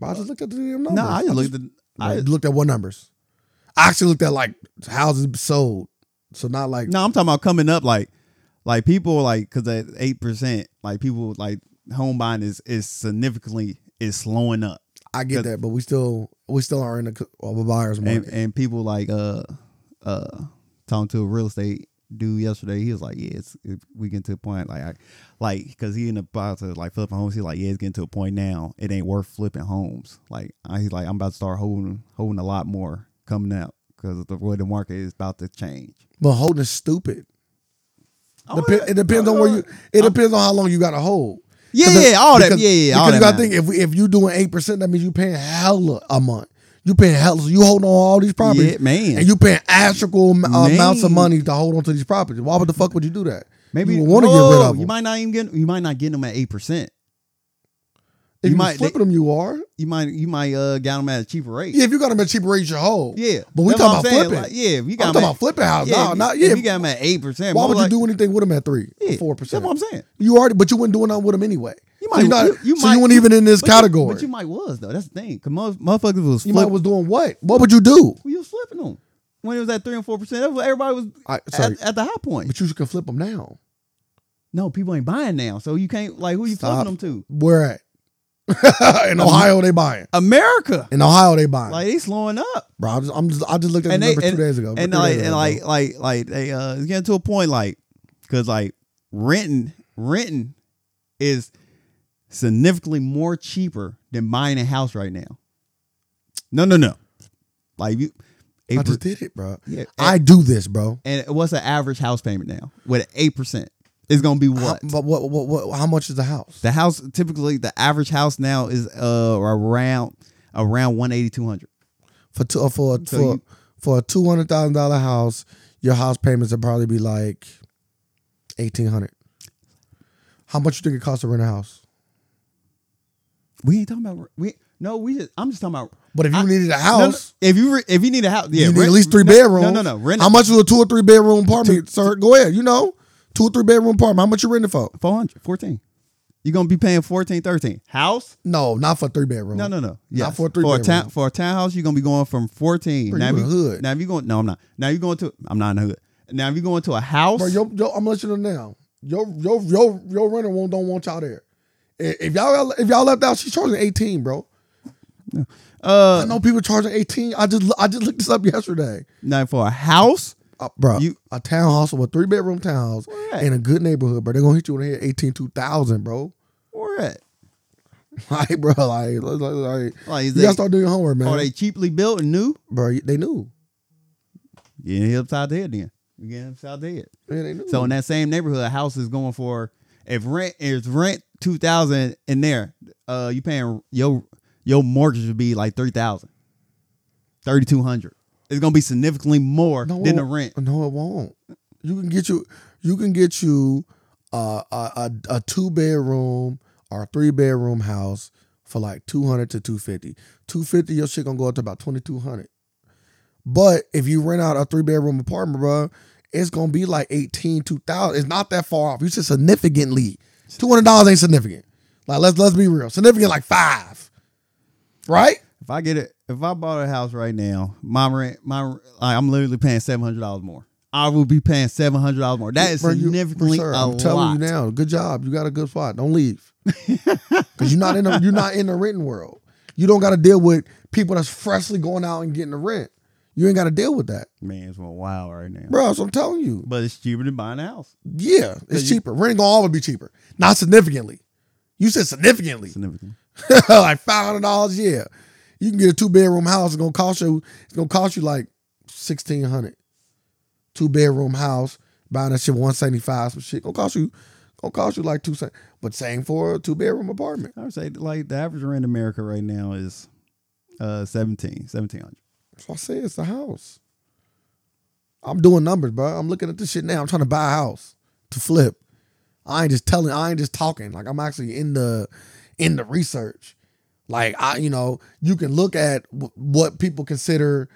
Speaker 2: but I just looked at the damn numbers.
Speaker 1: Nah, I just looked at.
Speaker 2: I
Speaker 1: I,
Speaker 2: just looked at what numbers. I actually looked at like houses sold, so not like
Speaker 1: no, I'm talking about coming up like, like people like, cause at eight percent, like people like home buying is is significantly is slowing up,
Speaker 2: I get that, but we still we still are in the well, the buyer's
Speaker 1: and
Speaker 2: market.
Speaker 1: and people like uh uh talking to a real estate dude yesterday, he was like, yeah, it's it, we getting to a point like, I, like, cause he in the process of, like flipping homes, he's like, yeah, it's getting to a point now, it ain't worth flipping homes. Like, I, he's like, I'm about to start holding holding a lot more coming out. because of the way the market is about to change.
Speaker 2: But holding is stupid.
Speaker 1: Oh,
Speaker 2: Depen-
Speaker 1: yeah.
Speaker 2: it depends on where you. It depends on how long you got to hold.
Speaker 1: Yeah,
Speaker 2: 'Cause
Speaker 1: yeah, all that-
Speaker 2: because-
Speaker 1: yeah, yeah, all
Speaker 2: Because
Speaker 1: that
Speaker 2: you got to
Speaker 1: matter.
Speaker 2: think if we, if you doing eight percent, that means you paying hella a month. You paying hella. So you holding on all these properties,
Speaker 1: Yeah, man.
Speaker 2: and you paying astronomical am- uh, amounts of
Speaker 1: Man.
Speaker 2: money to hold on to these properties. Why would the fuck would you do that?
Speaker 1: Maybe
Speaker 2: you want to get rid
Speaker 1: Whoa,
Speaker 2: of them.
Speaker 1: You might not even get. You might not get them at eight percent.
Speaker 2: if
Speaker 1: you
Speaker 2: you
Speaker 1: might-
Speaker 2: flipping them, you are.
Speaker 1: You might. You might uh got them at a cheaper rate.
Speaker 2: Yeah, if you got them at cheaper rates, you hold.
Speaker 1: Yeah,
Speaker 2: but we
Speaker 1: That's what
Speaker 2: talking
Speaker 1: I'm
Speaker 2: about
Speaker 1: saying,
Speaker 2: flipping.
Speaker 1: Like, yeah, if you
Speaker 2: I'm
Speaker 1: got
Speaker 2: talking
Speaker 1: 'em
Speaker 2: about flipping house.
Speaker 1: yeah,
Speaker 2: no,
Speaker 1: if-
Speaker 2: not
Speaker 1: if
Speaker 2: yeah.
Speaker 1: you got them at eight percent.
Speaker 2: Why would
Speaker 1: like,
Speaker 2: you do anything with them at three,
Speaker 1: yeah,
Speaker 2: four percent?
Speaker 1: That's what I'm saying.
Speaker 2: You already, but you wouldn't do nothing with them anyway.
Speaker 1: You
Speaker 2: so
Speaker 1: might-
Speaker 2: you're not,
Speaker 1: you- you
Speaker 2: so
Speaker 1: might-
Speaker 2: you weren't even in this
Speaker 1: But you-
Speaker 2: category.
Speaker 1: but you might was though. That's the thing. Cause mother- motherfuckers was
Speaker 2: You might
Speaker 1: flipping.
Speaker 2: was doing what? What would you do?
Speaker 1: you was flipping them when it was at three and four percent. That's what everybody was
Speaker 2: I, sorry,
Speaker 1: at, at the high point.
Speaker 2: but you can flip them now.
Speaker 1: No, people ain't buying now, so you can't like who you
Speaker 2: Stop.
Speaker 1: flipping them to?
Speaker 2: Where at? in Ohio, they buying.
Speaker 1: America.
Speaker 2: In Ohio, they buying.
Speaker 1: Like they slowing up.
Speaker 2: bro, I just, I'm just, I just looked at the
Speaker 1: and they
Speaker 2: number two
Speaker 1: and,
Speaker 2: days ago.
Speaker 1: and
Speaker 2: three
Speaker 1: like
Speaker 2: days
Speaker 1: and
Speaker 2: ago,
Speaker 1: like
Speaker 2: bro.
Speaker 1: like like they uh it's getting to a point like because like renting renting is significantly more cheaper than buying a house right now. No, no, no. Like you,
Speaker 2: I
Speaker 1: eight per,
Speaker 2: just did it, bro.
Speaker 1: yeah,
Speaker 2: I do this, bro.
Speaker 1: and what's the average house payment now with eight percent? It's gonna be
Speaker 2: How,
Speaker 1: what
Speaker 2: but what, what, what? How much is the house?
Speaker 1: the house typically the average house now is uh around around 180 200
Speaker 2: for two, for
Speaker 1: So
Speaker 2: for
Speaker 1: you-
Speaker 2: for a two hundred thousand dollar house, your house payments would probably be like eighteen hundred. How much you think it costs to rent a house?
Speaker 1: we ain't talking about we no we just i'm just talking about
Speaker 2: But if you
Speaker 1: I-
Speaker 2: needed a
Speaker 1: No, no,
Speaker 2: house,
Speaker 1: if you re, if you need a house, yeah,
Speaker 2: you need
Speaker 1: rent-
Speaker 2: at least three
Speaker 1: no,
Speaker 2: bedrooms.
Speaker 1: No, no, no. Rent
Speaker 2: How much is a two or three bedroom apartment, sir? Go ahead. You know, two or three bedroom apartment. How much you renting for?
Speaker 1: 400, 14. You're gonna be paying 14, 13. House?
Speaker 2: No, not for three bedroom.
Speaker 1: No, no, no.
Speaker 2: for a three
Speaker 1: for a town
Speaker 2: bedroom.
Speaker 1: for a townhouse, you're gonna be going from 14.
Speaker 2: Bro,
Speaker 1: now
Speaker 2: you
Speaker 1: if
Speaker 2: in the hood.
Speaker 1: Now if you going, no, I'm not. Now you're going to. I'm not in the hood. Now if you're going to a house,
Speaker 2: Bro, yo, yo, I'm gonna let you know now. Your your your your renter won't don't want y'all there. I- If y'all if y'all left out, she's charging eighteen, bro. I
Speaker 1: uh,
Speaker 2: know people charging eighteen. I just I just looked this up yesterday.
Speaker 1: now for a house,
Speaker 2: Uh, bro,
Speaker 1: You-
Speaker 2: a townhouse or a three bedroom townhouse
Speaker 1: Where at?
Speaker 2: in a good neighborhood, bro. They're gonna hit you in the head 18, 2000, bro.
Speaker 1: where at?
Speaker 2: Like, bro, like, like, like,
Speaker 1: Like, is
Speaker 2: you gotta
Speaker 1: they,
Speaker 2: start doing your homework, man.
Speaker 1: are Oh, they cheaply built and new?
Speaker 2: bro, they knew.
Speaker 1: You getting hit upside the head then. You getting upside the head.
Speaker 2: Yeah, they knew.
Speaker 1: So in that same neighborhood, a house is going for if rent is rent two thousand in there, uh, you paying your your mortgage would be like three thousand, thirty two hundred. It's gonna be significantly more
Speaker 2: No,
Speaker 1: than
Speaker 2: it
Speaker 1: the
Speaker 2: won't.
Speaker 1: rent.
Speaker 2: No, it won't. You can get you. You can get you uh, a a, a two bedroom or three bedroom house for like two hundred to two fifty. Two fifty, your shit gonna go up to about twenty two hundred. But if you rent out a three bedroom apartment, bro, it's gonna be like eighteen two thousand. It's not that far off. You said significantly. Two hundred dollars ain't significant. Like let's let's be real. Significant like five, right?
Speaker 1: If I get it, if I bought a house right now, my rent, my like, I'm literally paying seven hundred dollars more. I will be paying seven hundred dollars more. That is
Speaker 2: Bro, you-
Speaker 1: significantly
Speaker 2: sir,
Speaker 1: a
Speaker 2: I'm telling
Speaker 1: lot.
Speaker 2: you now. Good job. You got a good spot. Don't leave because you're not in the you're not in the renting world. You don't got to deal with people that's freshly going out and getting the rent. You ain't got to deal with that,
Speaker 1: Man, it's wild right now.
Speaker 2: bro. So I'm telling you,
Speaker 1: But it's cheaper than buying a house.
Speaker 2: yeah, it's
Speaker 1: you-
Speaker 2: cheaper. Rent gonna always be cheaper, not significantly. You said significantly,
Speaker 1: Significantly.
Speaker 2: like five hundred dollars. Yeah, you can get a two bedroom house. It's gonna cost you. It's gonna cost you like sixteen hundred. Two bedroom house buying that shit one seventy five. Some shit gonna cost you. Gonna cost you like two. se- But same for a two bedroom apartment.
Speaker 1: I would say like the average rent in America right now is uh 17, 1700.
Speaker 2: So I say it's the house. I'm doing numbers, bro. I'm looking at this shit now. I'm trying to buy a house to flip. I ain't just telling. I ain't just talking. Like I'm actually in the in the research. Like I, you know, you can look at w- what people consider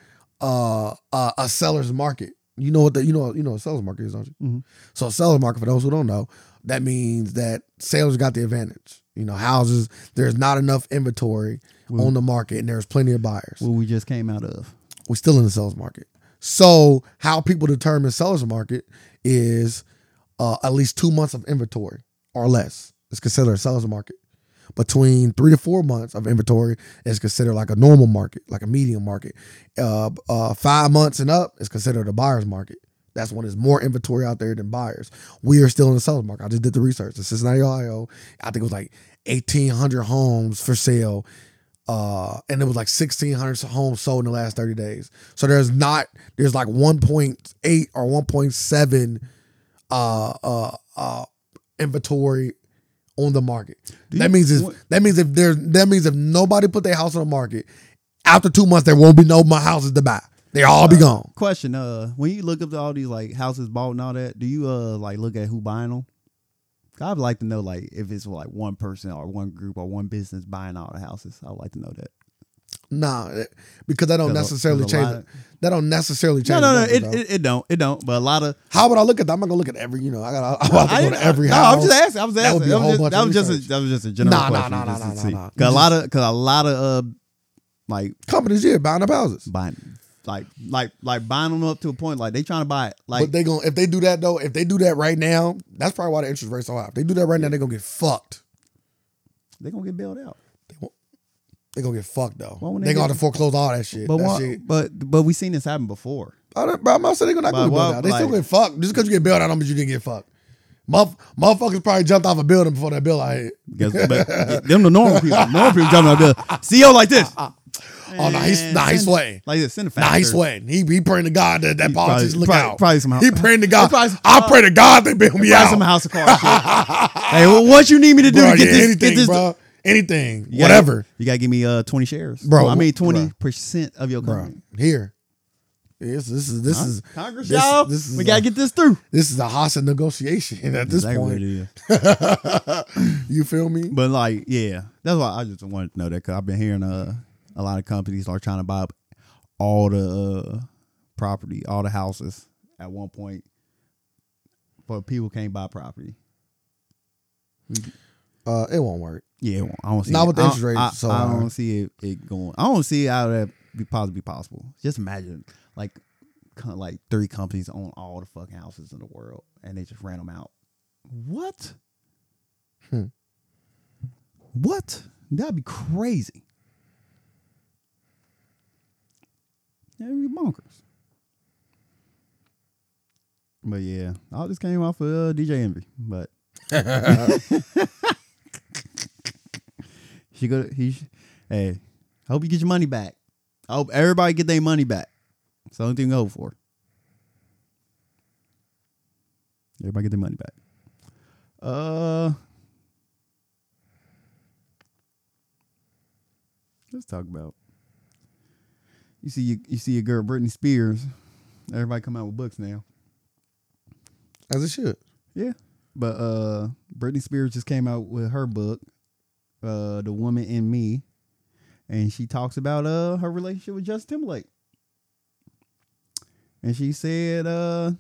Speaker 2: uh, a, a seller's market. You know what the you know you know what a seller's market is, don't you?
Speaker 1: Mhm.
Speaker 2: So a seller's market, for those who don't know, that means that sales got the advantage. You know, houses there's not enough inventory
Speaker 1: Well-
Speaker 2: on the market, and there's plenty of buyers
Speaker 1: What we just came out of.
Speaker 2: we're still in the seller's market. So how people determine seller's market is uh, at least two months of inventory or less is considered a seller's market. Between three to four months of inventory is considered like a normal market, like a medium market. Uh, uh, five months and up is considered a buyer's market. That's when there's more inventory out there than buyers. We are still in the seller's market. I just did the research in Cincinnati, Ohio. I think it was like 1,800 homes for sale Uh, and it was like 1600 homes sold in the last 30 days. So there's not there's like 1.8 or 1.7 uh uh uh inventory on the market.
Speaker 1: Do
Speaker 2: that
Speaker 1: you-
Speaker 2: means it's,
Speaker 1: what-
Speaker 2: that means if there's that means if nobody put their house on the market after 2 months there won't be no more houses to buy. They all be gone.
Speaker 1: Question: Uh, when you look up all these like houses bought and all that, do you uh like look at who buying them? 'Cause I'd like to know like if it's like one person or one group or one business buying all the houses. I'd like to know that.
Speaker 2: Nah, it- because that don't
Speaker 1: There's a-
Speaker 2: necessarily
Speaker 1: there's a
Speaker 2: change.
Speaker 1: lot
Speaker 2: it.
Speaker 1: of-
Speaker 2: that don't necessarily
Speaker 1: No,
Speaker 2: change.
Speaker 1: no,
Speaker 2: the
Speaker 1: no.
Speaker 2: market,
Speaker 1: It,
Speaker 2: though.
Speaker 1: it, it don't. It don't. But a lot of
Speaker 2: How would I look at? that? I'm not gonna look at every. You know, I got. I'm about to go
Speaker 1: didn't-
Speaker 2: to every
Speaker 1: no,
Speaker 2: house.
Speaker 1: I'm just asking. I was
Speaker 2: That would
Speaker 1: asking.
Speaker 2: be a
Speaker 1: That,
Speaker 2: whole
Speaker 1: was just,
Speaker 2: bunch
Speaker 1: that
Speaker 2: of
Speaker 1: was just
Speaker 2: research.
Speaker 1: a, that was just a general
Speaker 2: Nah, nah,
Speaker 1: question.
Speaker 2: nah,
Speaker 1: just
Speaker 2: nah,
Speaker 1: to
Speaker 2: nah,
Speaker 1: see.
Speaker 2: nah, nah.
Speaker 1: 'Cause a lot of because a lot of uh like
Speaker 2: companies, yeah, buying up houses.
Speaker 1: buying like like like buying them up to a point like they trying to buy it like
Speaker 2: but they gonna if they do that though, if they do that right now, that's probably why the interest rates so high. If they do that right now, they gonna get fucked.
Speaker 1: they gonna get bailed out.
Speaker 2: They gonna get fucked though.
Speaker 1: Why wouldn't
Speaker 2: they
Speaker 1: they
Speaker 2: gonna
Speaker 1: get-
Speaker 2: have to foreclose all that shit.
Speaker 1: But
Speaker 2: that
Speaker 1: why-
Speaker 2: shit.
Speaker 1: but but we seen this happen before.
Speaker 2: I don't, bro, I'm not saying they're not
Speaker 1: But
Speaker 2: gonna get
Speaker 1: why-
Speaker 2: bailed out. They still
Speaker 1: like-
Speaker 2: get fucked just because you get bailed out. Don't mean you didn't get fucked. Motherf- Motherfuckers probably jumped off a building before that bill I hit.
Speaker 1: Because but them the normal people, normal people jumping out there. CEO like this.
Speaker 2: Oh no,
Speaker 1: Man,
Speaker 2: he's nah, he's
Speaker 1: send-
Speaker 2: sweating.
Speaker 1: Like this, send a
Speaker 2: Nah, he's
Speaker 1: factor.
Speaker 2: sweating. He he praying to God that that politician look
Speaker 1: probably-
Speaker 2: out.
Speaker 1: probably some-
Speaker 2: he praying to God.
Speaker 1: probably some-
Speaker 2: I pray to God they bail me
Speaker 1: Buy
Speaker 2: out.
Speaker 1: some house of cards. shit. hey, well, what you need me to do
Speaker 2: Bro,
Speaker 1: to get
Speaker 2: yeah,
Speaker 1: this?
Speaker 2: anything,
Speaker 1: get this
Speaker 2: bro. Anything,
Speaker 1: You gotta-
Speaker 2: whatever,
Speaker 1: you gotta give me uh twenty shares,
Speaker 2: Bro,
Speaker 1: Well, I mean
Speaker 2: bro.
Speaker 1: twenty percent of your
Speaker 2: bro.
Speaker 1: company.
Speaker 2: Here, this this is this is
Speaker 1: Congress,
Speaker 2: this,
Speaker 1: y'all.
Speaker 2: This is
Speaker 1: we
Speaker 2: a,
Speaker 1: gotta get this through.
Speaker 2: this is a hostile negotiation at this point.
Speaker 1: is.
Speaker 2: You feel me?
Speaker 1: But like, yeah, that's why I just wanted to know that because I've been hearing uh, a lot of companies are trying to buy up all the uh, property, all the houses at one point, but people can't buy property.
Speaker 2: Uh, it won't work.
Speaker 1: Yeah, I don't see.
Speaker 2: Not
Speaker 1: it.
Speaker 2: with the
Speaker 1: I don't-
Speaker 2: interest rates
Speaker 1: I,
Speaker 2: so uh,
Speaker 1: I
Speaker 2: high.
Speaker 1: don't see it, it going. I don't see how that be possibly be possible. Just imagine, like, co- like three companies own all the fucking houses in the world, and they just ran them out. What?
Speaker 2: Hmm.
Speaker 1: What? That'd be crazy. That'd be bonkers. But yeah, all this came off of uh, DJ Envy, but She go. He. sh- Hey, hope you get your money back. I hope everybody get their money back. It's the only thing to hope for. Everybody get their money back. Uh, let's talk about. You see, you, you see your girl Britney Spears. Everybody come out with books now.
Speaker 2: As it should.
Speaker 1: Yeah. But uh Britney Spears just came out with her book, uh, The Woman in Me, and she talks about uh her relationship with Justin Timberlake. And she said uh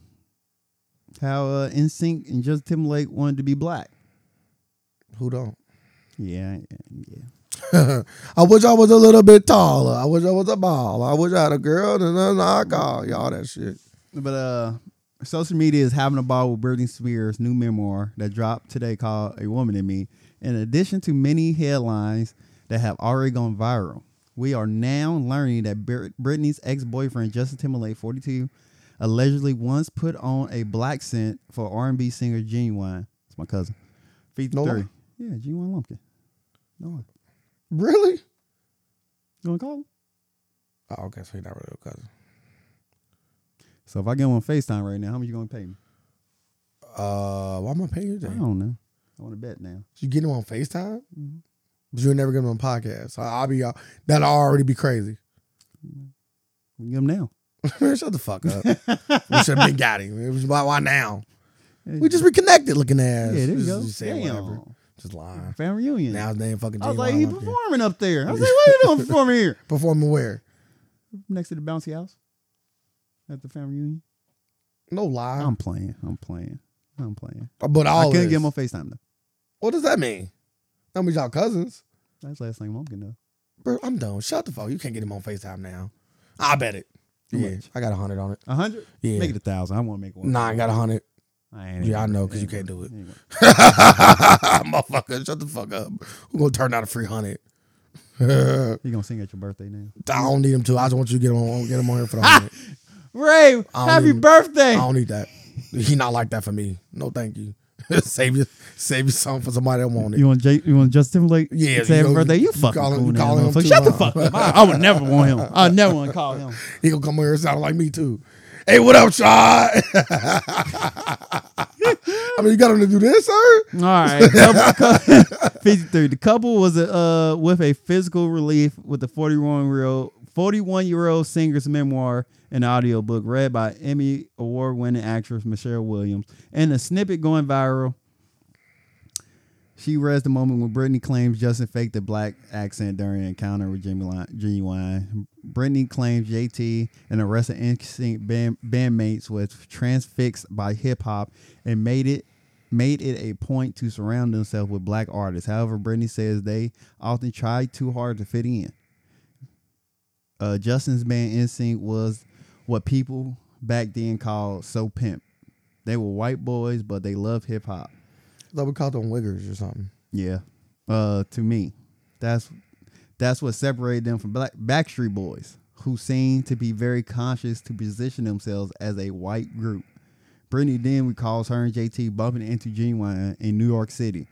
Speaker 1: how uh NSYNC and Justin Timberlake wanted to be black.
Speaker 2: Who don't?
Speaker 1: Yeah, yeah.
Speaker 2: I wish I was a little bit taller. I wish I was a ball. I wish I had a girl. And then I call y'all that shit.
Speaker 1: But uh social media is having a ball with Britney Spears' new memoir that dropped today called A Woman in Me. In addition to many headlines that have already gone viral, we are now learning that Br- Britney's ex-boyfriend Justin Timberlake, 42, allegedly once put on a black scent for R&B singer Genuine. It's my cousin. 53.
Speaker 2: Nola?
Speaker 1: yeah, Genuine Lumpkin. No one.
Speaker 2: Really?
Speaker 1: You want to call him?
Speaker 2: Oh, okay. So he's not really a cousin.
Speaker 1: So if I get him on FaceTime right now, how much you going to pay me?
Speaker 2: Uh, why am I paying you?
Speaker 1: I
Speaker 2: then?
Speaker 1: don't know. I want to bet now.
Speaker 2: You get him on FaceTime?
Speaker 1: Mhm.
Speaker 2: But you'll never get him on podcast. So I'll be, uh, that'll already be crazy.
Speaker 1: We can get him now.
Speaker 2: Man, shut the fuck up. we should have been got him. It was, why, why now? We just reconnected looking ass.
Speaker 1: Yeah, there you
Speaker 2: just,
Speaker 1: go.
Speaker 2: Just saying
Speaker 1: Damn.
Speaker 2: whatever. Just lying.
Speaker 1: Fan reunion.
Speaker 2: Now his name fucking
Speaker 1: I was
Speaker 2: Jay
Speaker 1: like,
Speaker 2: Wine
Speaker 1: he
Speaker 2: up there.
Speaker 1: performing up there. I was like, what are you doing performing here?
Speaker 2: Performing where?
Speaker 1: Next to the bouncy house at the family reunion.
Speaker 2: No lie.
Speaker 1: I'm playing. I'm playing. I'm playing.
Speaker 2: Uh, but
Speaker 1: I
Speaker 2: all
Speaker 1: couldn't
Speaker 2: this.
Speaker 1: get him on FaceTime though.
Speaker 2: What does that mean? That means y'all cousins.
Speaker 1: That's last thing Lumpkin though.
Speaker 2: Bro, I'm done. Shut the fuck. You can't get him on FaceTime now. I bet it.
Speaker 1: How
Speaker 2: yeah,
Speaker 1: much?
Speaker 2: I got a hundred on it.
Speaker 1: A hundred?
Speaker 2: Yeah.
Speaker 1: Make it a thousand. I want to make one.
Speaker 2: Nah, I got a hundred.
Speaker 1: I ain't
Speaker 2: Yeah, I
Speaker 1: even-
Speaker 2: know, 'cause you
Speaker 1: ain't
Speaker 2: can't
Speaker 1: worth
Speaker 2: do
Speaker 1: Ain't worth
Speaker 2: Motherfucker, shut the fuck up. We're gonna turn out a free hundred. I
Speaker 1: You gonna sing at your birthday now?
Speaker 2: don't need him to. I just want you to get him on get him on here for the hundred.
Speaker 1: Ray,
Speaker 2: happy
Speaker 1: happy birthday!
Speaker 2: I don't need that. He not like that for me. No, thank you. save you, save you something for somebody that want it.
Speaker 1: You want Jay, you want Justin Timberlake?
Speaker 2: Yeah,
Speaker 1: say happy
Speaker 2: you-
Speaker 1: birthday. You
Speaker 2: you
Speaker 1: fucking
Speaker 2: call him-
Speaker 1: cool
Speaker 2: you call
Speaker 1: now,
Speaker 2: him
Speaker 1: motherfucker.
Speaker 2: too
Speaker 1: Shut the
Speaker 2: long.
Speaker 1: fuck up. I, I would never want him. I never want to call him.
Speaker 2: He gonna come here and sound like me too. Hey, what up, Sean? I mean, you got him to do this, sir?
Speaker 1: All right, Couple- cou- fifty-three. The couple was uh, with a physical relief with the forty-one-year-old, forty-one-year-old singer's memoir and audiobook read by Emmy award-winning actress Michelle Williams, and a snippet going viral. She reads the moment when Brittany claims Justin faked the black accent during an encounter with Jimmy Li- Genuine. Brittany claims JT and the rest of NSYNC band, bandmates was transfixed by hip hop and made it made it a point to surround themselves with black artists. However, Brittany says they often try too hard to fit in. Uh, Justin's band NSYNC was what people back then called so pimp. They were white boys, but they loved hip hop.
Speaker 2: thought we called them wiggers or something.
Speaker 1: Yeah. Uh, to me, that's that's what separated them from Black Backstreet Boys, who seemed to be very conscious to position themselves as a white group. Brittany then recalls her and JT bumping into Genuine in New York City.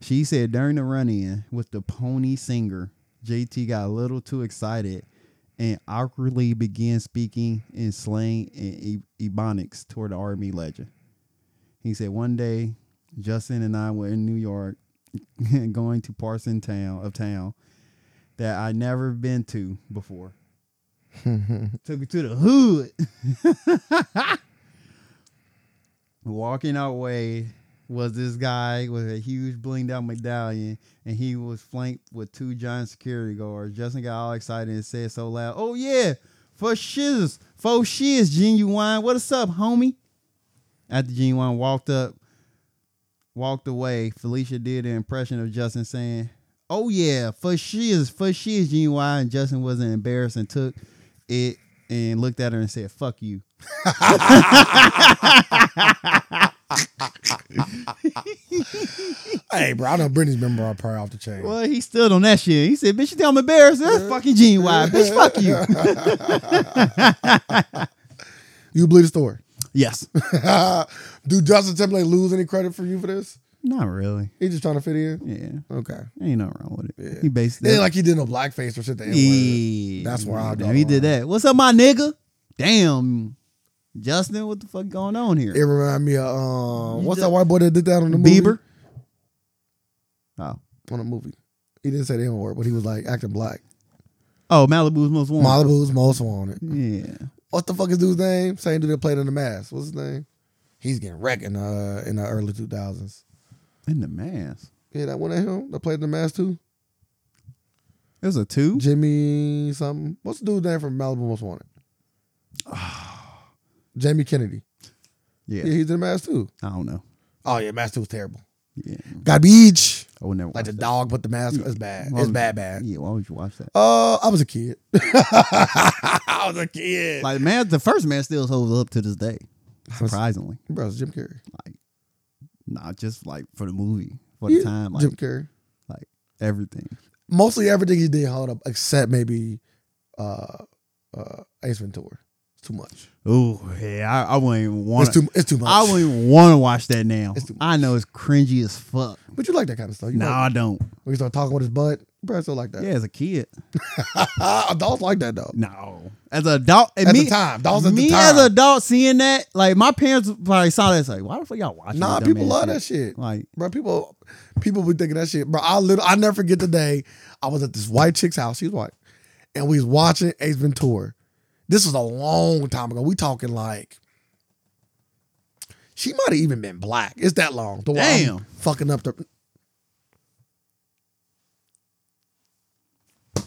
Speaker 1: She said during the run-in with the pony singer, JT got a little too excited and awkwardly began speaking in slang and e- ebonics toward the R&B legend. He said one day Justin and I were in New York going to Parson Town of town that I never been to before. Took me to the hood. Walking our way was this guy with a huge blinged out medallion and he was flanked with two giant security guards. Justin got all excited and said so loud, Oh yeah, for shiz, for shiz, genuine. What's up, homie? After genuine walked up, walked away, Felicia did an impression of Justin saying, Oh yeah, for she is for she is genuine. And Justin wasn't embarrassed and took it and looked at her and said, Fuck you.
Speaker 2: Hey, bro, I know Brittany's member are probably off the chain.
Speaker 1: Well, he stood on that shit. He said, Bitch, you think I'm embarrassed? That's fucking genuine. Bitch, fuck you.
Speaker 2: You believe the story.
Speaker 1: yes.
Speaker 2: Do Justin Timberlake lose any credit for you for this?
Speaker 1: Not really.
Speaker 2: He just trying to fit in.
Speaker 1: Yeah.
Speaker 2: Okay.
Speaker 1: Ain't nothing wrong with it. He based
Speaker 2: It ain't
Speaker 1: that.
Speaker 2: like he did no blackface or shit. The N-word.
Speaker 1: Yeah.
Speaker 2: That's where I draw
Speaker 1: He
Speaker 2: the
Speaker 1: did
Speaker 2: line.
Speaker 1: that. What's up, my nigga? Damn. Justin, what the fuck going on here?
Speaker 2: It remind me of
Speaker 1: You
Speaker 2: um, what's
Speaker 1: just-
Speaker 2: that white boy that did that on the movie?
Speaker 1: Bieber. Oh.
Speaker 2: on a movie. He didn't say the N word, but he was like acting black.
Speaker 1: Oh, Malibu's most wanted.
Speaker 2: Malibu's most wanted.
Speaker 1: yeah.
Speaker 2: What the fuck is dude's name? Same dude that played in the mask. What's his name? He's getting wrecked in uh in the early two thousands.
Speaker 1: In the mask.
Speaker 2: Yeah, that one at him that played in the mask too.
Speaker 1: It was a two.
Speaker 2: Jimmy something. What's the dude's name from Malibu Most Wanted? Jamie Kennedy.
Speaker 1: Yeah.
Speaker 2: Yeah, he's in the mask too.
Speaker 1: I don't know.
Speaker 2: Oh yeah, mask two was terrible.
Speaker 1: Yeah.
Speaker 2: Garbage.
Speaker 1: I would never
Speaker 2: Like the
Speaker 1: watch
Speaker 2: dog put the mask. It's bad.
Speaker 1: Why
Speaker 2: It's
Speaker 1: would-
Speaker 2: bad,
Speaker 1: that.
Speaker 2: bad.
Speaker 1: Yeah. Why would you watch that?
Speaker 2: Uh, I was a kid. I was a kid.
Speaker 1: Like man, the first man still holds up to this day. Surprisingly,
Speaker 2: Bro, it's Jim Carrey.
Speaker 1: not just like for the movie, for the
Speaker 2: Yeah,
Speaker 1: time, like
Speaker 2: Jim Carrey.
Speaker 1: like everything.
Speaker 2: Mostly everything he did held up, except maybe uh, uh, Ace Ventura. It's too much.
Speaker 1: Oh yeah, I, I wouldn't even
Speaker 2: It's
Speaker 1: want.
Speaker 2: too. It's too much.
Speaker 1: I wouldn't even want to watch that now.
Speaker 2: It's too much.
Speaker 1: I know it's cringy as fuck.
Speaker 2: but you like that kind of stuff. You uh,
Speaker 1: No,
Speaker 2: like-
Speaker 1: I don't.
Speaker 2: when you start talking with his butt, Brad still like that.
Speaker 1: Yeah, as a kid,
Speaker 2: uh, adults like that though.
Speaker 1: no. As an adult, and
Speaker 2: At
Speaker 1: me,
Speaker 2: the time, adults at
Speaker 1: me
Speaker 2: the time.
Speaker 1: as an adult seeing that, like my parents probably saw that. It's like, why the fuck y'all watching?
Speaker 2: nah,
Speaker 1: this dumb
Speaker 2: people
Speaker 1: ass
Speaker 2: love that shit.
Speaker 1: Like,
Speaker 2: Bro, people people be thinking that shit. Bro, I little I never forget the day I was at this white chick's house. She was white. And we was watching Ace Ventura. This was a long time ago. We talking like she might have even been black. It's that long. The way I'm
Speaker 1: Damn.
Speaker 2: fucking up the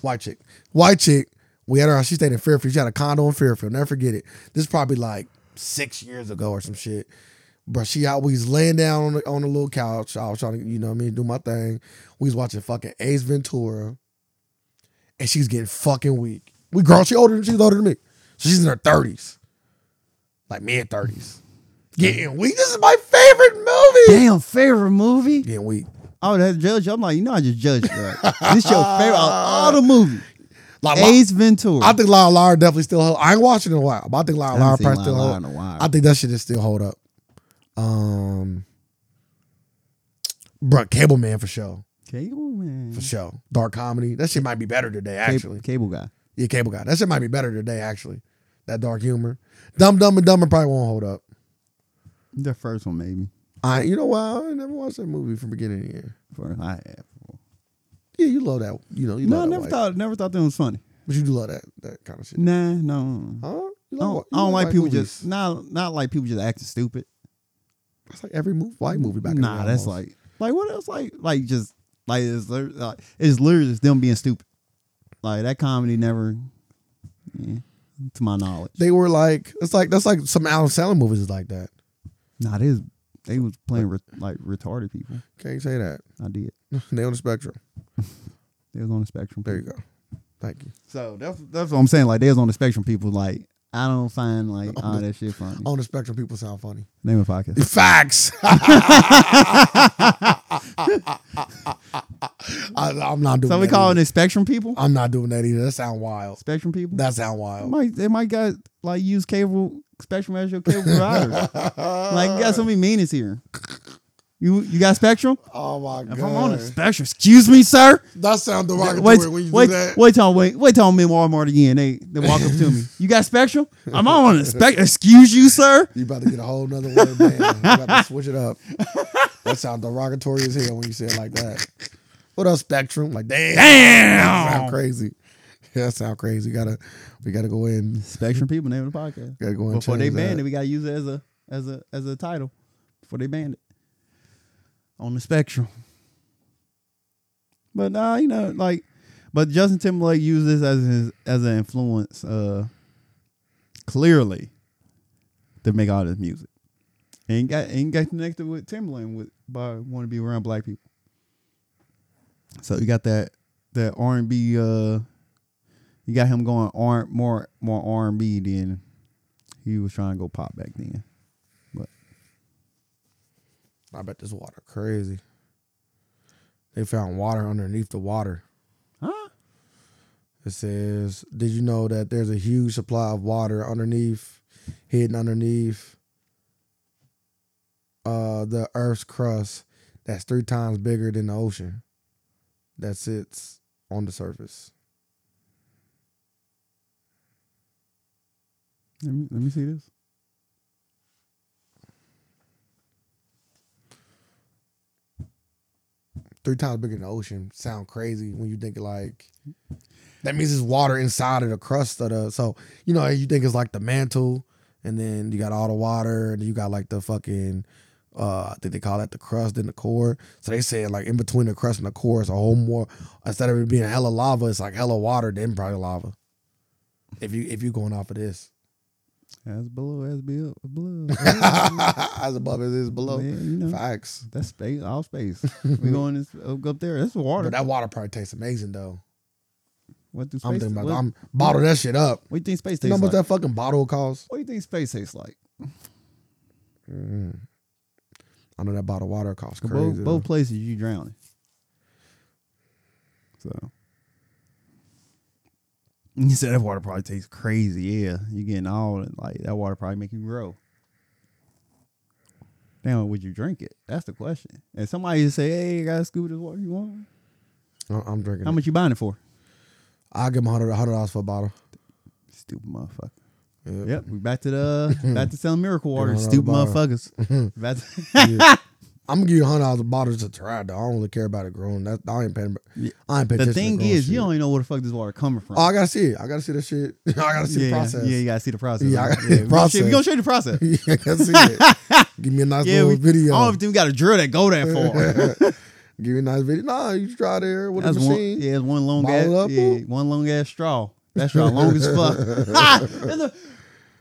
Speaker 2: white chick. White chick. We had her house. She stayed in Fairfield. She had a condo in Fairfield. Never forget it. This is probably like six years ago or some shit. Bro, she out. We was laying down on the, on the little couch. I was trying to, you know what I mean, do my thing. We was watching fucking Ace Ventura. And she's getting fucking weak. We grown. She older than she's older than me. So she's in her 30s. Like mid 30s. Getting weak. This is my favorite movie.
Speaker 1: damn, favorite movie.
Speaker 2: Getting weak.
Speaker 1: Oh, that judge. I'm like, you know, I just judged you. Right? this your favorite out of all the movies.
Speaker 2: Like, my-
Speaker 1: Ace Ventura.
Speaker 2: I think Lyle Liar definitely still hold. I ain't watched it in a while, but I think Lyle
Speaker 1: haven't
Speaker 2: Liar
Speaker 1: seen
Speaker 2: probably
Speaker 1: Liar
Speaker 2: still
Speaker 1: Liar
Speaker 2: hold.
Speaker 1: in a while.
Speaker 2: I think that shit is still hold up. Um, Bruh, Cable Man for sure.
Speaker 1: Cable man.
Speaker 2: For sure. Dark comedy. That shit might be better today,
Speaker 1: Cable,
Speaker 2: actually.
Speaker 1: cable guy.
Speaker 2: Yeah, Cable Guy. That shit might be better today, actually. That dark humor. Dumb, dumb, and dumber probably won't hold up.
Speaker 1: The first one maybe.
Speaker 2: I you know why I never watched that movie from beginning to end.
Speaker 1: First, I have.
Speaker 2: Yeah, you love that. You know, you
Speaker 1: No, I
Speaker 2: love that
Speaker 1: never
Speaker 2: white-
Speaker 1: thought never thought that was funny.
Speaker 2: but you do love that that kind of shit.
Speaker 1: Nah, no. I
Speaker 2: Huh? You love
Speaker 1: don't, I
Speaker 2: white- you
Speaker 1: don't like
Speaker 2: white
Speaker 1: people
Speaker 2: movies.
Speaker 1: just not not like people just acting stupid.
Speaker 2: That's like every move, white movie back. in the
Speaker 1: Nah,
Speaker 2: day
Speaker 1: that's
Speaker 2: almost.
Speaker 1: like like what else like like just like it's lit- like, it's literally just them being stupid. Like that comedy never, yeah, to my knowledge.
Speaker 2: they were like it's like that's like some Alan Sandler movies is like that.
Speaker 1: Nah, they was, they was playing re- like retarded people.
Speaker 2: Can't say that.
Speaker 1: I did.
Speaker 2: They on the spectrum.
Speaker 1: They was on the spectrum.
Speaker 2: There you go. Thank you.
Speaker 1: So that's that's what I'm saying. Like they was on the spectrum. People like I don't find like
Speaker 2: On
Speaker 1: all
Speaker 2: the-
Speaker 1: that shit funny.
Speaker 2: On the spectrum, people sound funny.
Speaker 1: Name a podcast.
Speaker 2: Facts. I, am not doing.
Speaker 1: So we
Speaker 2: that
Speaker 1: calling
Speaker 2: either.
Speaker 1: it spectrum people.
Speaker 2: I'm not doing that either. That sound wild.
Speaker 1: Spectrum people.
Speaker 2: That sound
Speaker 1: They
Speaker 2: wild.
Speaker 1: might they might got like use cable spectrum as your cable provider. like you got so many meanings here. You you got spectrum?
Speaker 2: Oh my
Speaker 1: If
Speaker 2: god.
Speaker 1: I'm on a spectrum, excuse me, sir.
Speaker 2: that sound derogatory
Speaker 1: Wait,
Speaker 2: when you
Speaker 1: wait,
Speaker 2: do that.
Speaker 1: wait till wait, wait till I'm in Walmart again. They they walk up to me. You got spectrum? I'm on a spectrum. Excuse you, sir.
Speaker 2: You about to get a whole nother word man. You about to switch it up. That sound derogatory as hell when you say it like that. What up, Spectrum? Like damn. That sound
Speaker 1: Damn.
Speaker 2: crazy. Yeah, that sound crazy. We gotta we gotta go in.
Speaker 1: Spectrum people name of the podcast.
Speaker 2: Gotta go in.
Speaker 1: Before they
Speaker 2: change that.
Speaker 1: banned it, we gotta use it as a as a as a title. Before they banned it. On the spectrum. But nah, you know, like but Justin Timberlake used this as his as an influence, uh clearly to make all this music. And he got and he got connected with Timberland with by wanting to be around black people. So you got that that R and B uh you got him going R more more R and B than he was trying to go pop back then. But
Speaker 2: I bet this water crazy. They found water underneath the water.
Speaker 1: huh?
Speaker 2: It says, "Did you know that there's a huge supply of water underneath, hidden underneath uh, the Earth's crust that's three times bigger than the ocean that sits on the surface?"
Speaker 1: Let me let me see this.
Speaker 2: Three times bigger than the ocean. Sound crazy when you think like that means it's water inside of the crust of the. So you know you think it's like the mantle, and then you got all the water, and you got like the fucking. Uh, I think they call that the crust and the core. So they said like in between the crust and the core, it's a whole more instead of it being hella lava, it's like hella water, then probably lava. If you if you going off of this,
Speaker 1: As below, as below, below.
Speaker 2: as above as it is below,
Speaker 1: Yeah, you know.
Speaker 2: facts.
Speaker 1: That's space, all space. We going this, up, up there. That's water.
Speaker 2: But that water probably tastes amazing though.
Speaker 1: what do space?
Speaker 2: I'm thinking about.
Speaker 1: what,
Speaker 2: that. I'm bottle that shit up.
Speaker 1: what do you think space
Speaker 2: You know
Speaker 1: tastes
Speaker 2: how much
Speaker 1: like?
Speaker 2: that fucking bottle costs?
Speaker 1: What do you think space tastes like?
Speaker 2: I know that bottle of water costs crazy.
Speaker 1: Both,
Speaker 2: though.
Speaker 1: both places you drowning. So. You said that water probably tastes crazy. Yeah, you getting all like that water probably make you grow. Now, would you drink it? That's the question. And somebody just say, "Hey, I got a scoop of this water you want?
Speaker 2: I- I'm drinking.
Speaker 1: How much you buying it for?"
Speaker 2: I'll give him a hundred dollars for a bottle.
Speaker 1: Stupid motherfucker.
Speaker 2: Yep.
Speaker 1: Yep, we back to the back to selling miracle water.
Speaker 2: on the
Speaker 1: Stupid
Speaker 2: bottle.
Speaker 1: motherfuckers. Back to-
Speaker 2: I'm gonna give you a hundred dollars a bottle just to try it. Though. I don't really care about it growing. That I ain't paying.
Speaker 1: Yeah.
Speaker 2: I ain't paying.
Speaker 1: the thing
Speaker 2: attention to grown
Speaker 1: is,
Speaker 2: shit.
Speaker 1: you don't even know where the fuck this water coming from.
Speaker 2: Oh, I gotta see it. I gotta see the shit. I gotta see
Speaker 1: yeah,
Speaker 2: the process.
Speaker 1: Yeah, you gotta see the process.
Speaker 2: Yeah, I
Speaker 1: right?
Speaker 2: gotta see
Speaker 1: yeah,
Speaker 2: the
Speaker 1: we gonna show- We gonna
Speaker 2: process.
Speaker 1: show you the process.
Speaker 2: yeah. I gotta see it. Give me a nice
Speaker 1: yeah,
Speaker 2: little
Speaker 1: we,
Speaker 2: video.
Speaker 1: I don't think we got a drill that go that far.
Speaker 2: Give me a nice video. Nah, you try there with
Speaker 1: That's
Speaker 2: a
Speaker 1: one.
Speaker 2: machine.
Speaker 1: Yeah, it's one long
Speaker 2: Bottle
Speaker 1: ass.
Speaker 2: up,
Speaker 1: Yeah,
Speaker 2: boop.
Speaker 1: one long ass straw. That straw long as fuck. It's a-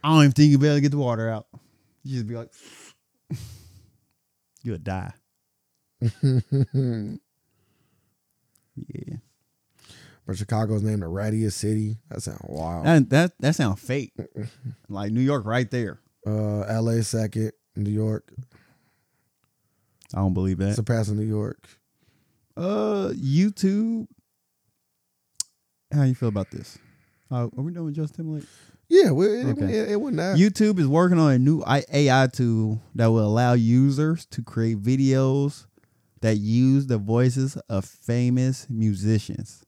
Speaker 1: I don't even think you better get the water out. You just be like, you'll die. yeah,
Speaker 2: But Chicago's named the rattiest city. That sounds wild.
Speaker 1: that that that sounds fake. Like New York, right there.
Speaker 2: uh, L.A. second. New York
Speaker 1: I don't believe that.
Speaker 2: surpassing New York.
Speaker 1: Uh, YouTube. How you feel about this? Uh, are we done with Justin Timberlake?
Speaker 2: Yeah, well, it,
Speaker 1: Okay.
Speaker 2: it, it wasn't that.
Speaker 1: YouTube is working on a new I- AI tool that will allow users to create videos that use the voices of famous musicians.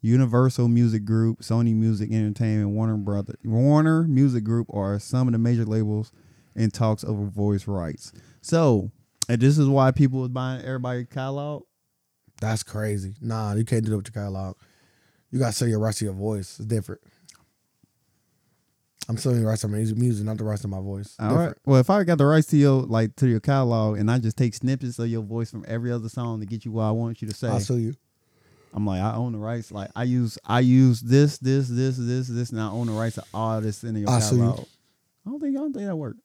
Speaker 1: Universal Music Group, Sony Music Entertainment, Warner Brother, Warner Music Group are some of the major labels in talks over voice rights. So, and this is why people was buying everybody catalog.
Speaker 2: That's crazy. Nah, you can't do that with your catalog. You gotta sell your rights to your voice. It's different. I'm selling the rights to my music, music, not the rights to my voice. It's
Speaker 1: All right.
Speaker 2: different.
Speaker 1: Well, if I got the rights to your like to your catalog, and I just take snippets of your voice from every other song to get you what I want you to say,
Speaker 2: I'll sue you.
Speaker 1: I'm like I own the rights. Like I use I use this this this this this, and I own the rights to all this in your
Speaker 2: I'll sue Ah, you.
Speaker 1: catalog. I don't think I don't think that worked.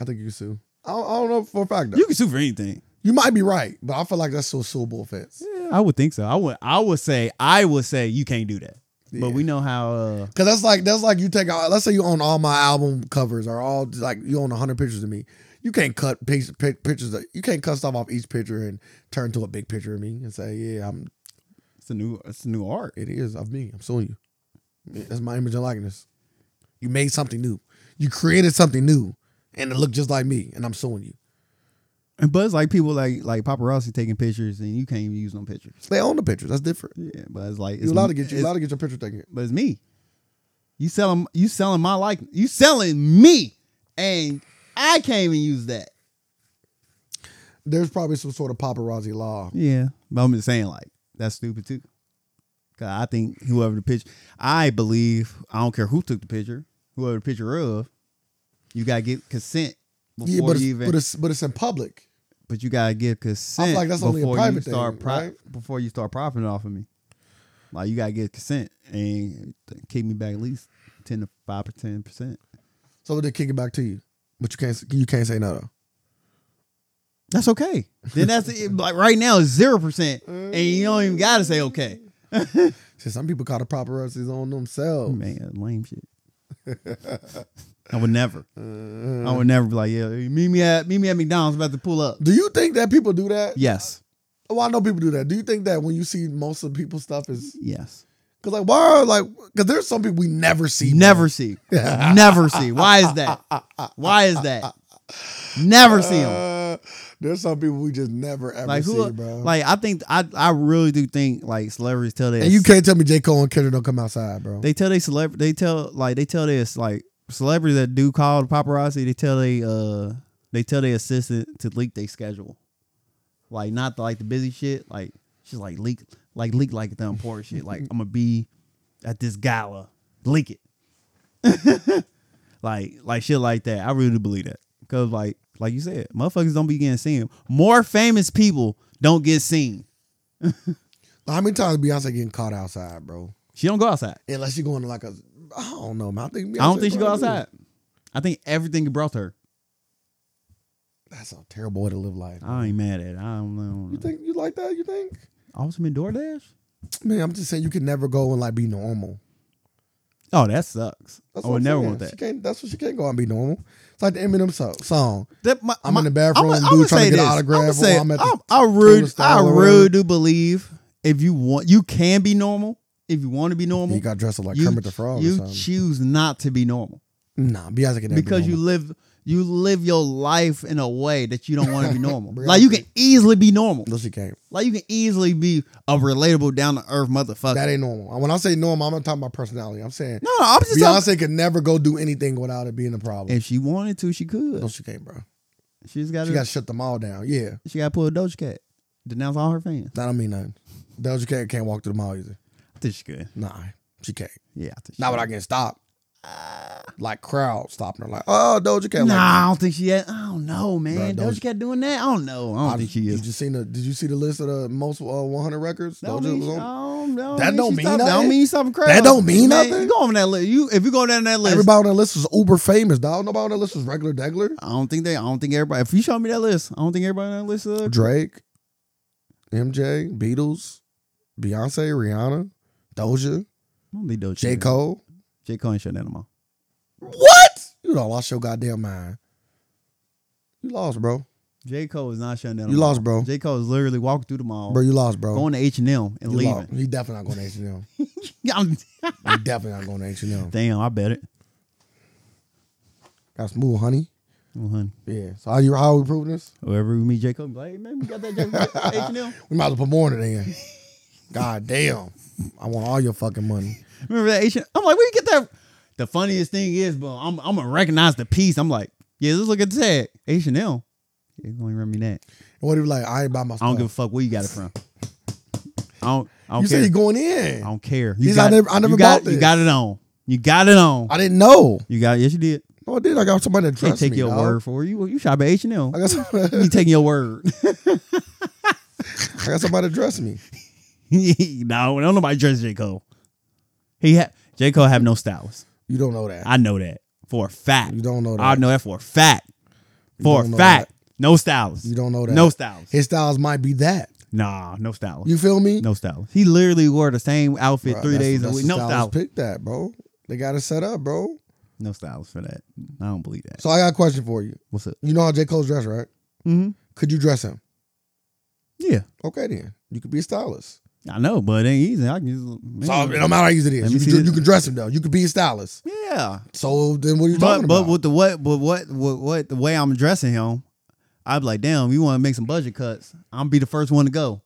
Speaker 2: I think you can sue. I don't, I don't know for a fact though.
Speaker 1: You
Speaker 2: You,
Speaker 1: can sue for anything.
Speaker 2: might be right, but I feel like that's still a suable offense.
Speaker 1: Yeah, I would think so. I would I would say I would say you can't do that.
Speaker 2: Yeah.
Speaker 1: But we know how. uh
Speaker 2: Cause that's like that's like you take out. Let's say you own all my album covers, or all like you own hundred pictures of me. You can't cut pic- pic- pictures. Of, you can't cut stuff off each picture and turn to a big picture of me and say, "Yeah, I'm.
Speaker 1: It's a new it's a new art.
Speaker 2: It is of me. I'm suing you. That's my image and likeness. You made something new. You created something new, and it looked just like me. And I'm suing you.
Speaker 1: And but it's like people like like paparazzi taking pictures, and you can't even use no pictures.
Speaker 2: They own the pictures. That's different.
Speaker 1: Yeah, but it's like it's
Speaker 2: You're allowed to get you
Speaker 1: it's-
Speaker 2: allowed to get your picture taken.
Speaker 1: but it's me. You selling you selling my likeness. You selling me, and I can't even use that.
Speaker 2: There's probably some sort of paparazzi law.
Speaker 1: Yeah, but I'm just saying like that's stupid too. Cause I think whoever the picture, I believe I don't care who took the picture, whoever the picture of, you gotta get consent before
Speaker 2: Yeah, but it's,
Speaker 1: you even.
Speaker 2: but
Speaker 1: But,
Speaker 2: it's but it's in public.
Speaker 1: you gotta get consent
Speaker 2: like that's only a
Speaker 1: before you
Speaker 2: private thing,
Speaker 1: start pro-
Speaker 2: right?
Speaker 1: before you start profiting off of me. Like you gotta get consent and keep me back at least ten to five or ten percent.
Speaker 2: So they kick it back to you, but you can't you can't say no. Though.
Speaker 1: That's okay. Then that's it, like right now it's zero percent, and you don't even gotta say okay.
Speaker 2: See, some people call the paparazzi on themselves.
Speaker 1: Oh, Man, that's lame shit. I would never. I would never be like, yeah, meet me at meet me at McDonald's. I'm about to pull up.
Speaker 2: Do you think that people do that?
Speaker 1: Yes,
Speaker 2: Well, I know people do that. Do you think that when you see most of people's stuff is
Speaker 1: yes.
Speaker 2: because like why are like because there's some people we never see.
Speaker 1: Never see. never see. Why is that? Bro. Why is that? Never see them.
Speaker 2: Uh, there's some people we just never ever
Speaker 1: Like
Speaker 2: see,
Speaker 1: who?
Speaker 2: bro.
Speaker 1: Like I think I I really do think like celebrities tell their
Speaker 2: and you can't tell me J Cole and Kendrick don't come outside, bro.
Speaker 1: they tell they celeb they tell like they tell this like celebrities that do call the paparazzi they tell they uh they tell their assistant to leak their schedule like not the, like the busy shit like she's like leak like leak like the important shit like i'm gonna be at this gala leak it like like shit like that i really do believe that because like like you said motherfuckers don't be getting seen more famous people don't get seen
Speaker 2: How many times Beyonce getting caught outside, bro?
Speaker 1: she don't go outside
Speaker 2: Unless you're going to like a, I don't know, man. I think
Speaker 1: i don't think she go
Speaker 2: probably do.
Speaker 1: outside i think everything brought her
Speaker 2: That's a terrible way to live life.
Speaker 1: I ain't mad at it. I don't, I don't
Speaker 2: You
Speaker 1: know.
Speaker 2: think you like that? You think?
Speaker 1: Ultimate DoorDash?
Speaker 2: Man, I'm just saying you can never go and like be normal.
Speaker 1: Oh, that sucks.
Speaker 2: That's
Speaker 1: I
Speaker 2: what
Speaker 1: would
Speaker 2: I'm
Speaker 1: never
Speaker 2: saying.
Speaker 1: want
Speaker 2: She
Speaker 1: that.
Speaker 2: can't, that's what she can't go out and be normal. It's like the Eminem so- song.
Speaker 1: that my,
Speaker 2: I'm
Speaker 1: my-
Speaker 2: in the bathroom,
Speaker 1: I'ma-
Speaker 2: dude
Speaker 1: I'ma
Speaker 2: trying to
Speaker 1: say
Speaker 2: get an
Speaker 1: this.
Speaker 2: autograph,
Speaker 1: I'ma
Speaker 2: or
Speaker 1: say,
Speaker 2: I'm at the
Speaker 1: I, I really,
Speaker 2: store
Speaker 1: I
Speaker 2: or
Speaker 1: really
Speaker 2: whatever.
Speaker 1: do believe if you want, you can be normal. If you want to be normal,
Speaker 2: You got dressed up like
Speaker 1: you-
Speaker 2: Kermit the Frog or
Speaker 1: you
Speaker 2: something.
Speaker 1: choose not to be normal
Speaker 2: nah, Beyonce can never
Speaker 1: because
Speaker 2: be
Speaker 1: you
Speaker 2: normal.
Speaker 1: live you live your life in a way that you don't want to be normal.
Speaker 2: Bro,
Speaker 1: like you can easily be normal.
Speaker 2: No, she can't.
Speaker 1: Like you can easily be a relatable, down to earth motherfucker.
Speaker 2: That ain't normal. When I say normal, I'm not talking about personality. I'm saying
Speaker 1: no, no, I'm just talking.
Speaker 2: Beyonce could never go do anything without it being a problem.
Speaker 1: If she wanted to, she could.
Speaker 2: No, she can't, bro.
Speaker 1: She's got
Speaker 2: She got to shut them all down. Yeah,
Speaker 1: She got to pull a Doja Cat. Denounce all her fans.
Speaker 2: that don't mean nothing. Doja Cat can't walk through the mall either.
Speaker 1: I think she could.
Speaker 2: Nah, she can't.
Speaker 1: Yeah, I think she
Speaker 2: Not
Speaker 1: could.
Speaker 2: without getting stopped. Like crowd stopping her. Like, oh, Doja Cat. like,
Speaker 1: Ah. Nah, I don't think she. Had, I don't know, man.
Speaker 2: Bruh, Doja-
Speaker 1: Doja Cat doing that? I don't know. I don't think she
Speaker 2: you
Speaker 1: is.
Speaker 2: just seen the? Did you see the list of the most uh, 100 records?
Speaker 1: That don't
Speaker 2: Doja
Speaker 1: mean, uh,
Speaker 2: was
Speaker 1: she-
Speaker 2: on?
Speaker 1: I don't-
Speaker 2: That don't
Speaker 1: she
Speaker 2: mean
Speaker 1: stopped- That
Speaker 2: nothing.
Speaker 1: don't mean something crazy.
Speaker 2: That don't mean
Speaker 1: Man,
Speaker 2: nothing.
Speaker 1: You go on that list. You if you go down that list,
Speaker 2: Everybody on that list was uber famous. Dog, nobody on that list was regular Degler,
Speaker 1: I don't think they. I don't think everybody. If you show me that list, I don't think everybody on that list. Uh,
Speaker 2: Drake, MJ, Beatles, Beyonce, Rihanna, Doja,
Speaker 1: I don't think Doja.
Speaker 2: J
Speaker 1: Cat.
Speaker 2: Cole.
Speaker 1: J Cole ain't shutting that no more.
Speaker 2: What? You done lost your goddamn mind. You lost, bro.
Speaker 1: J Cole is not shutting down.
Speaker 2: You lost, bro.
Speaker 1: J Cole is literally walking through the mall,
Speaker 2: Bro, you lost, bro.
Speaker 1: going to H and M and
Speaker 2: you lost.
Speaker 1: leaving.
Speaker 2: He definitely not going to H and
Speaker 1: I'm-
Speaker 2: He definitely not going to H and M.
Speaker 1: Damn, I bet it.
Speaker 2: Got smooth, honey.
Speaker 1: Oh, honey.
Speaker 2: Yeah. So how you how we prove this?
Speaker 1: Wherever we meet Jacob, be like, hey man, we got that Jacob H&M.
Speaker 2: We might as well put more in it in. God damn. I want all your fucking money.
Speaker 1: Remember that H&M? I'm like, where you get that? The funniest thing is, but I'm I'm gonna recognize the piece. I'm like, yeah, let's look at the tag. H&M. Yeah, you gonna remember me that.
Speaker 2: And what if like I ain't buy my
Speaker 1: I
Speaker 2: stuff?
Speaker 1: don't give a fuck where you got it from. I don't. I don't
Speaker 2: you
Speaker 1: care.
Speaker 2: said you going
Speaker 1: I
Speaker 2: in.
Speaker 1: don't care. You
Speaker 2: He's
Speaker 1: got
Speaker 2: like, I never- I
Speaker 1: you
Speaker 2: never
Speaker 1: got,
Speaker 2: bought
Speaker 1: You
Speaker 2: this.
Speaker 1: got it on. You got it on.
Speaker 2: I didn't know.
Speaker 1: you got. Yes, you did.
Speaker 2: No, I did. I got somebody to
Speaker 1: Can't
Speaker 2: trust
Speaker 1: take
Speaker 2: me,
Speaker 1: your
Speaker 2: dog.
Speaker 1: word for you. You shop at H and M.
Speaker 2: I got somebody.
Speaker 1: You taking your word?
Speaker 2: I got somebody to dress me.
Speaker 1: no, don't nobody dress J Cole. He ha- J Cole have no stylist.
Speaker 2: You don't know that.
Speaker 1: I know that for a fact.
Speaker 2: You don't know that.
Speaker 1: I know that for a fact. For a
Speaker 2: don't know
Speaker 1: fact, no stylist.
Speaker 2: you don't know that.
Speaker 1: No stylist.
Speaker 2: His styles might be that.
Speaker 1: Nah, no stylist.
Speaker 2: You feel me?
Speaker 1: no stylist. He literally wore the same outfit
Speaker 2: Bruh,
Speaker 1: three
Speaker 2: that's-
Speaker 1: days a
Speaker 2: that's
Speaker 1: week.
Speaker 2: the
Speaker 1: No
Speaker 2: stylist
Speaker 1: stylist.
Speaker 2: Picked that, bro. They got it set up, bro.
Speaker 1: No stylist for that. I don't believe that.
Speaker 2: So I got a question for you.
Speaker 1: What's up?
Speaker 2: You know how J Cole's dressed, right?
Speaker 1: Mm-hmm.
Speaker 2: Could you dress him?
Speaker 1: Yeah.
Speaker 2: Okay, then you could be a stylist.
Speaker 1: I know, but it ain't easy. I can just, man.
Speaker 2: So it don't matter how easy it
Speaker 1: Let
Speaker 2: is.
Speaker 1: me
Speaker 2: You
Speaker 1: see
Speaker 2: can, dr-
Speaker 1: it.
Speaker 2: you can dress him though. You could be a stylist.
Speaker 1: yeah.
Speaker 2: So then what are you
Speaker 1: But
Speaker 2: talking
Speaker 1: but
Speaker 2: about?
Speaker 1: with the what but what what what the way I'm addressing him, I'd be like, damn, you want to make some budget cuts? I'm be the first one to go,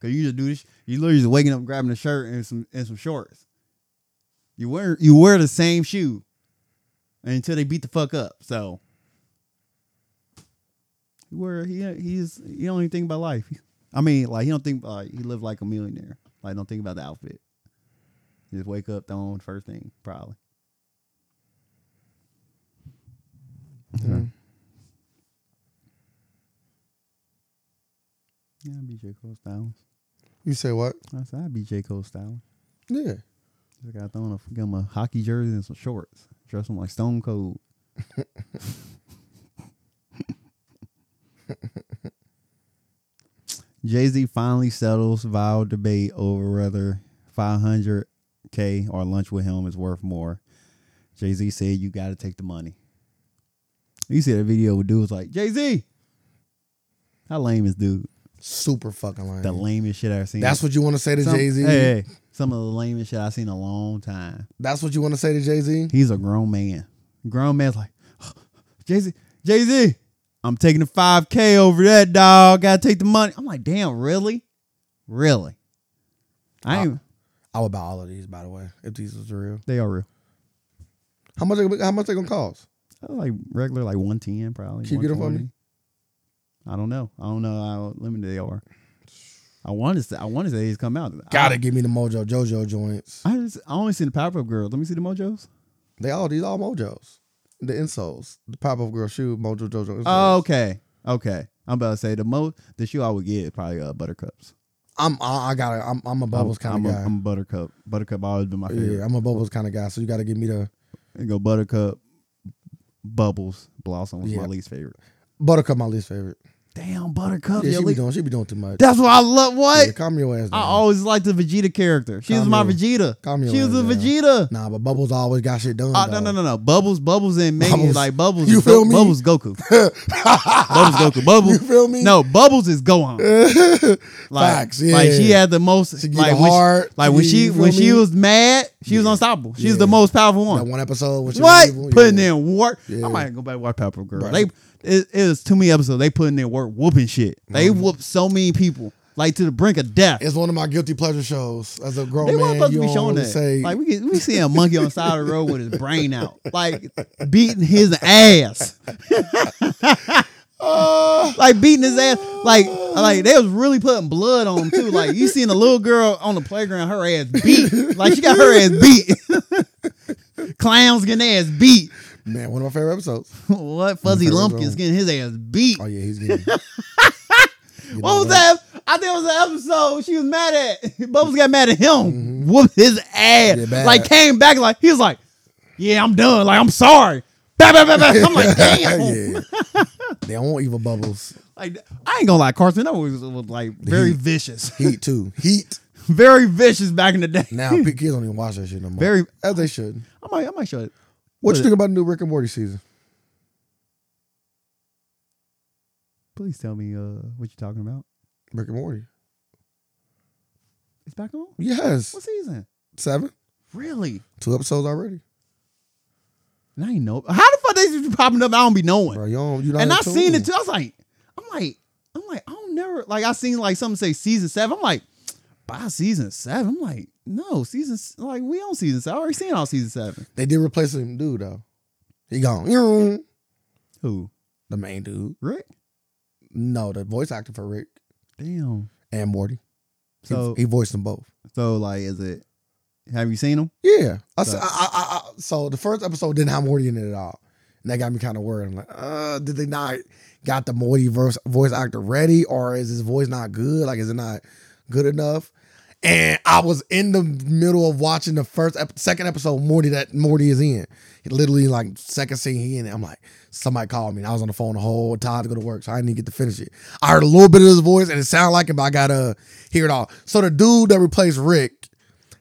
Speaker 1: cause you just do this. You literally just waking up, grabbing a shirt and some and some shorts. You wear you wear the same shoe until they beat the fuck up. So. He Where he he's he don't even think about life. I mean, like he don't think like he lived like a millionaire. Like don't think about the outfit. Just wake up, throw on the first thing, probably.
Speaker 2: Mhm.
Speaker 1: Yeah, I'd be J. Cole Styles.
Speaker 2: you say what?
Speaker 1: I said I'd be J. Cole Styles.
Speaker 2: Yeah.
Speaker 1: Just gotta throw on a, get him a hockey jersey and some shorts. Dress him like Stone Cold. Jay Z finally settles vile debate over whether 500K or lunch with him is worth more. Jay Z said, You gotta take the money. You see that video with dudes like, Jay Z! How lame is dude?
Speaker 2: Super fucking lame.
Speaker 1: The lamest shit I've seen.
Speaker 2: That's what you want to say to
Speaker 1: Some-
Speaker 2: Jay Z.
Speaker 1: Hey, some of the lamest shit I've seen in a long time.
Speaker 2: That's what you want to say to Jay Z.
Speaker 1: He's a grown man. Grown man's like, Jay Z, Jay Z, I'm taking the 5K over that, dog. Gotta take the money. I'm like, damn, really? Really? I ain't.
Speaker 2: I would buy all of these, by the way, if these was real.
Speaker 1: they are real.
Speaker 2: How much? How much they gonna cost?
Speaker 1: I was like regular, like 110 probably.
Speaker 2: Can you get 'em for
Speaker 1: 120. I don't know. I don't know how limited they are. I want to say, I want to say he's come out.
Speaker 2: Gotta
Speaker 1: I,
Speaker 2: give me the Mojo Jojo joints.
Speaker 1: I just, I only seen the Powerpuff Girls. Let me see the Mojos.
Speaker 2: They all these all Mojos. The insoles, the pop up girl shoe, Mojo Jojo. Insoles.
Speaker 1: Oh, okay. Okay. I'm about to say the most the shoe I would get is probably uh, buttercups.
Speaker 2: I'm I, I gotta I'm, I'm a bubbles
Speaker 1: I'm,
Speaker 2: kind
Speaker 1: I'm
Speaker 2: of
Speaker 1: a-
Speaker 2: guy.
Speaker 1: I'm a buttercup. Buttercup always been my favorite.
Speaker 2: yeah, I'm a bubbles kind of guy. So you gotta give me the
Speaker 1: And go buttercup, bubbles, blossom was my
Speaker 2: Yeah.
Speaker 1: least favorite.
Speaker 2: buttercup, my least favorite.
Speaker 1: Damn buttercup.
Speaker 2: Yeah,
Speaker 1: your
Speaker 2: she be
Speaker 1: least-
Speaker 2: doing she be doing too much.
Speaker 1: That's what I love. What?
Speaker 2: Yeah, calm your ass down.
Speaker 1: I always liked the Vegeta character. She was
Speaker 2: Calm
Speaker 1: my
Speaker 2: your-
Speaker 1: Vegeta.
Speaker 2: calm your
Speaker 1: she was
Speaker 2: ass
Speaker 1: a
Speaker 2: down.
Speaker 1: Vegeta.
Speaker 2: nah, but bubbles always got shit done.
Speaker 1: Oh, no, no, no, no. Bubbles, bubbles, and Megan
Speaker 2: Bubbles.
Speaker 1: like bubbles.
Speaker 2: You
Speaker 1: is
Speaker 2: feel me?
Speaker 1: Bubbles Goku. bubbles Goku. Bubbles.
Speaker 2: You feel me?
Speaker 1: No, Bubbles is Gohan.
Speaker 2: no.
Speaker 1: Like,
Speaker 2: Facts, yeah.
Speaker 1: like she had the most.
Speaker 2: She get
Speaker 1: like,
Speaker 2: the
Speaker 1: when she-
Speaker 2: heart,
Speaker 1: like when
Speaker 2: yeah,
Speaker 1: she
Speaker 2: you feel
Speaker 1: when she
Speaker 2: me?
Speaker 1: was mad, she was
Speaker 2: Yeah.
Speaker 1: unstoppable. She's the
Speaker 2: Yeah.
Speaker 1: most powerful one.
Speaker 2: that one episode. When she
Speaker 1: what
Speaker 2: was evil,
Speaker 1: putting
Speaker 2: yeah.
Speaker 1: in work?
Speaker 2: Yeah.
Speaker 1: I might go back and watch Powerpuff Girl.
Speaker 2: Bruh.
Speaker 1: They it, it was too many episodes. They putting in work, whooping shit. They
Speaker 2: Uh-huh.
Speaker 1: whooped so many people like to the brink of death.
Speaker 2: It's one of my guilty pleasure shows. As a grown
Speaker 1: they
Speaker 2: man,
Speaker 1: weren't supposed
Speaker 2: you
Speaker 1: to be
Speaker 2: don't
Speaker 1: showing
Speaker 2: really
Speaker 1: that.
Speaker 2: say
Speaker 1: Like we get, we see a monkey on the side of the road with his brain out, like beating his ass,
Speaker 2: "Ah."
Speaker 1: like beating his ass. Like like they was really putting blood on him too. Like you seen a little girl on the playground, her ass beat. Like she got her ass beat. Clowns getting their ass beat.
Speaker 2: man, one of my favorite episodes.
Speaker 1: what Fuzzy
Speaker 2: Fair as
Speaker 1: Lumpkins
Speaker 2: well.
Speaker 1: getting his ass beat.
Speaker 2: Oh yeah, he's getting. You
Speaker 1: What
Speaker 2: know
Speaker 1: was that? I think it was an episode she was mad at. Bubbles got mad at him. Whooped his ass.
Speaker 2: Mm-hmm. Yeah, bad.
Speaker 1: Like came back like he was like, Yeah, I'm done. Like I'm sorry. Bah, bah, bah, bah. I'm like, damn.
Speaker 2: yeah. They don't want evil bubbles.
Speaker 1: Like I ain't gonna lie, Carson. That was, was like very vicious.
Speaker 2: Heat too. Heat.
Speaker 1: very vicious back in the day.
Speaker 2: Now pe- kids don't even watch that shit no more.
Speaker 1: Very-
Speaker 2: as they should.
Speaker 1: I might I might show it.
Speaker 2: What
Speaker 1: But-
Speaker 2: you think about the new Rick and Morty season?
Speaker 1: Please tell me uh what you're talking about.
Speaker 2: Rick and Morty.
Speaker 1: It's back on?
Speaker 2: Yes.
Speaker 1: What season?
Speaker 2: Seven.
Speaker 1: Really?
Speaker 2: Two episodes already.
Speaker 1: And I ain't know. How the fuck they just popping up? I don't be knowing.
Speaker 2: bro. You don't, you not
Speaker 1: and
Speaker 2: in
Speaker 1: I
Speaker 2: tune.
Speaker 1: seen it too. I was like, I'm like, I'm like, I don't never like I seen like something say season seven. I'm like, by season seven. I'm like, no, season s- like we on season seven. I already seen all season seven.
Speaker 2: They did replace him, dude. Though he gone.
Speaker 1: Who?
Speaker 2: The main dude.
Speaker 1: Rick?
Speaker 2: No, the voice actor for Rick
Speaker 1: Damn.
Speaker 2: and Morty. He-
Speaker 1: So
Speaker 2: he voiced them both.
Speaker 1: so like is it have you seen him?
Speaker 2: Yeah. I, s-
Speaker 1: So-
Speaker 2: I- I- I- I- so the first episode didn't have Morty in it at all. And that got me kind of worried. I'm like, uh, did they not got the Morty verse, voice actor ready? Or is his voice not good? Like, is it not good enough? And I was in the middle of watching the first, ep- second episode of Morty that Morty is in. Literally, like second scene he in it. I'm like, somebody called me, and I was on the phone the whole time to go to work, so I didn't even get to finish it. I heard a little bit of his voice, and it sounded like him, but I gotta hear it all. So the dude that replaced Rick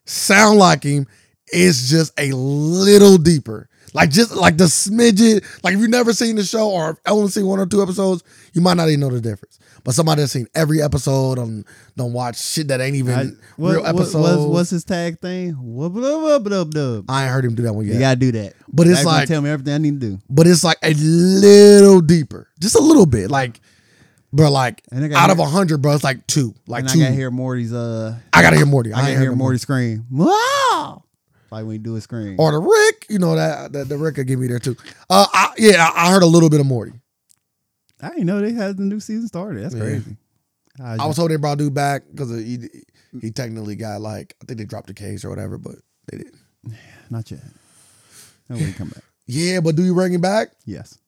Speaker 2: sound like him is just a little deeper. Like just like the smidget. Like if you've never seen the show or only seen one or two episodes, you might not even know the difference. But somebody that's seen every episode and don't watch shit that ain't even
Speaker 1: I- what-
Speaker 2: real
Speaker 1: what- what's-
Speaker 2: episodes.
Speaker 1: what's his tag thing? Wub dub dub dub.
Speaker 2: I ain't heard him do that one yet.
Speaker 1: You gotta do that.
Speaker 2: But it's
Speaker 1: That's gonna
Speaker 2: like-
Speaker 1: tell me everything I need to do.
Speaker 2: But it's like a little deeper. Just a little bit. Like, bro, like
Speaker 1: And I gotta
Speaker 2: out of
Speaker 1: hear-
Speaker 2: a hundred, bro, it's like two. Like
Speaker 1: and
Speaker 2: two.
Speaker 1: I gotta hear Morty's uh
Speaker 2: I gotta hear Morty.
Speaker 1: I,
Speaker 2: ain't
Speaker 1: gotta
Speaker 2: heard
Speaker 1: hear
Speaker 2: no
Speaker 1: Morty scream. Wow. Like when you do a scream.
Speaker 2: or the Rick. You know that the, the Rick could give me there too. Uh, I, yeah, I I heard a little bit of Morty.
Speaker 1: I didn't know they had the new season started. That's
Speaker 2: Yeah.
Speaker 1: crazy. I was
Speaker 2: I was
Speaker 1: just-
Speaker 2: hoping they brought dude back because he he technically got like I think they dropped the case or whatever, but they did. not
Speaker 1: not yet. Nobody come back.
Speaker 2: Yeah, but do you bring him back?
Speaker 1: Yes.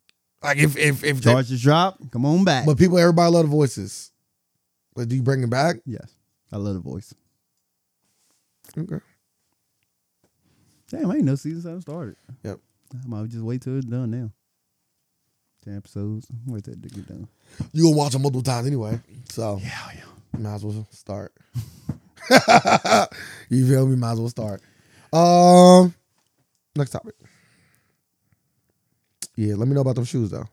Speaker 2: Like if if if they,
Speaker 1: Charges drop. Come on back.
Speaker 2: but people everybody love the voices. But do you bring him back?
Speaker 1: yes. I love the voice.
Speaker 2: Okay.
Speaker 1: Damn, I ain't no season seven started.
Speaker 2: Yep.
Speaker 1: I might just wait till it's done now. Ten episodes. Wait till it get done.
Speaker 2: You gonna watch him multiple times anyway, so
Speaker 1: Yeah, yeah.
Speaker 2: might as well start. you feel me? Might as well start. Um, next topic. Yeah, let me know about them shoes though,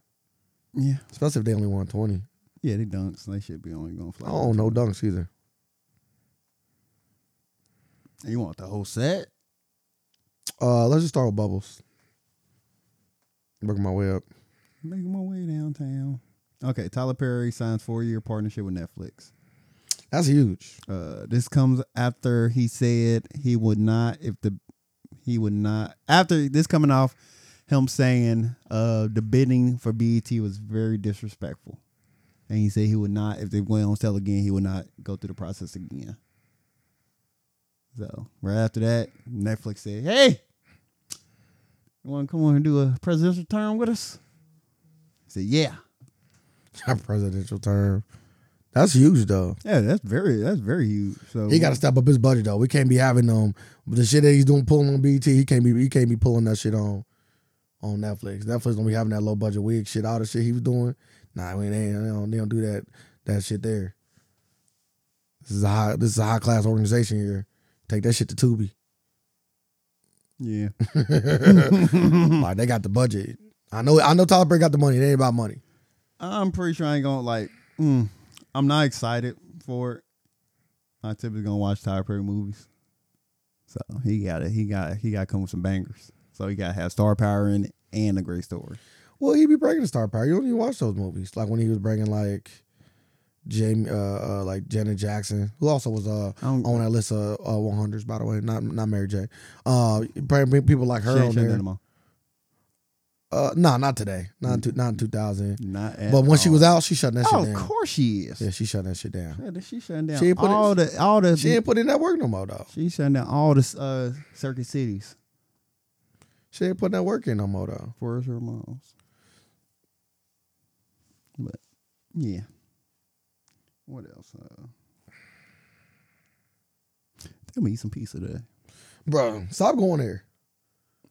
Speaker 1: Yeah.
Speaker 2: especially if they only won twenty.
Speaker 1: Yeah, they dunks. They should be only going to fly.
Speaker 2: Oh no, dunks either.
Speaker 1: You want the whole set?
Speaker 2: Uh, let's just start with bubbles. Working my way up.
Speaker 1: Making my way downtown. Okay, Tyler Perry signs four year partnership with Netflix.
Speaker 2: That's huge.
Speaker 1: Uh, this comes after he said he would not if the he would not after this coming off him saying uh the bidding for BET was very disrespectful. And he said he would not if they went on sale again, he would not go through the process again. So right after that, Netflix said, Hey, you wanna come on and do a presidential term with us? He said, Yeah.
Speaker 2: A presidential term. That's huge though.
Speaker 1: Yeah, that's very that's very huge. So
Speaker 2: He got to step up his budget though. We can't be having them the shit that he's doing pulling on BT. He can't be he can't be pulling that shit on on Netflix. Netflix gonna be having that low budget wig shit. All the shit he was doing. Nah, I mean they, they don't they don't do that that shit there. This is a high this is a high class organization here. Take that shit to Tubi.
Speaker 1: Yeah.
Speaker 2: like they got the budget. I know I know Tyler Perry got the money. It ain't about money.
Speaker 1: I'm pretty sure I ain't gonna like. Mm, I'm not excited for it. I typically gonna watch Tyler Perry movies, so he got to He got he got to come with some bangers. So he got to have star power in it and a great story.
Speaker 2: Well, he be breaking the star power. You don't even watch those movies. Like when he was breaking like Jamie, uh, uh like Janet Jackson, who also was uh
Speaker 1: I don't-
Speaker 2: on that list of uh, 100s by the way, not not Mary J. Uh, bringing people like her
Speaker 1: She
Speaker 2: on
Speaker 1: ain't shutting
Speaker 2: there.
Speaker 1: them off.
Speaker 2: Uh, no, not today. Not in two, not in 2000.
Speaker 1: Not at
Speaker 2: But when she
Speaker 1: all.
Speaker 2: was out, she shut that shit
Speaker 1: oh,
Speaker 2: down.
Speaker 1: of course she is.
Speaker 2: Yeah, she shut that shit down.
Speaker 1: Yeah, She shutting down
Speaker 2: She ain't put it-
Speaker 1: all the all the
Speaker 2: She
Speaker 1: she,
Speaker 2: ain't put in that work no more though.
Speaker 1: shutting down all the uh, circuit cities
Speaker 2: She ain't putting that work in no more though.
Speaker 1: for her moms. But yeah, what else? Uh, Tell me eat some pizza today.
Speaker 2: Bro, stop going there.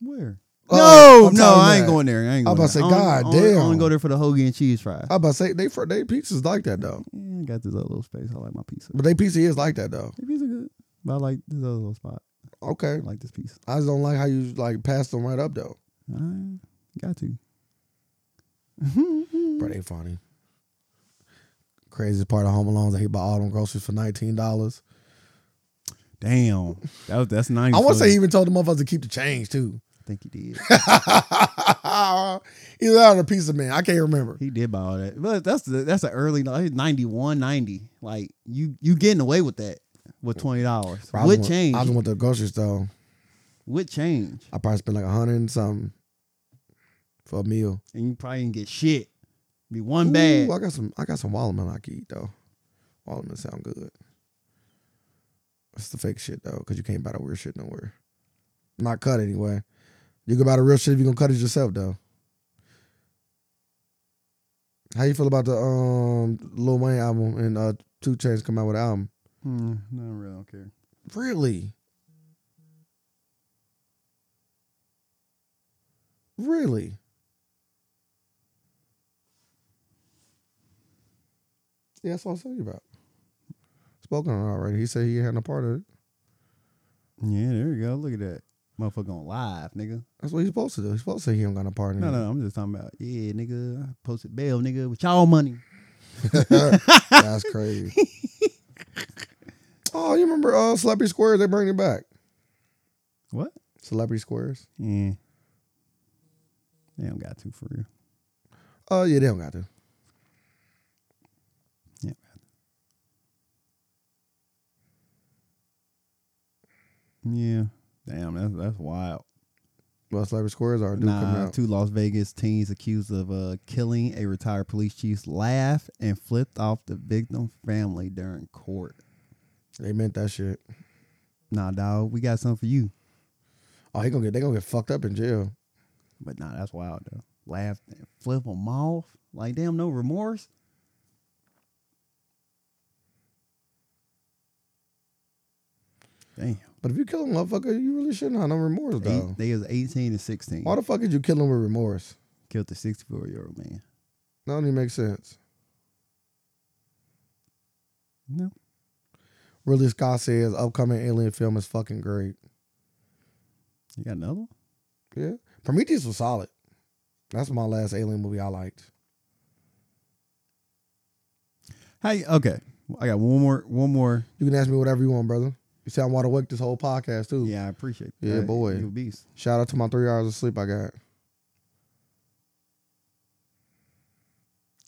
Speaker 1: Where?
Speaker 2: Oh,
Speaker 1: no,
Speaker 2: I'm
Speaker 1: no,
Speaker 2: telling you
Speaker 1: I ain't
Speaker 2: that.
Speaker 1: going there. I ain't
Speaker 2: I'm
Speaker 1: going
Speaker 2: about to say,
Speaker 1: there. I only-
Speaker 2: God
Speaker 1: only,
Speaker 2: damn.
Speaker 1: I only go there for the hoagie and cheese fry.
Speaker 2: I about to say they fr- they pizzas like that though.
Speaker 1: yeah, I got this other little space. I like my pizza.
Speaker 2: But they pizza is like that though.
Speaker 1: The pizza good, but I like this other little spot. I
Speaker 2: Okay.
Speaker 1: like this pizza.
Speaker 2: I just don't like how you like pass them right up though.
Speaker 1: I got to. Mm.
Speaker 2: Bro, they funny. Craziest part of Home Alone is that he bought all them groceries for nineteen dollars.
Speaker 1: Damn, that was that's ninety.
Speaker 2: I want to say
Speaker 1: footage.
Speaker 2: he even told the motherfuckers to keep the change too.
Speaker 1: think he did.
Speaker 2: Either that or the pizza man. I can't remember.
Speaker 1: He did buy all that. But that's the, that's an early like 91, 90. Like you you getting away with that with twenty dollars.
Speaker 2: Bro, I
Speaker 1: With
Speaker 2: just
Speaker 1: change.
Speaker 2: Went, I just went to the grocery store.
Speaker 1: with change.
Speaker 2: I probably spent like a hundred and something for a meal.
Speaker 1: And you probably didn't get shit. Be one
Speaker 2: Ooh,
Speaker 1: bag.
Speaker 2: I got some. I got some watermelon I can eat though. Watermelon sound good. It's the fake shit though, because you can't buy the weird shit nowhere. Not cut anyway. You can buy the real shit if you gonna cut it yourself though. How you feel about the um Lil Wayne album and uh Two Chains come out with an album?
Speaker 1: Hmm, no, I really don't care.
Speaker 2: Really? Really? Yeah, that's what I was telling you about. Spoken on already. He said he had no part of it.
Speaker 1: Yeah, there you go. Look at that. Motherfucker on live, nigga.
Speaker 2: That's what he's supposed to do. He's supposed to say he don't got no part in
Speaker 1: No,
Speaker 2: it.
Speaker 1: no, I'm just talking about, yeah, nigga, I posted bail, nigga, with y'all money.
Speaker 2: that's crazy. oh, you remember uh, Celebrity Squares? They bring it back.
Speaker 1: What?
Speaker 2: Celebrity Squares.
Speaker 1: Yeah. They don't got to for real.
Speaker 2: Oh yeah, they don't got to.
Speaker 1: Yeah. Yeah. Damn, that's that's wild.
Speaker 2: Well, Celebrity Squares are do come
Speaker 1: Nah,
Speaker 2: out.
Speaker 1: two Las Vegas teens accused of uh, killing a retired police chief laughed and flipped off the victim family during court.
Speaker 2: They meant that shit.
Speaker 1: Nah, dog, we got something for you.
Speaker 2: Oh, he gonna get they gonna get fucked up in jail.
Speaker 1: But nah, that's wild though. Laughed and flip them off. Like damn, no remorse. Damn.
Speaker 2: But if you kill a motherfucker, you really shouldn't have no remorse
Speaker 1: Eight,
Speaker 2: though.
Speaker 1: they was eighteen and sixteen.
Speaker 2: Why the fuck did you kill him with remorse?
Speaker 1: Killed the sixty four year old man.
Speaker 2: That don't even make sense.
Speaker 1: No.
Speaker 2: Really, Scott says upcoming alien film is fucking great.
Speaker 1: You got another one?
Speaker 2: Yeah, Prometheus was solid. That's my last alien movie I liked.
Speaker 1: Hey, okay. I got one more one more.
Speaker 2: You can ask me whatever you want, brother. You see, I'm wide awake this whole podcast too.
Speaker 1: Yeah, I appreciate that.
Speaker 2: Yeah, boy.
Speaker 1: You a beast.
Speaker 2: Shout out to my three hours of sleep I got.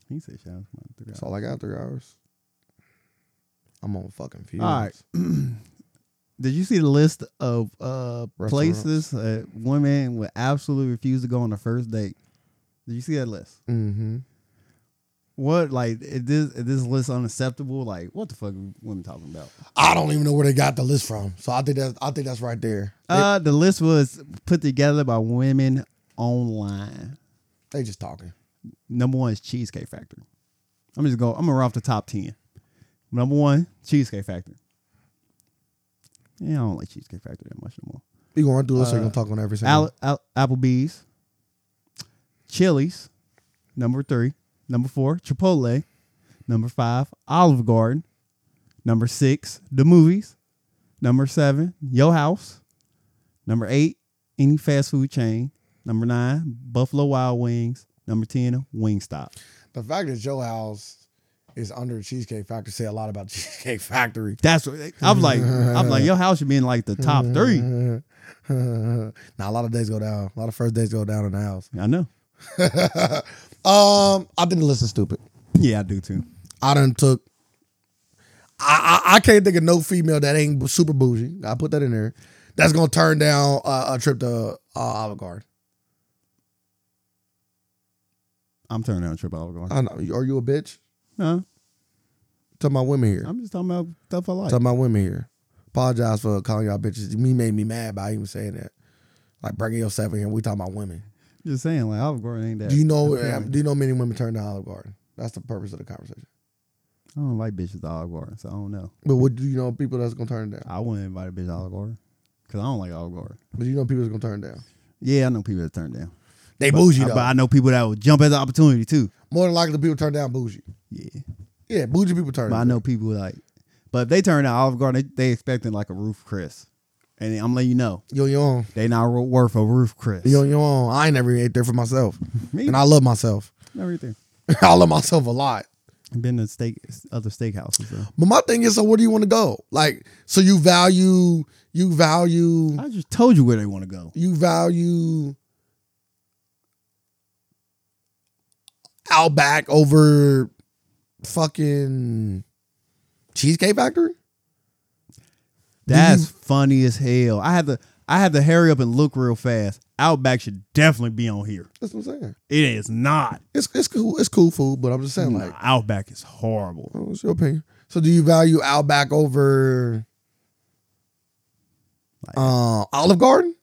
Speaker 1: He said shout out to my three
Speaker 2: That's all I got. Three hours. I'm on fucking fumes.
Speaker 1: All right. Did you see the list of uh
Speaker 2: Restaurants.
Speaker 1: places uh, women would absolutely refuse to go on the first date? Did you see that list?
Speaker 2: Mm-hmm.
Speaker 1: What like is this is this list unacceptable? Like what the fuck are women talking about?
Speaker 2: I don't even know where they got the list from. So I think that's I think that's right there. They,
Speaker 1: Uh the list was put together by women online.
Speaker 2: they just talking.
Speaker 1: Number one is Cheesecake Factory. I'm just going. I'm gonna run off the top ten. Number one, Cheesecake Factory. Yeah, I don't like Cheesecake Factory that much no more.
Speaker 2: You gonna run through this or you gonna talk on every single
Speaker 1: Al- Al- Applebee's, Chili's, number three, number four, Chipotle, number five, Olive Garden, number six, the movies, number seven, Yo House, number eight, any fast food chain, number nine, Buffalo Wild Wings, number ten, Wingstop.
Speaker 2: The fact that Joe House is under Cheesecake Factory say a lot about Cheesecake Factory.
Speaker 1: That's what I'm like. I'm like, Yo House should be in like the top three.
Speaker 2: now a lot of days go down. A lot of first days go down in the house.
Speaker 1: I know.
Speaker 2: Um, I think the list is stupid.
Speaker 1: Yeah, I do too.
Speaker 2: I done took. I, I I can't think of no female that ain't super bougie. I put that in there. That's gonna turn down uh, a trip to uh, Olive Garden.
Speaker 1: I'm turning down Trip Olive Garden.
Speaker 2: I know. Are you a bitch?
Speaker 1: No,
Speaker 2: Talking about women here.
Speaker 1: I'm just talking about stuff I like.
Speaker 2: Talking about women here. Apologize for calling y'all bitches. Me made me mad by even saying that. Like bringing yourself in here. We talking about women.
Speaker 1: Just saying, like Olive Garden ain't that.
Speaker 2: Do you know? um,
Speaker 1: appealing.
Speaker 2: Do you know many women turn to Olive Garden? That's the purpose of the conversation.
Speaker 1: I don't like bitches to Olive Garden, so I don't know.
Speaker 2: But what do you know? People that's gonna turn it down.
Speaker 1: I wouldn't invite a bitch to Olive Garden because I don't like Olive Garden.
Speaker 2: But you know people that's gonna turn it down.
Speaker 1: Yeah, I know people that turn down.
Speaker 2: They bougie
Speaker 1: I-
Speaker 2: though.
Speaker 1: but I know people that would jump at the opportunity too.
Speaker 2: More than likely, the people turn down bougie.
Speaker 1: Yeah,
Speaker 2: Yeah, bougie people turn.
Speaker 1: but I
Speaker 2: it down.
Speaker 1: know people like. But if they turn down Olive Garden, they, they expecting like a roof Chris, and I'm letting you know
Speaker 2: Yo, yo, on.
Speaker 1: they not wor- worth a roof Chris.
Speaker 2: yo, yo, on. I ain't never ate there for myself,
Speaker 1: Me,
Speaker 2: and I love myself.
Speaker 1: everything.
Speaker 2: I love myself a lot.
Speaker 1: Been to steak other steakhouses though.
Speaker 2: But my thing is, so where do you want to go? Like, so you value You value
Speaker 1: I just told you where they want to go.
Speaker 2: you value Outback over fucking Cheesecake Factory?
Speaker 1: That's funny as hell. I had to I had to hurry up and look real fast. Outback should definitely be on here.
Speaker 2: That's what I'm saying.
Speaker 1: It is not.
Speaker 2: It's it's cool. It's cool food, but I'm just saying,
Speaker 1: Nah,
Speaker 2: like,
Speaker 1: Outback is horrible.
Speaker 2: oh, it's your opinion. So, do you value Outback over uh, Olive Garden?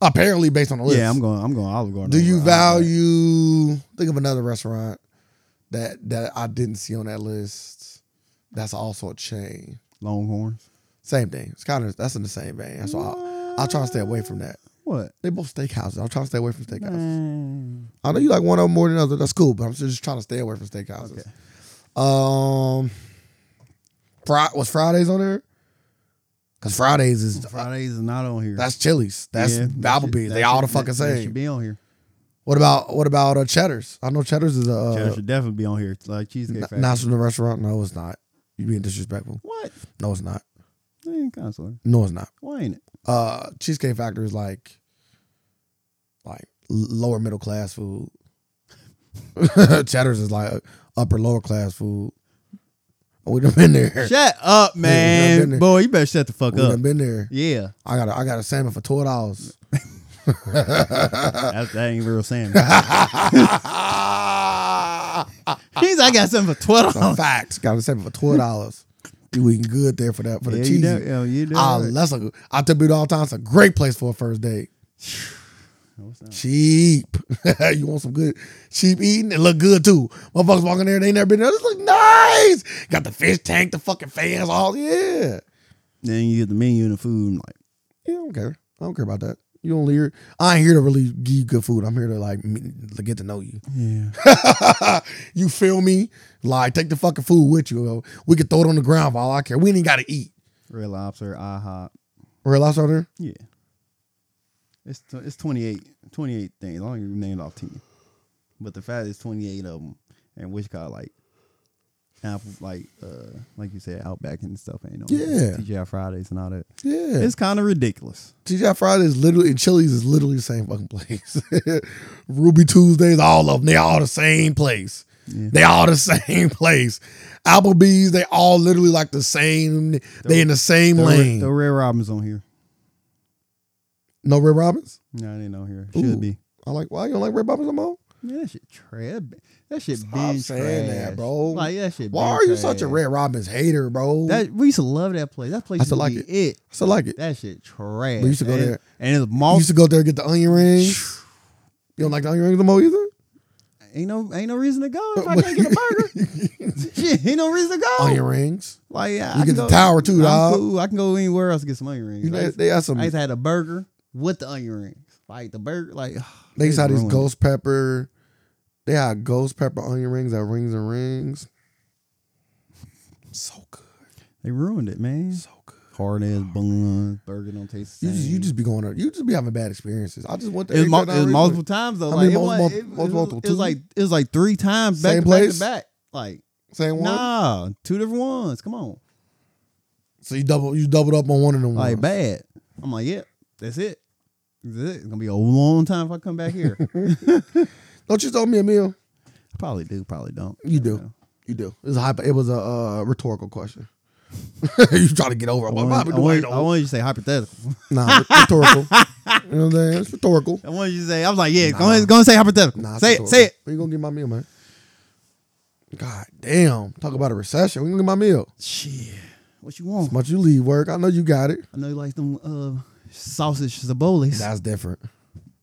Speaker 2: Apparently, based on the list.
Speaker 1: Yeah, I'm going. I'm going Olive Garden.
Speaker 2: Do you
Speaker 1: over Outback.
Speaker 2: value? Think of another restaurant that that I didn't see on that list. That's also a chain.
Speaker 1: Longhorns?
Speaker 2: Same thing. It's kind of that's in the same vein. So I, I'll try to stay away from that.
Speaker 1: What?
Speaker 2: They both steakhouses. I'll try to stay away from steakhouses.
Speaker 1: Man.
Speaker 2: I know you like one of them more than the other. That's cool, but I'm just trying to stay away from steakhouses.
Speaker 1: Okay.
Speaker 2: Um, Fri was Fridays on there? Cause Fridays is
Speaker 1: Fridays is not on here.
Speaker 2: that's Chili's, that's
Speaker 1: Yeah, that should-
Speaker 2: Applebee's.
Speaker 1: that
Speaker 2: They all the
Speaker 1: should-
Speaker 2: fucking
Speaker 1: that- That
Speaker 2: same.
Speaker 1: should be on here.
Speaker 2: What about what about uh, Cheddar's? I know Cheddar's is a uh,
Speaker 1: Cheddar should definitely be on here. It's Like cheesecake
Speaker 2: N-
Speaker 1: factory.
Speaker 2: National restaurant? No, it's not. You being disrespectful?
Speaker 1: what?
Speaker 2: No, it's not.
Speaker 1: They ain't consular.
Speaker 2: No, it's not.
Speaker 1: Why ain't it?
Speaker 2: Uh, Cheesecake Factory is like, like l- lower middle class food. Cheddar's is like uh, upper lower class food. We done been there.
Speaker 1: Shut up,
Speaker 2: Yeah, I've been
Speaker 1: man.
Speaker 2: there.
Speaker 1: Boy, you better shut the fuck
Speaker 2: We
Speaker 1: up.
Speaker 2: done been there.
Speaker 1: Yeah,
Speaker 2: I got a, I got a salmon for twelve dollars. Uh.
Speaker 1: that, that ain't real salmon. He's, I got something for twelve. dollars.
Speaker 2: Facts. Got a salmon for twelve dollars. you eating good there for that for the
Speaker 1: Yeah,
Speaker 2: cheese.
Speaker 1: you do. Yeah, you do.
Speaker 2: Ah, that's a good. I tell people all the time. It's a great place for a first date.
Speaker 1: What's that?
Speaker 2: Cheap. you want some good cheap eating? It look good too. Motherfuckers walking there, they never been there. This look nice. Got the fish tank, the fucking fans, all yeah.
Speaker 1: Then you get the menu and the food. And like,
Speaker 2: Yeah, I don't care. I don't care about that. You only here. I ain't here to really give you good food. I'm here to like meet, to get to know you.
Speaker 1: yeah,
Speaker 2: you feel me? Like take the fucking food with you. We can throw it on the ground for all I care. We ain't got to eat.
Speaker 1: Red Lobster, IHOP.
Speaker 2: Real lobster on there?
Speaker 1: Yeah, it's tw- it's 28, 28 things. I don't even name it off ten, but the fact is twenty eight of them, and which got like apple, like uh, like you said, Outback and stuff ain't on. here.
Speaker 2: Yeah.
Speaker 1: TGI Fridays and all that.
Speaker 2: Yeah.
Speaker 1: It's kind of ridiculous.
Speaker 2: TGI Fridays is literally and Chili's is literally the same fucking place. Ruby Tuesdays, all of them, they all the same place.
Speaker 1: Yeah.
Speaker 2: They all the same place. Applebee's, they all literally like the same. They in the same
Speaker 1: The, Red-
Speaker 2: lane.
Speaker 1: the Red Robin's on here.
Speaker 2: no Red Robins.
Speaker 1: No, they ain't on here.
Speaker 2: Ooh.
Speaker 1: Should be.
Speaker 2: I like. Why you don't like Red Robins no more?
Speaker 1: Man, that shit trash. That shit
Speaker 2: Stop
Speaker 1: been
Speaker 2: saying that,
Speaker 1: trash.
Speaker 2: bro.
Speaker 1: Like that shit.
Speaker 2: Why
Speaker 1: been
Speaker 2: are you such a
Speaker 1: trash.
Speaker 2: Red Robins hater, bro?
Speaker 1: That we used to love that place. That place
Speaker 2: I
Speaker 1: used
Speaker 2: still
Speaker 1: to
Speaker 2: like
Speaker 1: be it.
Speaker 2: I still like it.
Speaker 1: That shit trash.
Speaker 2: We used to go
Speaker 1: and,
Speaker 2: there.
Speaker 1: and it's
Speaker 2: You used
Speaker 1: malt.
Speaker 2: to go there and get the onion rings. You don't like the onion rings no more either.
Speaker 1: Ain't no ain't no reason to go if I can't get a burger. shit, ain't no reason to go.
Speaker 2: Onion rings.
Speaker 1: Like yeah, I
Speaker 2: Oh, You
Speaker 1: can
Speaker 2: get the
Speaker 1: go,
Speaker 2: tower too,
Speaker 1: I'm
Speaker 2: dog.
Speaker 1: cool. I can go anywhere else to get some onion rings.
Speaker 2: You
Speaker 1: I,
Speaker 2: know,
Speaker 1: used,
Speaker 2: they had some.
Speaker 1: I used to have a burger with the onion rings. Like the burger, like
Speaker 2: They used to have these
Speaker 1: ruined it.
Speaker 2: ghost pepper. They had ghost pepper onion rings at Rings and Rings. So good,
Speaker 1: They ruined it, man.
Speaker 2: so good.
Speaker 1: Hard ass buns, burger don't taste the
Speaker 2: You
Speaker 1: same.
Speaker 2: just you just be going up. You just be having bad experiences. I just went
Speaker 1: It
Speaker 2: there.
Speaker 1: was, mul- it was multiple times though.
Speaker 2: How
Speaker 1: Like,
Speaker 2: many
Speaker 1: it,
Speaker 2: mul-
Speaker 1: was,
Speaker 2: mul-
Speaker 1: it,
Speaker 2: mul-
Speaker 1: it was-
Speaker 2: multiple?
Speaker 1: it was like it was like three times back
Speaker 2: Same
Speaker 1: to back
Speaker 2: place?
Speaker 1: to back. Like
Speaker 2: Same one.
Speaker 1: nah, two different ones. Come on,
Speaker 2: So you double you doubled up on one of them.
Speaker 1: like
Speaker 2: ones.
Speaker 1: bad. I'm like, yeah, that's it. That's it. It's gonna be a long time if I come back here.
Speaker 2: Don't you throw me a meal?
Speaker 1: probably do, probably don't.
Speaker 2: You
Speaker 1: I don't know.
Speaker 2: do. You do. It was a hypo- it was a uh, rhetorical question. you trying to get over. it.
Speaker 1: I
Speaker 2: What
Speaker 1: wanted,
Speaker 2: happened
Speaker 1: I,
Speaker 2: to
Speaker 1: wanted, I
Speaker 2: Wayne?
Speaker 1: wanted you to say hypothetical.
Speaker 2: Nah, rhetorical. you know what I'm saying? It's rhetorical.
Speaker 1: I wanted you to say. I was like, yeah, go
Speaker 2: Nah.
Speaker 1: ahead, go and say hypothetical.
Speaker 2: Nah,
Speaker 1: say it, say it.
Speaker 2: We gonna get my meal, man. God damn! Talk about a recession. We gonna get my meal.
Speaker 1: Shit, what you want?
Speaker 2: Much you leave work, I know you got it.
Speaker 1: I know you like them uh, sausage zabolis.
Speaker 2: That's different.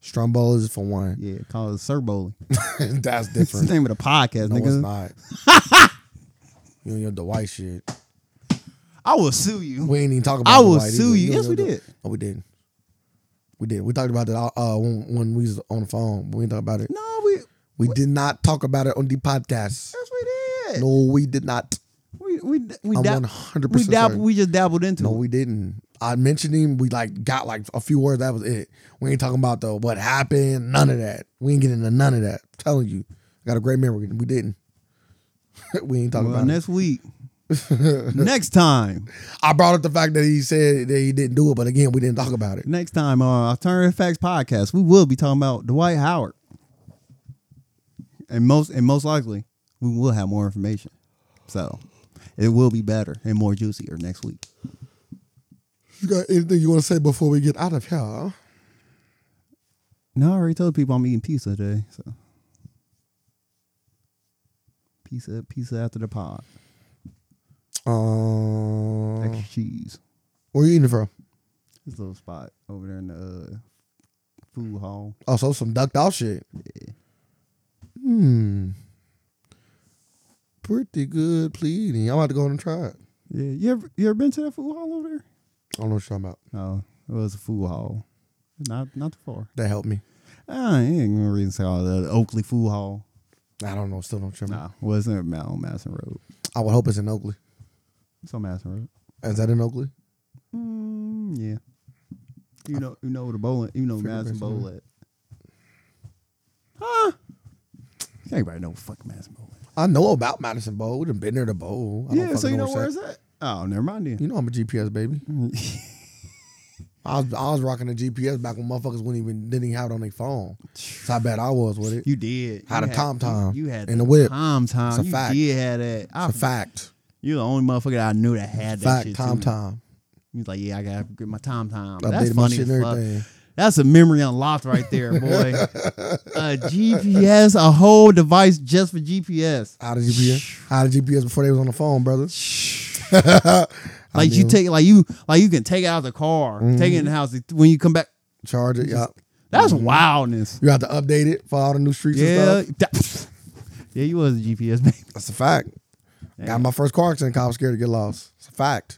Speaker 2: Stromboli is for one.
Speaker 1: yeah, call it serboli.
Speaker 2: That's
Speaker 1: It's the
Speaker 2: different.
Speaker 1: name of the podcast,
Speaker 2: no,
Speaker 1: nigga.
Speaker 2: it's not. you and your Dwight shit.
Speaker 1: I will sue you.
Speaker 2: We ain't even talking about.
Speaker 1: I will
Speaker 2: Dwight either.
Speaker 1: sue you.
Speaker 2: and
Speaker 1: Yes, we
Speaker 2: your-
Speaker 1: did.
Speaker 2: No, we didn't. We did. We talked about that uh, when, when we was on the phone. We didn't talk about it.
Speaker 1: No, we yes
Speaker 2: We did not talk about it on the podcast.
Speaker 1: we did.
Speaker 2: No, we did not.
Speaker 1: We we we
Speaker 2: I'm
Speaker 1: dab-
Speaker 2: 100%
Speaker 1: we dab-
Speaker 2: certain.
Speaker 1: we just dabbled into.
Speaker 2: No,
Speaker 1: it.
Speaker 2: we didn't. I mentioned him. We like got like a few words. That was it. We ain't talking about the what happened. None of that. We ain't getting into none of that. I'm telling you, I got a great memory. We didn't. we ain't talking
Speaker 1: Well,
Speaker 2: about it.
Speaker 1: next week next time,
Speaker 2: I brought up the fact that he said that he didn't do it, but again, we didn't talk about it.
Speaker 1: next time uh, on Alternative Facts Podcast, we will be talking about Dwight Howard. And most and most likely, we will have more information. So it will be better and more juicier next week.
Speaker 2: You got anything you want to say before we get out of here?
Speaker 1: No, I already told people I'm eating pizza today. So pizza, pizza after the pod,
Speaker 2: Um,
Speaker 1: extra cheese.
Speaker 2: where you eating from?
Speaker 1: This little spot over there in the uh, food hall.
Speaker 2: Oh, so some ducked out shit. Hmm. Pretty good pleading. I'm about to go on and try it.
Speaker 1: Yeah, you ever you ever been to that food hall over there?
Speaker 2: I don't know what you're talking about.
Speaker 1: No, it was a food hall. Not not too far.
Speaker 2: That helped me.
Speaker 1: I Ah, ain't gonna reason say all that Oakley food hall.
Speaker 2: I don't know. Still don't remember.
Speaker 1: Nah, wasn't it on Madison Road.
Speaker 2: I would hope it's in Oakley.
Speaker 1: It's on Madison Road.
Speaker 2: Is that in Oakley?
Speaker 1: Mm, yeah. You know, you know the bowling. You know
Speaker 2: Figured
Speaker 1: Madison
Speaker 2: based on
Speaker 1: Bowl at. Huh? Everybody know fuck Madison Bowl. at.
Speaker 2: I know about Madison Bowl. We've been there to bowl. I don't
Speaker 1: Yeah, so
Speaker 2: fucking
Speaker 1: you know
Speaker 2: what's
Speaker 1: where
Speaker 2: at.
Speaker 1: it's at. Oh, never mind then.
Speaker 2: You know I'm a GPS baby. I was I was rocking the GPS back when motherfuckers wouldn't even didn't even have it on their phone. So I bet I was with it.
Speaker 1: You did.
Speaker 2: Had
Speaker 1: You
Speaker 2: a TomTom
Speaker 1: You, you had
Speaker 2: and a whip.
Speaker 1: Tom Tom.
Speaker 2: It's a
Speaker 1: you
Speaker 2: fact.
Speaker 1: did have that. I,
Speaker 2: It's a fact.
Speaker 1: You're the only motherfucker that I knew that had that
Speaker 2: Fact.
Speaker 1: shit.
Speaker 2: Tom
Speaker 1: too.
Speaker 2: time.
Speaker 1: He's like, yeah, I gotta get my Tom Tom. That's
Speaker 2: Updated my
Speaker 1: funny.
Speaker 2: shit
Speaker 1: as
Speaker 2: and
Speaker 1: fuck.
Speaker 2: everything.
Speaker 1: That's a memory unlocked right there, boy. a GPS, a whole device just for GPS.
Speaker 2: Out of GPS. Out of GPS before they was on the phone, brother.
Speaker 1: Like you take, like you, like you can take it out the car, take it
Speaker 2: Mm-hmm.
Speaker 1: in the house when you come back.
Speaker 2: Charge it. Yeah.
Speaker 1: That's wildness.
Speaker 2: You have to update it for all the new streets
Speaker 1: Yeah,
Speaker 2: Mm-hmm. and stuff.
Speaker 1: that- yeah, you was a GPS baby.
Speaker 2: That's a fact. Got my first car accident. 'cause I was scared to get lost. It's a fact.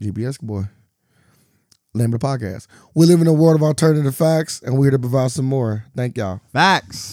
Speaker 2: GPS boy. Name of the podcast. We live in a world of alternative facts, and we're here to provide some more. Thank y'all.
Speaker 1: Facts.